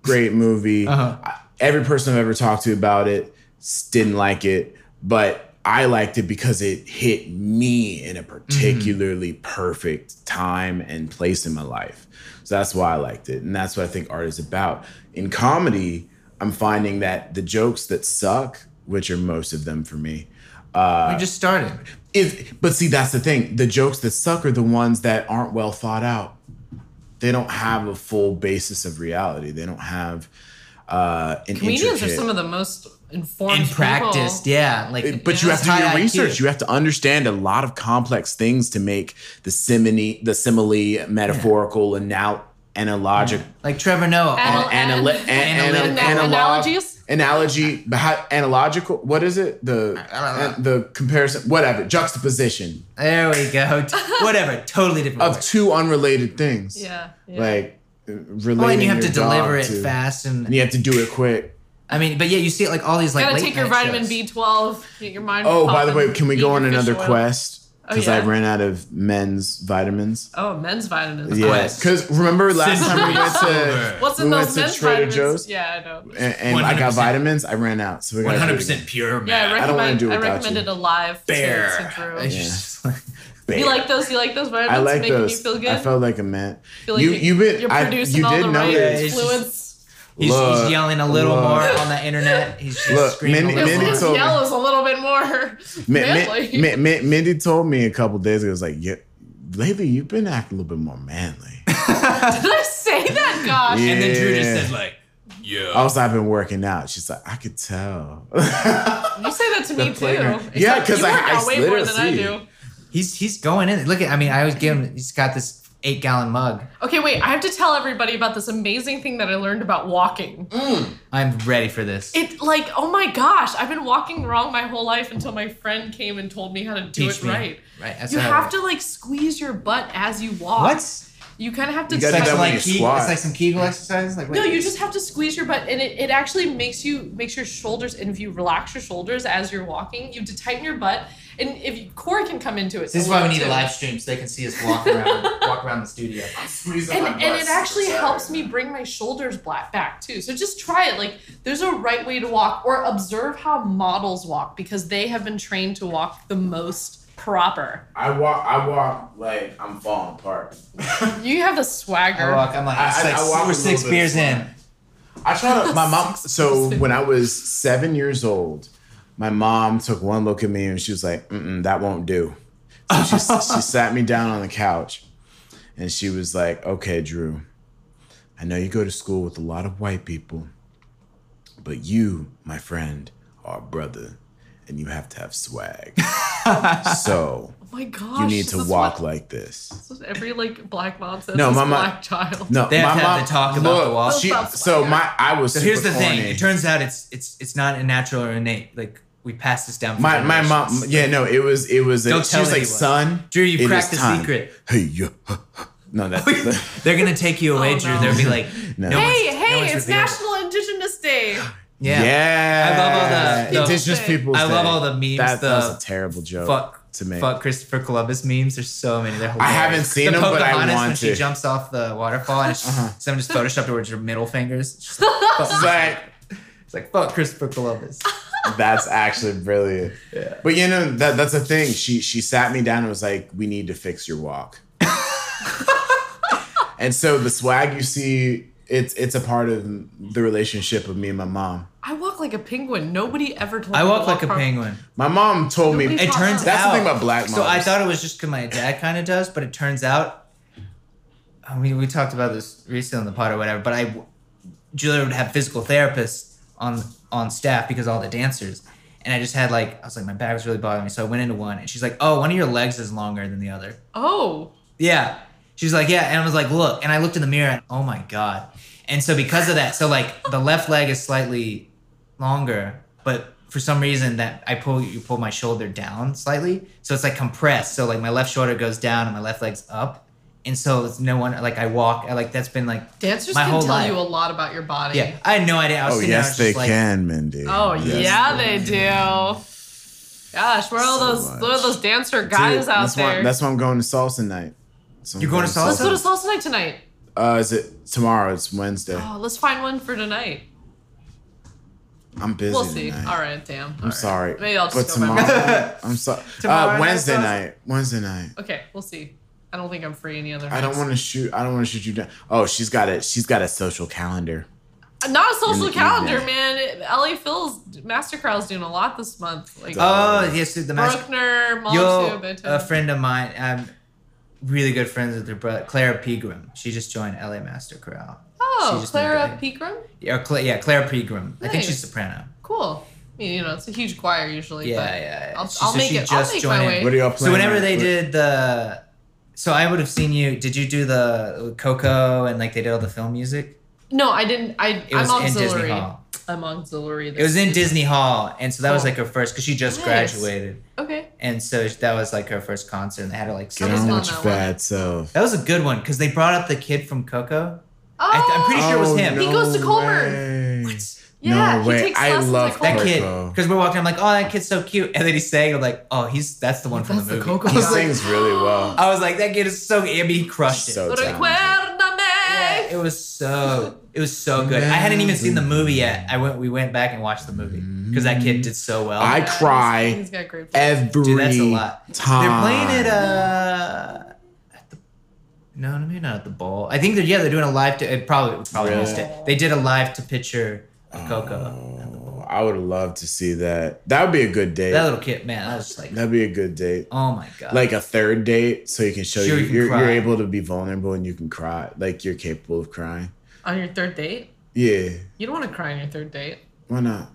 great movie Uh-huh. I- every person i've ever talked to about it s- didn't like it but i liked it because it hit me in a particularly perfect time and place in my life so that's why i liked it and that's what i think art is about in comedy i'm finding that the jokes that suck which are most of them for me we just started if but see that's the thing the jokes that suck are the ones that aren't well thought out they don't have a full basis of reality they don't have uh an Comedians are intricate- some of the most informed and people. practiced yeah like It- but you have to do high your IQ. research. You have to understand a lot of complex things to make the simile, the simile, metaphorical, and now analogic, like trevor noah Anal- all- anal- Analog- an- an- Analog- analog- analogies? analogy, behi- analogical. What is it? The I don't the comparison, whatever, juxtaposition there we go whatever totally different of word. two unrelated things. Yeah. yeah. like uh, relating. well, and you have your to deliver dog it to- fast and And you have to do it quick. I mean, but yeah, you see it like all these like gotta late take your night vitamin shows. B12. Get your mind. Oh, by the popping, way, can we eat go your on fish another oil. quest? Oh, Because I yeah. ran out of men's vitamins. Oh, men's vitamins. Yeah, Quest. because remember last Since time we we're went to sober. What's in we went those to men's Trader vitamins? Joe's? Yeah, I know. and, and I got 100%. vitamins. I ran out, so we got 100% pure Yeah, I man. I don't recommend. wanna I, do it without recommended you. a live to- bear. to Drew. It's just like- You like those? You like those vitamins? I like making those. you feel good. I felt like a man. Feel like you you're- you've been You're I, producing you all did the know right Yeah, this. it's fluids. he's, Look, he's yelling a little look. more on the internet. He's just Look, screaming. many- a little many His more. told me- yellow's a little bit more Mi- Mi- manly. Mi- Mi- Mindy told me a couple days ago. It was like, yeah, lately you've been acting a little bit more manly. Did I say that? Gosh. Yeah. and then Drew just Yeah. Uh, said like, "Yeah." Also, I've been working out. She's like, I could tell. You say that to me too. playground. Except Yeah, 'cause you I- work I out way more than I literally- do. He's he's going in. Look at. I mean, I always give him. He's got this eight gallon mug. Okay, wait. I have to tell everybody about this amazing thing that I learned about walking. I'm ready for this. It like, oh my gosh, I've been walking wrong my whole life until my friend came and told me how to do Teach it me. right. Right. That's you what I- have to like squeeze your butt as you walk. What? You kind of have to. You gotta do squeeze- that Some, when like you Kegel, squat. it's like some Kegel exercise. Like No, what- you just have to squeeze your butt, and it, it actually makes you makes your shoulders. And if you relax your shoulders as you're walking, you have to tighten your butt. And if you, Corey can come into it, This is a why we little need a too. live stream so they can see us walk around, walk around the studio. and, and it actually helps me bring my shoulders black back too so just try it like there's a right way to walk or observe how models walk because they have been trained to walk the most proper I walk. I walk like I'm falling apart. you have the swagger I walk. I'm like, I- it's I- like I walk we're a six little bit beers slower. in. I try to. My mom. So when I was seven years old, my mom took one look at me and she was like, Mm-mm, "That won't do." So she, she sat me down on the couch, and she was like, "Okay, Drew, I know you go to school with a lot of white people, but you, my friend, are a brother, and you have to have swag. so oh my gosh you need this to is walk what- like this." this is every like black mom says No, no my mom- black child No, They my have to have mom, the talk about the look, wall. she- so my I was. So here's super the thing. corny. It turns out it's it's it's not a natural or innate. Like we pass this down. For My my mom, generations. yeah, no, it was it was. A, Don't she was tell like, anyone. son, Drew, you it cracked is the time." secret. Hey, yeah. No, that. They're gonna take you away, Oh, Drew. no. They'll be like, no. No. Hey, one's- hey, one's it's revealed. National Indigenous Day. yeah. I love all the- the- indigenous people. I love all the memes, That, that the was a terrible joke Fuck to make. Fuck Christopher Columbus memes. There's so many. They're I hilarious. haven't seen the them, but I Pocahontas when want she to. Uh-huh. jumps off the waterfall and it's just, someone just photoshopped towards her middle fingers. It's just It's like, like fuck Christopher Columbus. that's actually brilliant. Yeah. But you know that that's the thing. She she sat me down and was like, "We need to fix your walk." and so the swag you see, it's it's a part of the relationship of me and my mom. I walk like a penguin. Nobody ever told I me to walk like a proper- penguin. My mom told me Nobody It Fuck. turns that's out the thing about black moms. So I thought it was just because my dad kind of does, but it turns out, I mean, we talked about this recently on the pod or whatever. But I, Julia would have physical therapists on on staff because all the dancers, and I just had like I was like my back was really bothering me, so I went into one, and she's like, "Oh, one of your legs is longer than the other." Oh, Yeah, she's like, "Yeah," and I was like, "Look," and I looked in the mirror, and oh my god, and so because of that, so like the left leg is slightly longer, but for some reason that I pull you pull my shoulder down slightly, so it's like compressed. So like my left shoulder goes down and my left leg's up, and so it's no one like I walk I, like that's been like dancers My can whole tell life. you a lot about your body. yeah I had no idea. I was Oh sitting there, I yes, was they just like, can, Mindy. Oh Yes. yeah, they do. Gosh, where are all So those what are much. those dancer guys Dude, out that's there? Why, that's why I'm going to salsa night. That's why I'm You're going to Let's salsa? go to salsa night tonight. Uh, is it tomorrow? It's Wednesday. Oh, let's find one for tonight. I'm busy. We'll see. tonight. All right, damn. I'm sorry. Maybe I'll but just go by tomorrow. I'm sorry. Tomorrow uh, night Wednesday salsa? night. Wednesday night. Okay, we'll see. I don't think I'm free any other. I don't want to shoot. I don't want to shoot you down. Oh, she's got it. She's got a social calendar. to. Not In a the social evening. calendar, man. It- LA Phil's Mastercard's doing a lot this month. Like Oh yes, dude, the master. Bruckner, Yo, Molotov, a Beethoven. friend of mine, I'm really good friends with her brother, Clara Pegram. She just joined LA Master Chorale. she Oh, just Clara moved Pegram. Yeah, or Cla- yeah, Clara Pegram. I think she's Nice. soprano. Cool. I mean, you know, it's a huge choir usually. Yeah, but yeah, yeah. I'll, She- I'll so make she it. I'll just make joined my in. way. What are y'all So playing? whenever right? they What- did the, so I would have seen you. Did you do the Coco and like they did all the film music? No, I didn't. I It was I'm in auxiliary. Disney Hall. I'm auxiliary. It was in this- Disney Hall, and so that was Cool. like her first because she just Nice. graduated, Okay. and so that was like her first concert, and they had her like. Get sit I was on on down. with your that one. fat self. That was a good one because they brought up the kid from Coco. Oh, I th- I'm pretty sure it was Oh, him. He goes to no Colburn. way. yeah. no he way. takes I lessons love at That Coco. kid, Coco. because we're walking, I'm like, oh, that kid's so cute, and then he sang, I'm like, oh, he's that's the one from That's the the movie. Coco He Yeah. sings really well. I was like, that kid is so. I mean, he crushed it. So talented. Recuérdame. Yeah, it was so. It was so good. I hadn't even seen the movie yet. I went. We went back and watched the movie because that kid did so well. I Yeah, cry he's- he's got great voice. every Dude, that's a lot. They're time. playing it. Uh, at the, no, maybe not at the bowl. I think they're. Yeah, they're doing a live. To, it probably it probably Really? missed it. They did a live to picture of Coco. Oh, I would love to see that. That would be a good date. That little kid, man, I was just like, That'd be a good date. oh my god. Like a third date, so you can show Sure, you, you can you are cry. you're able to be vulnerable and you can cry. Like you're capable of crying. On your third date, Yeah. you don't want to cry on your third date. Why not?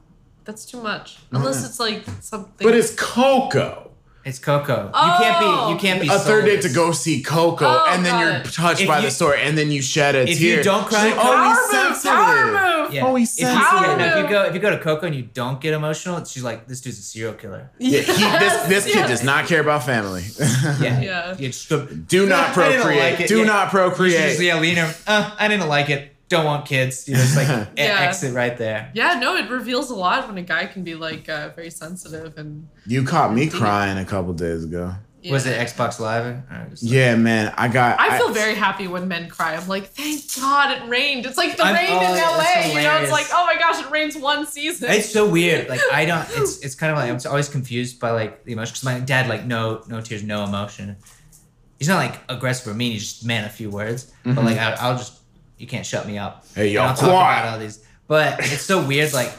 That's too much. Why Unless not? it's like something. But it's Coco. it's Coco. Oh! you can't be. You can't be. A third date to soulless. go see Coco, Oh, and then got you're it. touched If by you- the story, and then you shed a if tear. you don't cry, She's like, Coco- oh, power he's move. sensitive." Power move. Yeah. Oh, he's If you- sensitive. yeah, If you go, if you go to Coco and you don't get emotional, she's like, this dude's a serial killer. Yeah, he, this this Yes, kid does not care about family. Yeah. Yeah. You just go- Do not I didn't procreate. like it. Do Yeah. not she's procreate. just, yeah, Lena. Uh, I didn't like it. Don't want kids. You know, it's like e- Yeah. exit right there. Yeah, no, it reveals a lot when a guy can be like uh, very sensitive and. You caught me crying a couple days ago. yeah. Was it Xbox Live? Or just- Yeah, man. I got. I feel very happy when men cry. I'm like, thank God it rained. It's like the I'm- rain oh, in that's LA. You know, hilarious. it's like, oh my gosh, it rains one season. It's so weird. Like I don't. It's it's kind of like I'm always confused by like the emotion because my dad like no no tears no emotion. He's not like aggressive or mean. He's just man a few words. But like I, I'll just you can't shut me up. Hey, And y'all I'll talk quiet. about all these. But it's so weird. Like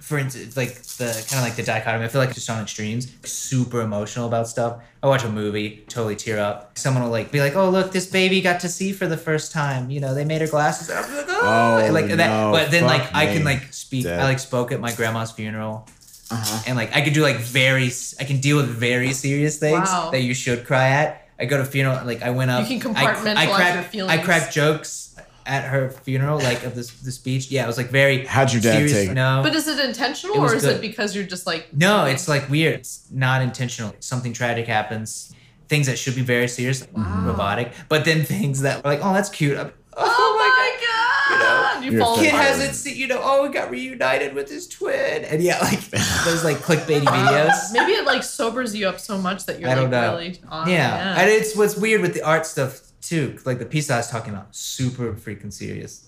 for instance, like the kind of like the dichotomy. I feel like just on extremes, super emotional about stuff. I watch a movie, totally tear up. Someone will like be like, "Oh, look, this baby got to see for the first time. You know, they made her glasses." And I'll be like, "Ah," Oh, like that. no, But then fuck like I me. can like speak. Dead. I like spoke at my grandma's funeral, Uh-huh. and like I could do like very. s- I can deal with very serious things Wow. that you should cry at. I go to funeral. Like I went up. You can I- I, compartmentalize cracked, your feelings. I cracked jokes at her funeral, like of this the speech. Yeah, it was like very. How'd your dad serious, take it? No. But is it intentional It was or is good. it because you're just like No, it's like weird. It's not intentional. Something tragic happens. things that should be very serious, like Wow. robotic, but then things that were like, oh, that's cute. I'm- Oh my God. god! You You're fall fucking Kid apart. has hasn't seen, you know, oh, he got reunited with his twin. And yeah, like those like clickbaity videos. Maybe it like sobers you up so much that you're I like don't know. really on. Yeah. And it's what's weird with the art stuff too. 'cause, Like the piece I was talking about, super freaking serious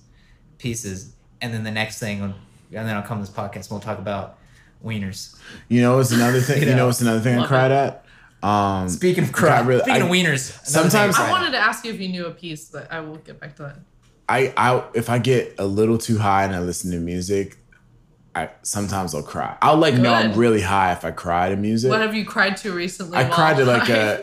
pieces. And then the next thing, and then I'll come to this podcast and we'll talk about wieners. You know, it's another thing. You you know, know. it's another thing I Love cried at. Um, Speaking of I crap, really- speaking I- of wieners. another thing Sometimes- I cried wanted to ask you if you knew a piece, but I will get back to that. I, I if I get a little too high and I listen to music, I sometimes I'll cry. I'll like know I'm Good. really high if I cry to music. What have you cried to recently? I while cried to like high?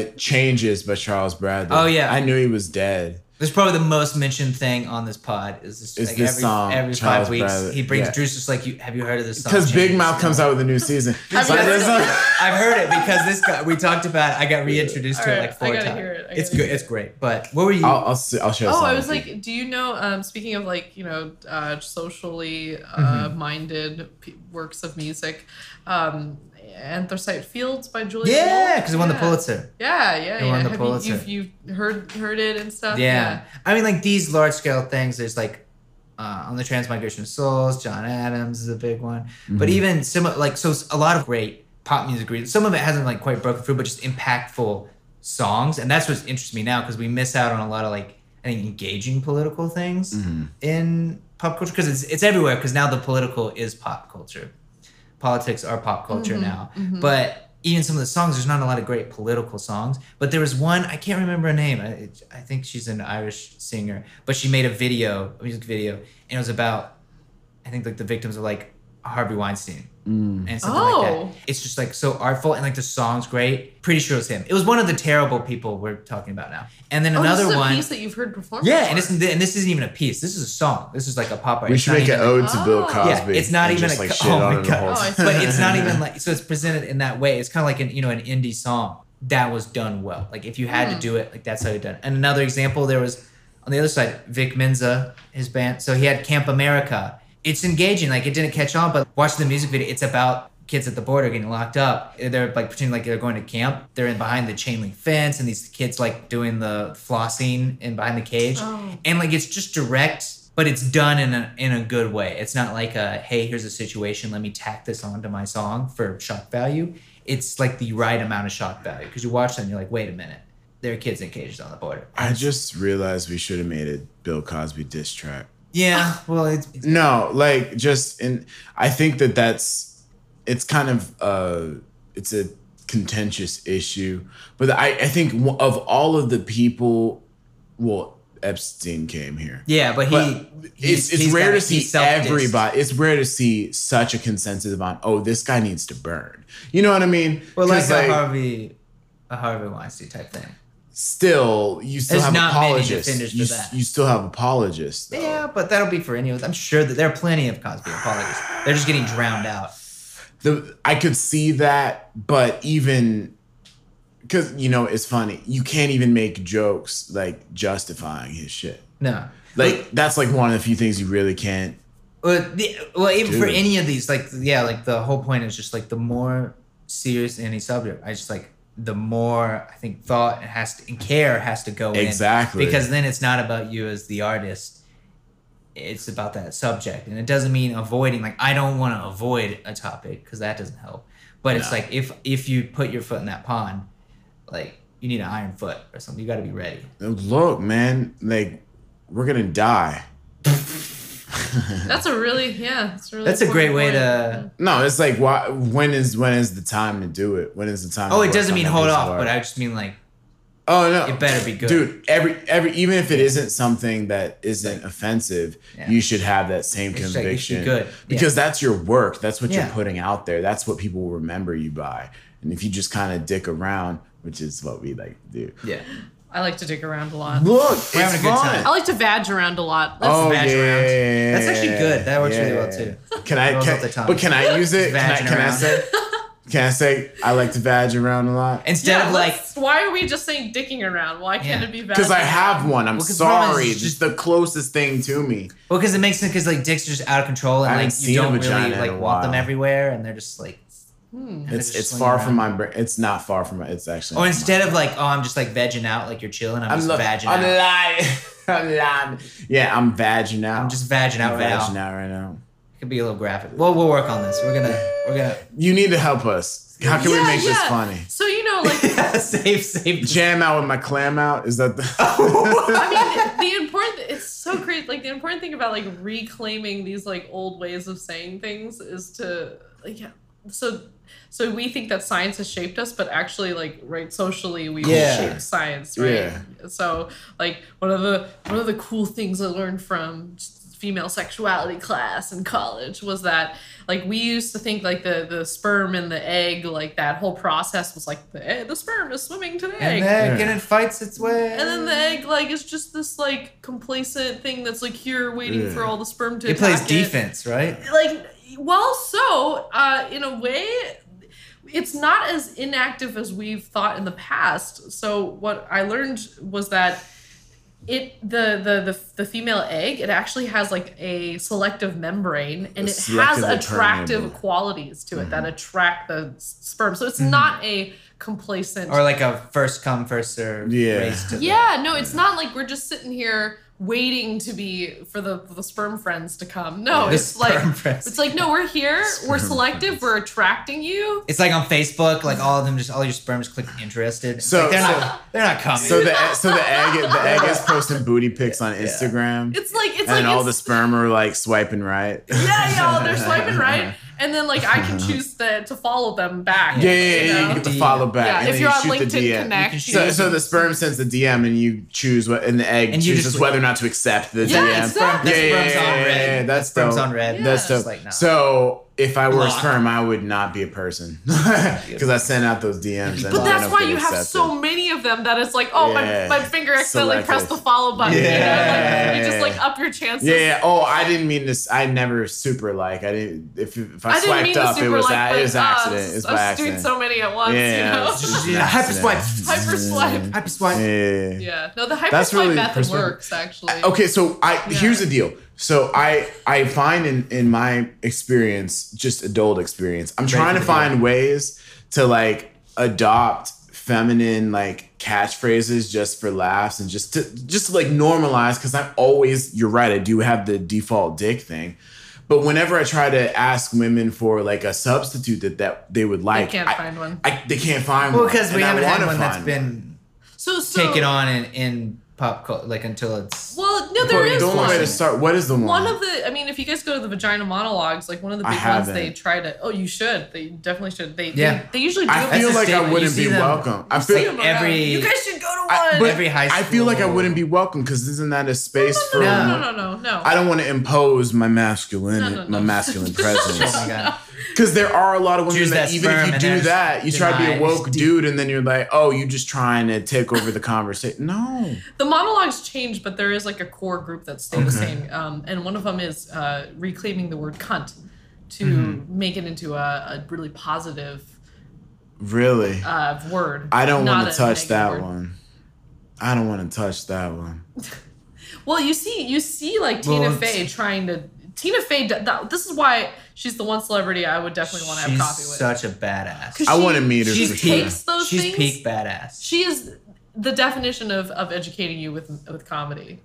a uh, "Changes" by Charles Bradley. Oh, yeah. I knew he was dead. This is probably the most mentioned thing on this pod. Is this, Is like this every, song, every Charles five weeks Bradley. he brings Yeah. Drew's just like you have you heard of this song? Because Big Changes? Mouth comes out with a new season. I've So heard there's it. a- I've heard it because this guy we talked about. It, I got reintroduced to it Alright, like four I gotta times. hear it. I it's gotta good. hear It's great. But what were you? I'll, I'll, si will share. Oh, I something was with like, do you know? Um, speaking of like you know, uh, socially uh, Mm-hmm. minded p- works of music, um, Anthracite Fields by Julia. yeah, Ward? because it won the Yeah. Pulitzer. Yeah, yeah, It yeah. won the Have Pulitzer. you you've, you've heard heard it and stuff? Yeah. I mean, like these large scale things. There's like uh, on the Transmigration of Souls. John Adams is a big one. But Mhm. even similar, like so, a lot of great pop music. reads. Some of it hasn't like quite broken through, but just impactful songs, and that's what interests me now because we miss out on a lot of like I think engaging political things Mhm. in pop culture because it's it's everywhere because now the political is pop culture, politics are pop culture Mhm, now. mhm. But even some of the songs, there's not a lot of great political songs. But there was one I can't remember her name. I, I think she's an Irish singer, but she made a video, a music video, and it was about I think like the victims of like Harvey Weinstein Mm. and something Oh. like that. It's just like so artful and like the song's great. Pretty sure it was him. It was one of the terrible people we're talking about now. And then Oh, another this is a one. piece that you've heard before. yeah, and, it's, and this isn't even a piece. This is a song. This is like a pop. art. We It's should not make an even- ode to Bill Oh. Cosby. Yeah, it's not and even just, a like co- shit oh my on him the God. whole Oh, I time. see. but it's not even like so it's presented in that way it's kind of like an you know an indie song that was done well like if you had to Mm. do it like that's how you done it. and another example there was on the other side vic menza his band so he had camp america it's engaging like it didn't catch on but watch the music video it's about kids at the border getting locked up they're like pretending like they're going to camp they're in behind the chain link fence and these kids like doing the flossing and behind the cage Oh. and like it's just direct but it's done in a in a good way it's not like a hey here's a situation let me tack this onto my song for shock value it's like the right amount of shock value because you watch them and you're like wait a minute there are kids in cages on the border I just realized we should have made it Bill Cosby diss track. yeah well it's No, like just in. I think that that's it's kind of uh it's a contentious issue, but I I think w- of all of the people, well Epstein came here. yeah but he But he's- it's it's he's rare got- to he's see self-dissed. everybody. It's rare to see such a consensus on oh this guy needs to burn. You know what I mean? well like, uh, 'Cause, a harvey a harvey weinstein type thing still you still There's have not many apologists. defenders for you, that. you still have apologists. though. yeah but that'll be for any of them i'm sure that there are plenty of cosby apologists they're just getting drowned out the I could see that, but even because you know it's funny, you can't even make jokes like justifying his shit. no Like that's like one of the few things you really can't. Well, the, well, even for Dude. any of these, like, yeah, like the whole point is just like the more serious any subject, I just like the more I think thought it has to and care has to go Exactly. in because then it's not about you as the artist. It's about that subject, and it doesn't mean avoiding. Like, I don't want to avoid a topic because that doesn't help. But it's No. like if if you put your foot in that pond, like you need an iron foot or something. You got to be ready. look, man, like we're gonna die. That's a really yeah. That's a, really That's a great way important to. point. No, it's like why? When is when is the time to do it? When is the time? to Oh, it work doesn't on mean that hold piece of off, art? but I just mean like Oh no! It better be good. dude. Every every even if it isn't something that isn't offensive, Yeah. you should have that same It's like, it should conviction. be good. because that's your work. That's what Yeah. you're putting out there. That's what people will remember you by. And if you just kind of dick around, which is what we like to do, yeah. I like to dig around a lot. look, We're it's having a good fun. time. I like to vag around a lot. That's oh yeah, badge around. that's actually good. That works really well, too. Can Rolls I? off the tongue. Can, but can I use it? Can I, Badging can I around. say? Can I say I like to badge around a lot? Instead Yeah, of like, let's- why are we just saying dicking around? Why can't Yeah. it be vaginal? Because I have one. I'm Well, 'cause the problem is sorry. it's Just just- the closest thing to me. well, because it makes sense because like dicks are just out of control I and haven't like seen you a don't really vagina in like a want while. them everywhere and they're just like Hmm. It's just it's swing far around. from my brain. It's not far from my. It's actually. Or not instead of like, oh, I'm just like vegging out, like you're chilling. I'm, my- just lo- vegging I'm out. lying. I'm lying. Yeah, I'm vagging out. I'm just vegging out. I'm Val. vagging out right now. Could be a little graphic. Well, we'll work on this. We're gonna we're gonna You need to help us. How can we Yeah, make this yeah. funny? So you know, like save save. Jam out with my clam out. Is that the? I mean, the important it's so crazy. Like the important thing about like reclaiming these like old ways of saying things is to like yeah. So so we think that science has shaped us, but actually like right socially we Yeah. shape science, right? Yeah. So like one of the one of the cool things I learned from female sexuality class in college was that like we used to think like the the sperm and the egg like that whole process was like the, egg- the sperm is swimming to the egg And then Yeah. and it fights its way. and then the egg, like, is just this like complacent thing that's like here waiting Yeah. for all the sperm to. it plays attack defense, right? Like, well, so uh, in a way, it's not as inactive as we've thought in the past. So what I learned was that it the the the, the female egg it actually has like a selective membrane and A it has selective attractive alternative. Mm-hmm. qualities to it that attract the s- sperm. So it's not a complacent Or like a first come first serve Yeah. race to the- yeah, no, it's not like we're just sitting here waiting to be for the for the sperm friends to come. No, The it's like sperm friends. it's like no, we're here, we're Sperm selective, friends. we're attracting you. It's like on Facebook, like all of them just all your sperms click interested. It's So- like they're so- not they're not coming. so the e, so the egg the egg is posting booty pics on Instagram, It's like it's and like all the it's, sperm are like swiping right. yeah, yeah, they're swiping right, and then like I can choose the, to follow them back. Yeah, yeah, yeah. you yeah, You know? get the DM. follow back, Yeah, and if then you're you on shoot the LinkedIn DM. Connect, shoot- So, so the sperm sends the DM, and you choose what, and the egg And you chooses just- whether or not to accept the Yeah, DM. exactly. Sperm- the Yeah, yeah, sperm's yeah, on yeah, red. yeah, that's the sperm's dope. on red. Yeah. That's It's dope. like, nah. So if I were Block. a sperm, I would not be a person because I send out those DMs. and But they that's don't why get you have accepted. so many of them that it's like, oh, Yeah. my, my finger accidentally Selective. pressed the follow button. You, know? like, you just Yeah. like up your chances. Yeah, yeah. Oh, I didn't mean this. I never super like. I didn't. If, if I, I didn't swiped mean to up, it super was like, a- but, it was uh, accident. It's I by was doing accident. so many at once, yeah, you know. it's just an Yeah, hyper accident. swipe. Hyper swipe. Happy swipe. Yeah. Yeah, no, the hyperswipe That's really method perspective. works actually. Okay, so I Yeah. here's the deal. So I I find in in my experience, just adult experience, I'm trying to for the find ways to like adopt feminine like catchphrases just for laughs and just to just to, like normalize because I always you're right I do have the default dick thing. But whenever I try to ask women for like a substitute that, that they would I like, can't I, find one. I- they can't find Well, one. because we and I haven't had wanna one that's find been So, so taken on in, in pop culture, like until it's Well, no, But there is the only way one. to start. What is the one? One of the, I mean, if you guys go to the vagina monologues, like one of the I big ones they haven't. try to. Oh, you should. They definitely should. They Yeah. they, they usually do. it I feel a like statement. I You wouldn't see be them- welcome. I by feel them around. every- You guys should go to one. I, but Every high I feel like I school- wouldn't be welcome because isn't that a space for? no, no, no, no, no, no. I don't want to impose my masculine, No, no, no. my masculine oh my presence. god. Because there are a lot of women Choose that, that even sperm if you and do there's that, you try to be a denied. woke Just dude, and then you're like, oh, you just trying to take over the conversation. No, the monologues change, but there is like a core group that stay the Mm-hmm. same. Um, and one of them is uh, reclaiming the word cunt to Mm-hmm. make it into a, a really positive really, uh, word. I don't not want to a touch negative that word. one. I don't want to touch that one. Well, you see, you see, like Well, Tina it's- Fey trying to. Tina Fey. d- That, this is why she's the one celebrity I would definitely want to have She's coffee with. such a badass. 'Cause I she- want to meet her. She's for peak. sure. takes those She's things- peak badass. she is the definition of of educating you with with comedy.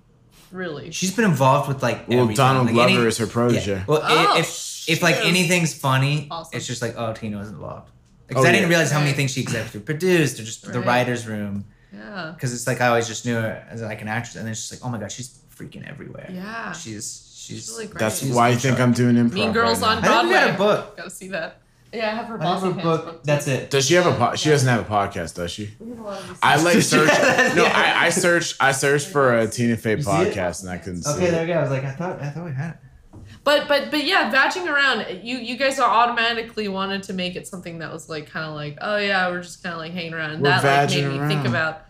Really. She's been involved with like Well, everything. Donald Like, Glover any- is her protege. Yeah. Well, i- Oh, if if like shit. anything's funny, Awesome. it's just like oh Tina was involved. Because Oh, I didn't yeah. realize how many Right. things she executive produced or just the Right. writers' room. yeah. Because it's like I always just knew her as like an actress, and then she's like, oh my god, she's freaking everywhere. Yeah. she's she's. Ah. She's really great. That's She's why in you think charge. I'm doing improv. mean Girls right I now. on think we Broadway. got a book. Gotta see that. Yeah, I have her I have bossy a pants book. book. That's it. Does she have a? Po- she doesn't have a podcast, does she? We have a lot of these I like search. Yeah. No, I, I searched. I searched for a Tina Fey You see it? podcast, and I couldn't see. Okay, there it. we go. I was like, I thought I thought we had it. But but but yeah, batching around, you you guys are automatically wanted to make it something that was like kind of like oh yeah, we're just kind of like hanging around. And We're that like made vadging me think around. about.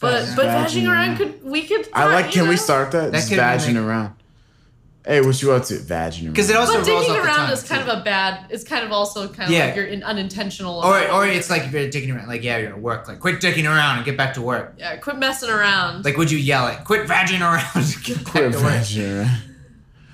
But vadging but around. badging around could we could. I not, like. you Can we know? start that? That Just could be badging like- around. Hey, what you up to? Badging around. 'Cause it also- But rolls digging off the around tongue, is kind too. of a bad. It's kind of also kind of Yeah. like you're in, unintentional. Or about or it. it's like if you're dicking around, like yeah, you're at work, like quit dicking around and get back to work. yeah, quit messing around. Like, would you yell it? Quit vagging around. and Get back Quit to work. badging around.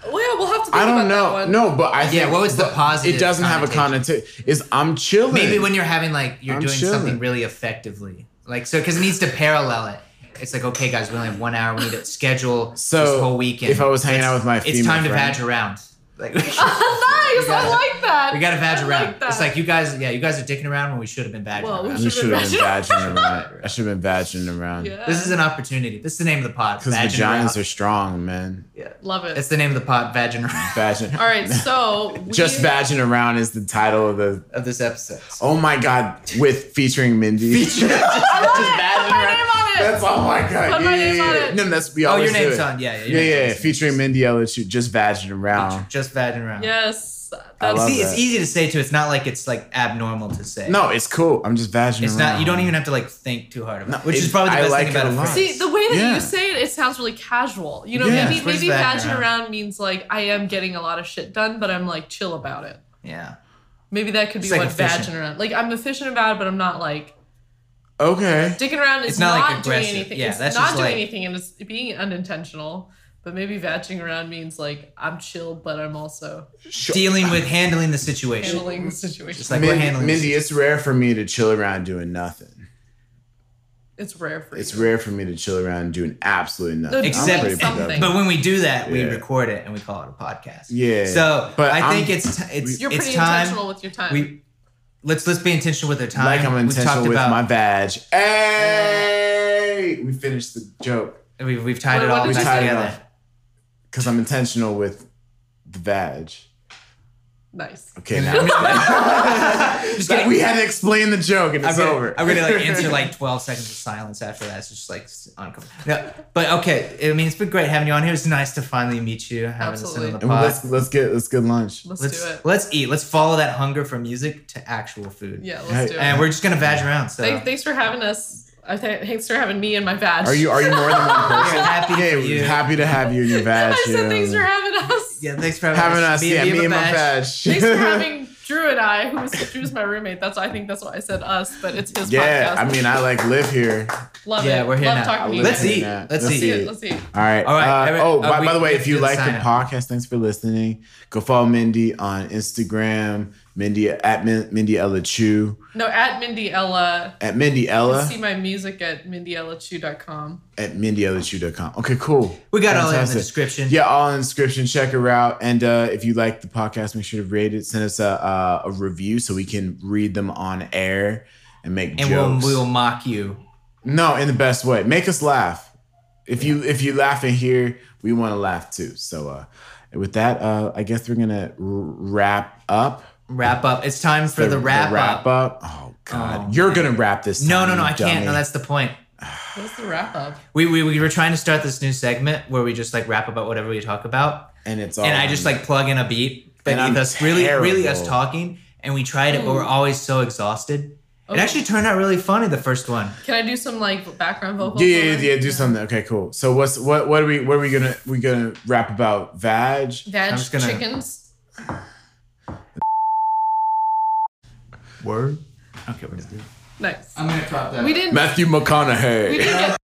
Wait, wait, know. We'll have to. Think I don't about That know. one. No, but I think Yeah, what was the but positive It doesn't have a connotation? connotation. Is I'm chilling. Maybe when you're having like you're I'm doing chilling. something really effectively, like so, because it needs to parallel it. It's like okay, guys, we only have one hour. We need to schedule So, this whole weekend. if I was hanging Let's- out with my it's female time to friend- vag around. Like nice. gotta- I like that. we gotta vag I around. Like that. it's like you guys, yeah, you guys are dicking around when we should have been vagging. Well, we around. I should have been Should've vagining around. I should have been vagining around. Yeah. This is an opportunity. This is the name of the pod. Because Vagin vaginas around. are strong, man. love it. That's the name of the pod. Vagin around Vagin. All right, so we, Just vagin around is the title of the. of this episode. So- Oh my god, with featuring Mindy. Feature- just- Oh, Put just vagin my around. name on it. That's oh my god. Put yeah, my name yeah, on yeah. it. No, that's we Oh, always your name's do it. on. Yeah, yeah. your Yeah, name's yeah, on. yeah. Featuring Mindy Elliott, just vagin around. Just vagin around. Yes. I That's, love See, that. it's easy to say too. It's not like it's like abnormal to say. No, it's cool. I'm just vagining. it's not. You don't even have to like think too hard about No, it, which is it- probably the I best like thing about it it. a for lot. us. See, the way that Yeah. you say it, it sounds really casual. You know, Yeah. maybe Where's maybe that badging around? around means like I am getting a lot of shit done, but I'm like chill about it. yeah. Maybe that could be It's like what efficient. badging around. Like I'm efficient about it, but I'm not like Okay. dicking around. It's It's not, not, like, doing aggressive. anything. Yeah, it's that's not just, doing like- anything, and it's being unintentional. But maybe badging around means like I'm chill, but I'm also Sure. Dealing with handling the situation. handling the situation. Just like we're Min- handling. the Mindy, it's rare for me to chill around doing nothing. it's rare for It's you. rare for me to chill around doing absolutely nothing. doing I'm pretty something. productive. But when we do that, we Yeah. record it and we call it a podcast. Yeah. So But I I'm- think it's t- it's You're it's pretty intentional time with your time. we let's let's be intentional with our time. Like I'm We've intentional talked with about, my badge. Hey, we finished the joke We've, we've tied What- it what all did back you say? together. because I'm intentional with the badge. nice. Okay, now Just But kidding. we had to explain the joke and I'm it's gonna, over. I'm gonna like answer like 12 seconds of silence after that. It's just like s- uncomfortable. No, but okay. I mean, it's been great having you on here. It's nice to finally meet you. Having this Absolutely. on the And pod. let's let's get let's get lunch. Let's, let's do it. let's eat. Let's follow that hunger for music to actual food. Yeah, Hey, let's do it. And uh, we're just gonna vag around. So Thank- thanks for having us. I th- thanks for having me and my badge. Are you are you more than one person? Yeah, happy for we're you. Happy to have you in your badge. I said yeah. thanks for having us. um, yeah, thanks for having, having us. Me yeah, and me Beba and my Bash. badge. Thanks for having Drew and I, who's Drew's my roommate. That's why I think that's why I said us, but it's his yeah, podcast. I mean, I like live here. love Yeah, it. we're here Love now. talking to you. Let's guys. eat. Yeah, Let's let's eat. Let's eat. Let's eat. All right. All right, Uh, every- oh, uh, by, we- by the way, we if you have to like the sign out. podcast, thanks for listening. Go follow Mindy on Instagram, Mindy at Min, Mindy Ella Chu, No, at Mindy Ella. at Mindy You can Ella See my music at mindyellachew.com. at MindyEllaChew.com. Okay, cool. We got all that in the Fantastic. description. Yeah, all in the description. Check her out. And uh, if you like the podcast, make sure to rate it. Send us a, uh, a review so we can read them on air and make And we'll, jokes. we'll mock you. No, in the best way. Make us laugh. If you if you laugh in here, we want to laugh too. So uh with that, uh I guess we're gonna r- wrap up. Wrap up. It's time for the, wrap, up. Oh god. Oh, You're gonna wrap this No, time, no, no. you I can't. dummy. No, that's the point. What's the wrap up? We, we, we were trying to start this new segment where we just like rap about whatever we talk about. and it's all and I just like plug in a beat And I'm beneath us, really, really us terrible. talking, and we tried it, but we're Ooh. Oh. always so exhausted. It Ooh. actually turned out really funny the first one. Can I do some like background vocals? yeah, yeah, yeah, over? yeah, do something. Okay, cool. So what's what what are we what are we gonna we gonna rap about? Vag? Veg I'm just gonna- chickens. Word? Okay, we're done. Nice. I'm gonna crop that. we didn't. Matthew McConaughey. We didn't get